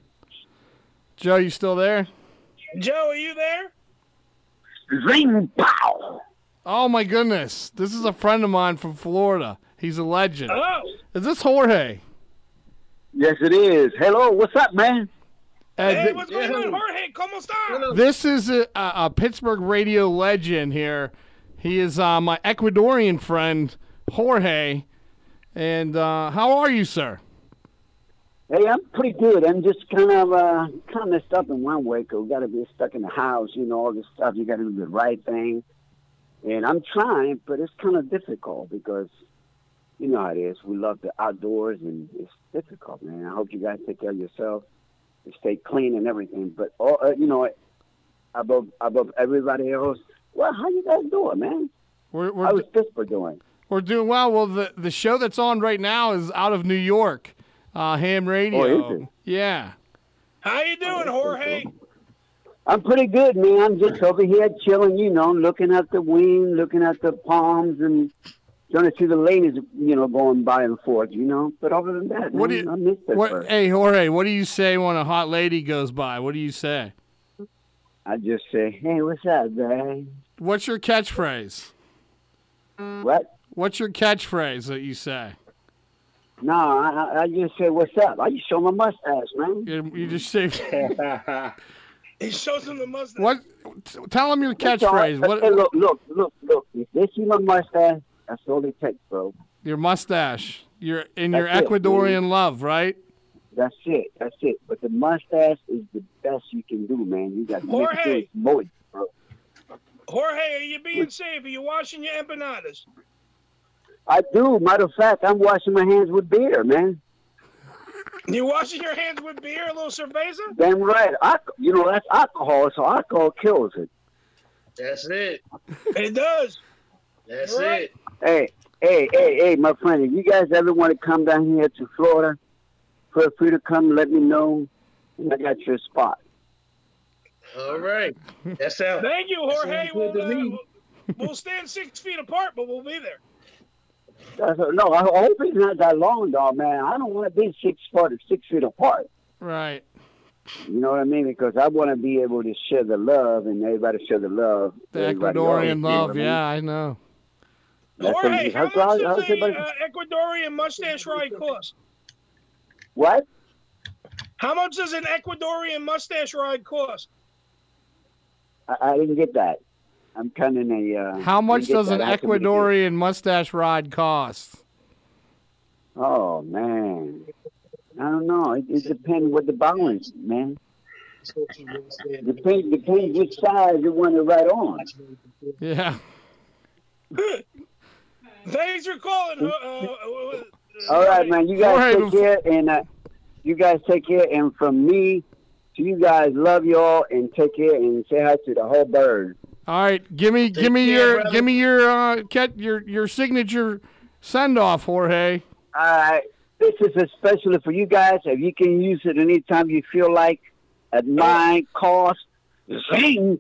S10: Joe, you still there?
S7: Joe, are you there?
S10: Zing pow! Oh my goodness! This is a friend of mine from Florida. He's a legend.
S7: Oh.
S10: Is this Jorge?
S12: Yes, it is. Hello, what's up, man?
S10: Uh, thi-
S7: going on, Jorge? Como está?
S10: This is a, a, a Pittsburgh radio legend here. He is uh, my Ecuadorian friend, Jorge. And uh, how are you, sir?
S12: Hey, I'm pretty good. I'm just kind of uh, kind of messed up in one way 'cause we got to be stuck in the house, you know, all this stuff. You got to do the right thing, and I'm trying, but it's kind of difficult because you know how it is. We love the outdoors, and it's difficult, man. I hope you guys take care of yourself, and stay clean and everything. But all, uh, you know, above above everybody else, well, how you guys doing, man?
S10: We're,
S12: how is Pittsburgh doing?
S10: We're doing well. Well, the, the show that's on right now is out of New York, uh, ham radio.
S12: Oh, is it?
S10: Yeah.
S7: How you doing, Jorge?
S12: I'm pretty good, man. I'm just over here chilling, you know, looking at the wind, looking at the palms, and trying to see the ladies, you know, going by and forth, you know. But other than that, man,
S10: What do you-
S12: Mm, I miss that
S10: What, hey, Jorge, what do you say when a hot lady goes by? What do you say?
S12: I just say, hey, what's up, man?
S10: What's your catchphrase?
S12: What?
S10: What's your catchphrase that you say?
S12: No, I, I- I just say, what's up? I just show my mustache, man.
S10: You, you just say.
S7: He shows him the mustache.
S10: What? t- Tell them your
S12: That's all right.
S10: catchphrase. What?
S12: Hey, look, look, look, look. If they see my mustache, that's all it takes, bro.
S10: Your mustache. Your in your
S12: That's it.
S10: Ecuadorian love, right?
S12: That's it. That's it. But the mustache is the best you can do, man. You got to make sure
S7: Jorge.
S12: it's moist, bro.
S7: Jorge, are you being safe? Are you washing your empanadas?
S12: I do. Matter of fact, I'm washing my hands with beer, man.
S7: You washing your hands with beer, a little cerveza?
S12: Damn right. Alco- you know, that's alcohol, so alcohol kills it.
S8: That's it.
S7: It does.
S8: That's
S7: You're right.
S8: it.
S12: Hey, hey, hey, hey, my friend, if you guys ever want to come down here to Florida, feel free to come let me know. and I got your spot.
S8: All right. That's how.
S7: Thank you,
S8: that
S7: Jorge.
S8: sounds
S7: We'll,
S8: good to
S7: uh,
S8: me.
S7: we'll, we'll stand six feet apart, but we'll be there.
S12: That's no, I hope it's not that long, dog, man. I don't want to be six foot or six feet apart.
S10: Right.
S12: You know what I mean? Because I want to be able to share the love, and everybody share the love.
S10: The
S12: Everybody always,
S10: Ecuadorian
S12: you know what
S10: love.
S12: I mean?
S10: Yeah, I know.
S12: That's what-
S7: Jorge, how
S12: that's what I-
S7: much
S12: I was
S7: does a
S12: about-
S7: uh, Ecuadorian mustache ride cost?
S12: What?
S7: How much does an Ecuadorian mustache ride cost?
S12: I, I didn't get that. I'm kind of in a. Uh,
S10: How much
S12: didn't get
S10: does an
S12: that. I can really get-
S10: Ecuadorian mustache ride cost?
S12: Oh man, I don't know. It, it depends what the balance, man. Depends depends which side you want to ride on.
S10: Yeah.
S7: Thanks for calling. uh, uh, uh,
S12: All right, man. You guys
S7: Jorge,
S12: take care, and uh, you guys take care, and from me to you guys, love y'all, and take care, and say hi to the whole bird.
S10: All right, give me give me
S12: care,
S10: your
S12: brother.
S10: give me your uh, cat your your signature send off, Jorge.
S12: All right, this is especially for you guys. If you can use it anytime you feel like, at my cost. Zing,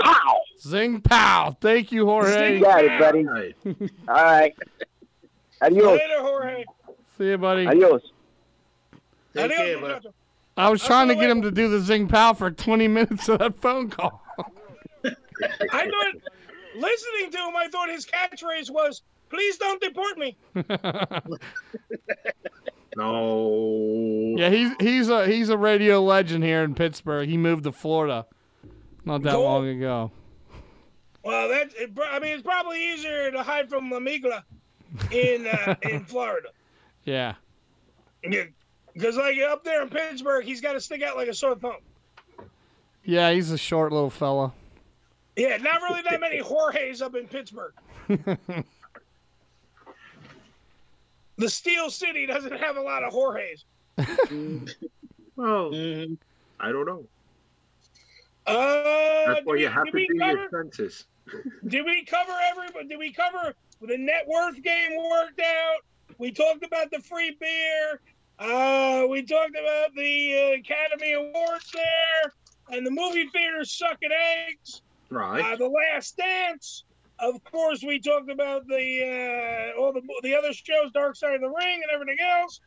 S12: pow.
S10: Zing pow. Thank you, Jorge.
S12: You got it, buddy. All right. Adios.
S7: Later, Jorge.
S10: See you, buddy.
S12: Adios.
S8: Take
S7: Adios,
S8: care, bud.
S7: muchacho.
S10: I was trying to get him to do the zing pow for 20 minutes of that phone call.
S7: I thought, listening to him, I thought his catchphrase was, please don't deport me.
S8: No.
S10: Yeah, he's he's a he's a radio legend here in Pittsburgh. He moved to Florida not that long ago.
S7: Well, that's, it, pro- I mean, it's probably easier to hide from La Migla in, uh, in Florida.
S10: Yeah.
S7: Because, like, up there in Pittsburgh, he's got to stick out like a sore thumb.
S10: Yeah, he's a short little fella.
S7: Yeah, not really that many Jorge's up in Pittsburgh. The Steel City doesn't have a lot of Jorge's. Oh.
S8: Well, Mm-hmm. I don't know.
S7: Uh,
S8: That's
S7: did
S8: why
S7: we-
S8: you have to
S7: did
S8: do
S7: we
S8: your
S7: cover?
S8: census.
S7: Did we cover everybody? Did we cover the net worth game worked out? We talked about the free beer. Uh, we talked about the uh, Academy Awards there, and the movie theaters sucking eggs.
S8: Right.
S7: Uh, the Last Dance. Of course, we talked about the uh, all the the other shows, Dark Side of the Ring, and everything else.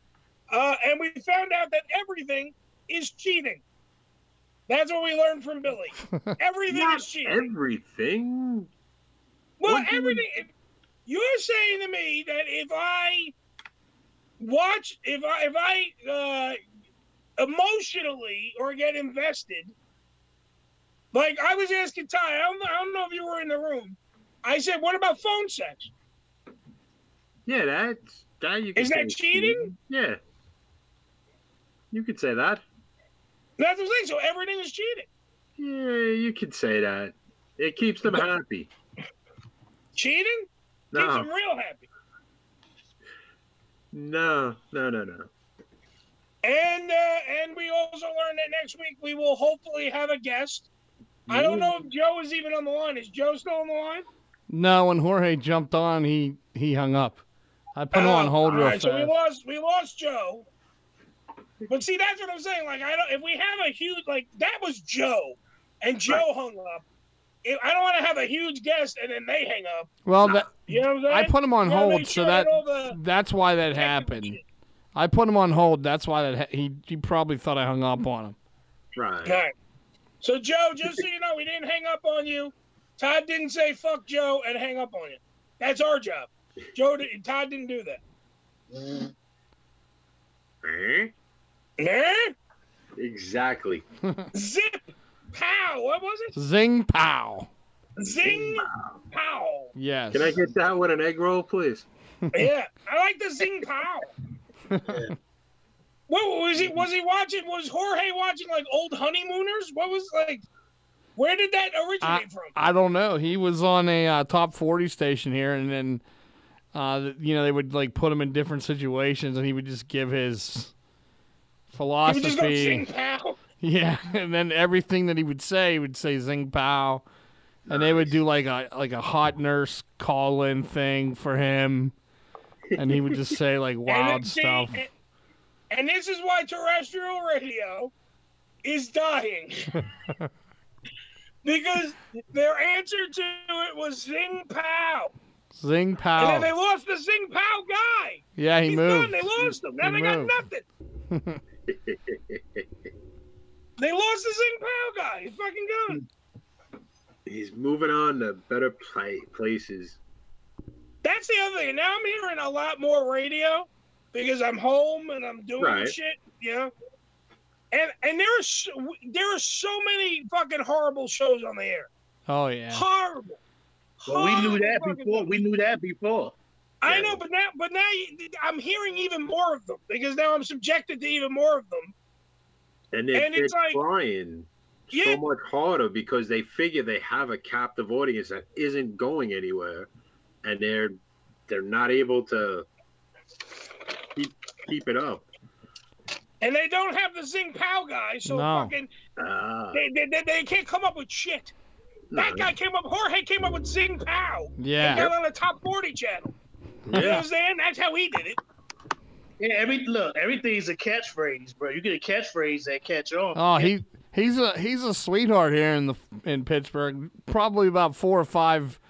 S7: Uh, and we found out that everything is cheating. That's what we learned from Billy. Everything is cheating.
S8: Everything.
S7: Well, everything. if- You're saying to me that if I watch, if I, if I uh, emotionally or get invested, like I was asking Ty, I don't, know- I don't know if you were in the room. I said, what about phone sex?
S8: Yeah, that's that. You can
S7: Is
S8: say
S7: that
S8: it's
S7: cheating?
S8: Yeah. You could say that.
S7: That's the thing. So everything is cheating.
S8: Yeah, you could say that. It keeps them happy.
S7: Cheating
S8: No.
S7: keeps them real happy.
S8: No, no, no, no.
S7: And uh, and we also learned that next week we will hopefully have a guest. I don't know if Joe is even on the line. Is Joe still on the line?
S10: No, when Jorge jumped on, he he hung up. I put him on hold
S7: Oh, All
S10: real
S7: right,
S10: fast.
S7: so we lost, we lost Joe. But see, that's what I'm saying. Like, I don't. If we have a huge, like, that was Joe, and Joe hung up. If, I don't want to have a huge guest and then they hang up.
S10: Well, that,
S7: You know what I'm saying?
S10: I put him on
S7: You gotta
S10: hold,
S7: make
S10: so
S7: sure
S10: that
S7: all the-
S10: that's why that happened. I put him on hold. That's why that ha- he he probably thought I hung up on him.
S8: Right.
S7: Okay. So Joe, just so you know, we didn't hang up on you. Todd didn't say fuck Joe and hang up on you. That's our job. Joe, did, Todd didn't do that.
S8: Exactly.
S7: Zip, pow. What was it?
S10: Zing pow.
S7: Zing, pow.
S10: Yes.
S8: Can I get that with an egg roll, please?
S7: Yeah, I like the zing pow. What was he? Was he watching? Was Jorge watching like old honeymooners? What was like? Where did that originate
S10: I,
S7: from?
S10: I don't know. He was on a uh, top forty station here, and then uh, th- you know they would like put him in different situations, and he would just give his
S7: He would
S10: philosophy.
S7: just go zing pow.
S10: Yeah, and then everything that he would say, he would say "zing pow," and they would do like a like a hot nurse call in thing for him, and he would just say like wild
S7: And see,
S10: stuff.
S7: And, and this is why terrestrial radio is dying because their answer to it was zing pow,
S10: Zing
S7: and then they
S10: pow.
S7: lost the zing pow guy.
S10: Yeah, he
S7: He's done.
S10: moved.
S7: They lost him. Now
S10: He
S7: they
S10: moved.
S7: got nothing. They lost the Zing Pow guy. He's fucking
S11: Hmm.
S7: gone.
S8: He's moving on to better pla places.
S7: That's the other thing. Now I'm hearing a lot more radio because I'm home and I'm doing
S8: Right.
S7: shit. You know. And and there are so, there are so many fucking horrible shows on the air.
S10: Oh yeah.
S7: Horrible.
S11: Well, we knew that
S7: Horrible
S11: before. We knew that before.
S7: I know, but now, but now you, I'm hearing even more of them because now I'm subjected to even more of them.
S8: And they're,
S7: And it's
S8: they're
S7: like-
S8: trying
S7: Yeah.
S8: so much harder because they figure they have a captive audience that isn't going anywhere, and they're they're not able to keep keep it up.
S7: And they don't have the Zing Pow guy, so
S8: No.
S7: fucking
S8: Ah,
S7: they, they, they, they can't come up with shit. That guy came up. Jorge came up with Zing Pow.
S10: Yeah.
S7: They got on the top forty channel. You know what I'm saying? That's how he did it.
S11: Yeah, every look, everything's a catchphrase, bro. You get a catchphrase that catch on.
S10: Oh, he he's a he's a sweetheart here in the in Pittsburgh. Probably about four or five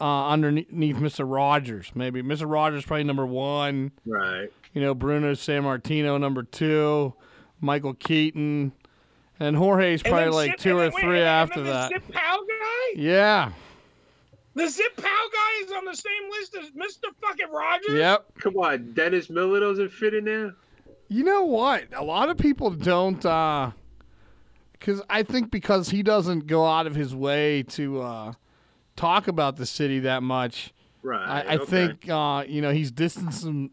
S10: uh, underneath Mister Rogers. Maybe Mister Rogers probably number one.
S8: right.
S10: You know, Bruno San Martino number two, Michael Keaton, and Jorge's
S7: And
S10: probably
S7: then
S10: like
S7: Zip- and
S10: two or
S7: then- wait,
S10: three
S7: and
S10: after
S7: then the
S10: that.
S7: Zip Pal guy?
S10: Yeah.
S7: The Zip Pal guy is on the same list as Mr. Fucking Rogers?
S10: Yep.
S8: Come on, Dennis Miller doesn't fit in there.
S10: You know what? A lot of people don't, uh, because I think because he doesn't go out of his way to uh, talk about the city that much.
S8: Right.
S10: I, I
S8: okay.
S10: think uh, you know he's distancing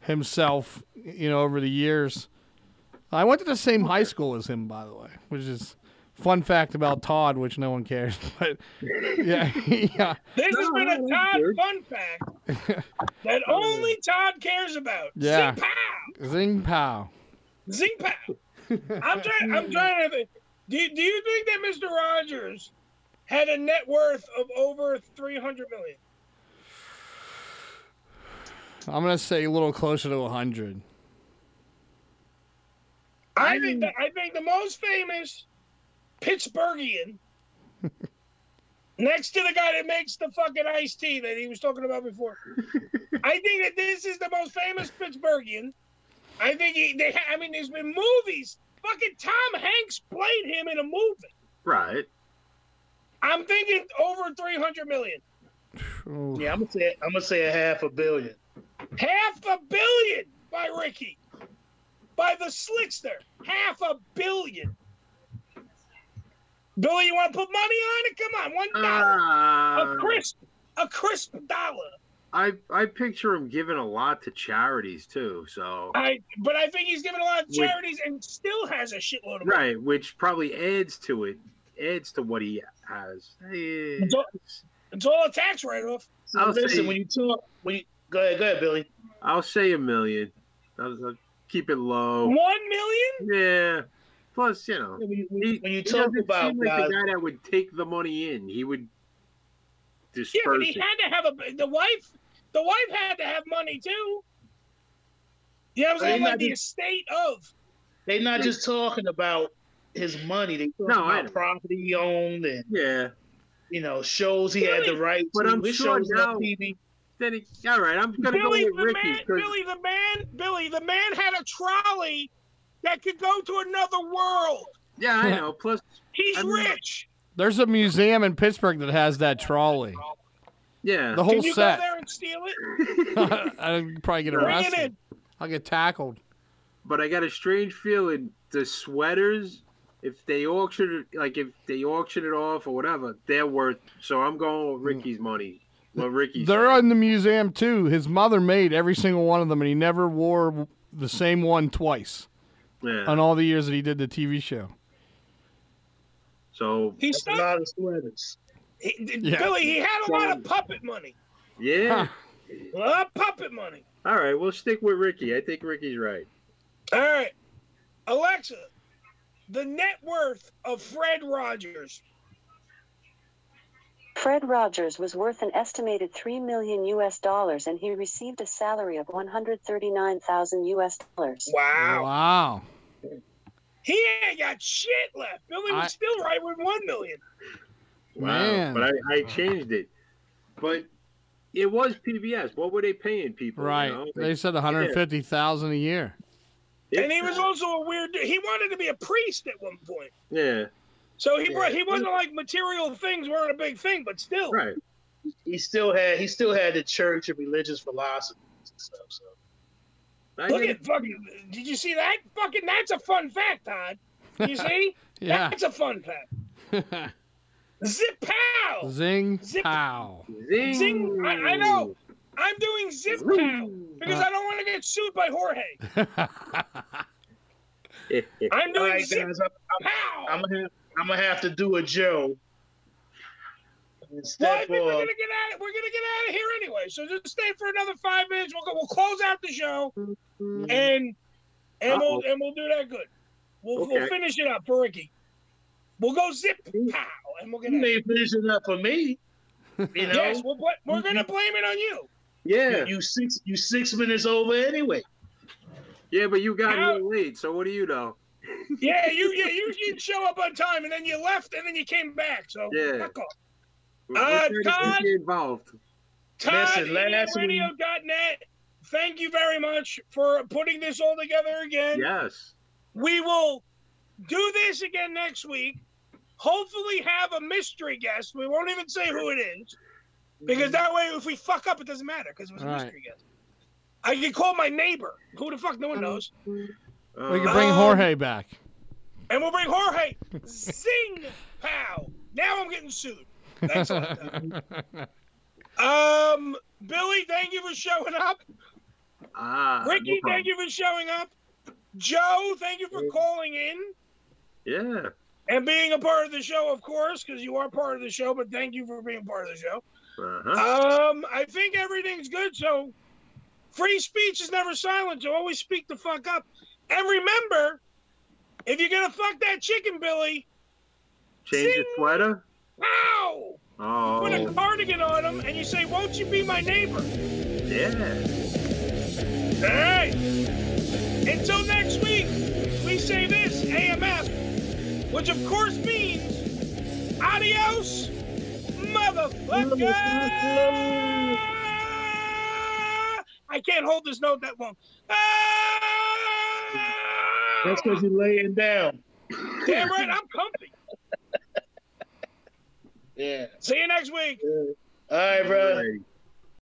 S10: himself, you know, over the years. I went to the same high school as him, by the way, which is fun fact about Todd, which no one cares. But yeah, yeah,
S7: This has been a Todd fun fact that only Todd cares about.
S10: yeah.
S7: Zip Pal.
S10: Zing pow.
S7: Zing Pow. I'm trying. I'm trying to think. Do you, do you think that Mr. Rogers had a net worth of over three hundred million?
S10: I'm gonna say a little closer to hundred.
S7: I think that, I think the most famous Pittsburghian, next to the guy that makes the fucking iced tea that he was talking about before, I think that this is the most famous Pittsburghian. I think he. They. ha- I mean, there's been movies. Fucking Tom Hanks played him in a movie.
S8: Right.
S7: I'm thinking over three hundred million.
S11: Yeah, I'm gonna say I'm gonna say a half a billion.
S7: Half a billion by Ricky, by the slickster. Half a billion. Billy, you want to put money on it? Come on, one dollar,
S8: Uh.
S7: a crisp, a crisp dollar.
S8: I I picture him giving a lot to charities too. So
S7: I, but I think he's giving a lot of
S8: Would-
S7: charities and still has a shitload of money.
S8: right, which probably adds to it, adds to what he has. Hey,
S7: It's all, it's all a tax write-off.
S11: So listen, when you talk, when you, go ahead, go ahead, Billy.
S8: I'll say a million. I'll, I'll keep it
S11: Oh.
S8: low.
S7: One million?
S8: Yeah. Plus, you know,
S11: when you, when you
S8: he
S11: talk
S8: doesn't
S11: about
S8: seem like
S11: guys-
S8: the guy that would take the money in, he would disperse
S7: Yeah, but he
S8: it.
S7: had to have a the wife. The wife had to have money too. Yeah, I was
S11: They
S7: saying like
S11: not
S7: the
S11: just-
S7: estate of.
S11: They're not just talking about his money. They talking
S7: No, I
S11: about property he owned and
S8: yeah,
S11: you know shows he had the right
S8: But
S11: to.
S8: I'm
S11: This
S8: sure
S11: shows on
S8: now-
S11: TV.
S8: Then he, all right, I'm gonna
S7: Billy
S8: go
S7: the
S8: with Ricky.
S7: man,
S8: 'cause-
S7: Billy the man, Billy the man had a trolley that could go to another world.
S8: Yeah, I know. Plus,
S7: he's
S8: I mean-
S7: rich.
S10: There's a museum in Pittsburgh that has that trolley.
S8: Yeah,
S10: The whole
S7: Can you
S10: set.
S7: go there and steal it?
S10: I'd probably
S8: Bring it
S10: get arrested. I'll get tackled.
S8: but I got a strange feeling the sweaters, if they auction it, like if they auction it off or whatever, they're worth. So I'm going with Ricky's money. Well, Ricky's.
S10: They're in the museum too. His mother made every single one of them, and he never wore the same one twice
S8: yeah.
S10: on all the years that he did the TV show.
S8: So
S7: He
S11: a lot of sweaters.
S7: He-
S10: Yeah.
S7: Billy, he had a lot of puppet money.
S8: yeah.
S7: A lot of puppet money.
S8: All right, we'll stick with Ricky. I think Ricky's right.
S7: All right. Alexa, the net worth of Fred Rogers.
S9: Fred Rogers was worth an estimated 3 million US dollars and he received a salary of 139,000 US dollars.
S7: Wow.
S10: Wow.
S7: He ain't got shit left. Billy was
S8: I-
S7: still right with one million.
S8: Wow.
S10: Man.
S8: But I, I changed it. But it was PBS. What were they paying people? you
S10: Right.
S8: know?
S10: They said
S8: Yeah.
S10: 150,000 a year.
S7: And he was also a weird dude. He wanted to be a priest at one point.
S8: Yeah.
S7: So he brought, he wasn't like material things weren't a big thing, but still.
S8: Right.
S11: He still had he still had the church and religious philosophies and stuff. So
S7: Look at fucking. Did you see that? Fucking. That's a fun fact, Todd. You see?
S10: Yeah.
S7: That's a fun fact. Zip pow.
S10: Zing
S7: Zip-
S10: pow.
S8: Zing.
S7: Zing. I, I know. I'm doing zip pow because
S8: Uh.
S7: I don't want to get sued by Jorge. I'm doing
S11: All right,
S7: zip
S11: guys, I'm, I'm, I'm gonna have, I'm gonna have to do a Joe. And
S7: Well, I
S11: Step
S7: think we're
S11: off.
S7: gonna get out. We're gonna get out of here anyway. So just stay for another five minutes. We'll go, we'll close out the show, and and
S8: Uh-oh.
S7: we'll and we'll do that good. We'll,
S11: Okay.
S7: we'll finish it up for Ricky. We'll go zip pow, and we'll get
S11: You
S7: out.
S11: may finish it up for me. You know,
S7: Yes, we'll, bl- we're gonna blame it on you.
S8: Yeah.
S11: you six you six minutes over anyway.
S8: Yeah, but you got here late, so what do you know?
S7: Yeah, you yeah you didn't show up on time, and then you left, and then you came back. So
S8: Yeah.
S7: fuck off.
S8: We're-
S7: Uh,
S8: we're trying to
S7: Todd,
S8: get you involved.
S7: Todd,
S11: Listen, last week-
S7: radio.net. Thank you very much for putting this all together again.
S8: Yes.
S7: We will do this again next week. Hopefully, have a mystery guest. We won't even say who it is, because that way, if we fuck up, it doesn't matter because it was a
S10: Mm-hmm. All right. Mm-hmm.
S7: mystery guest. I can call my neighbor. Who the fuck? No one knows.
S10: we can bring
S7: Um,
S10: Jorge back.
S7: And we'll bring Jorge. Zing, pow. Now I'm getting sued. Thanks a lot. Um, Billy, thank you for showing up.
S8: Ah,
S7: Ricky, thank you for showing up. Joe, thank you for calling in
S8: Yeah.
S7: and being a part of the show, of course, because you are part of the show. But thank you for being part of the show.
S8: Uh-huh.
S7: Um, I think everything's good. So, free speech is never silent. So always speak the fuck up. And remember, if you're gonna fuck that chicken, Billy,
S8: Change your sweater.
S7: pow! Put a
S8: Oh,
S7: cardigan on him, and you say, "Won't you be my neighbor?"
S8: yeah.
S7: All right. Until next week, we say this AMF, which of course means adios, motherfucker. I can't hold this note that long. That's
S13: because you're laying down.
S7: Damn right, I'm comfy.
S13: Yeah.
S7: See you next week.
S13: All right, bro.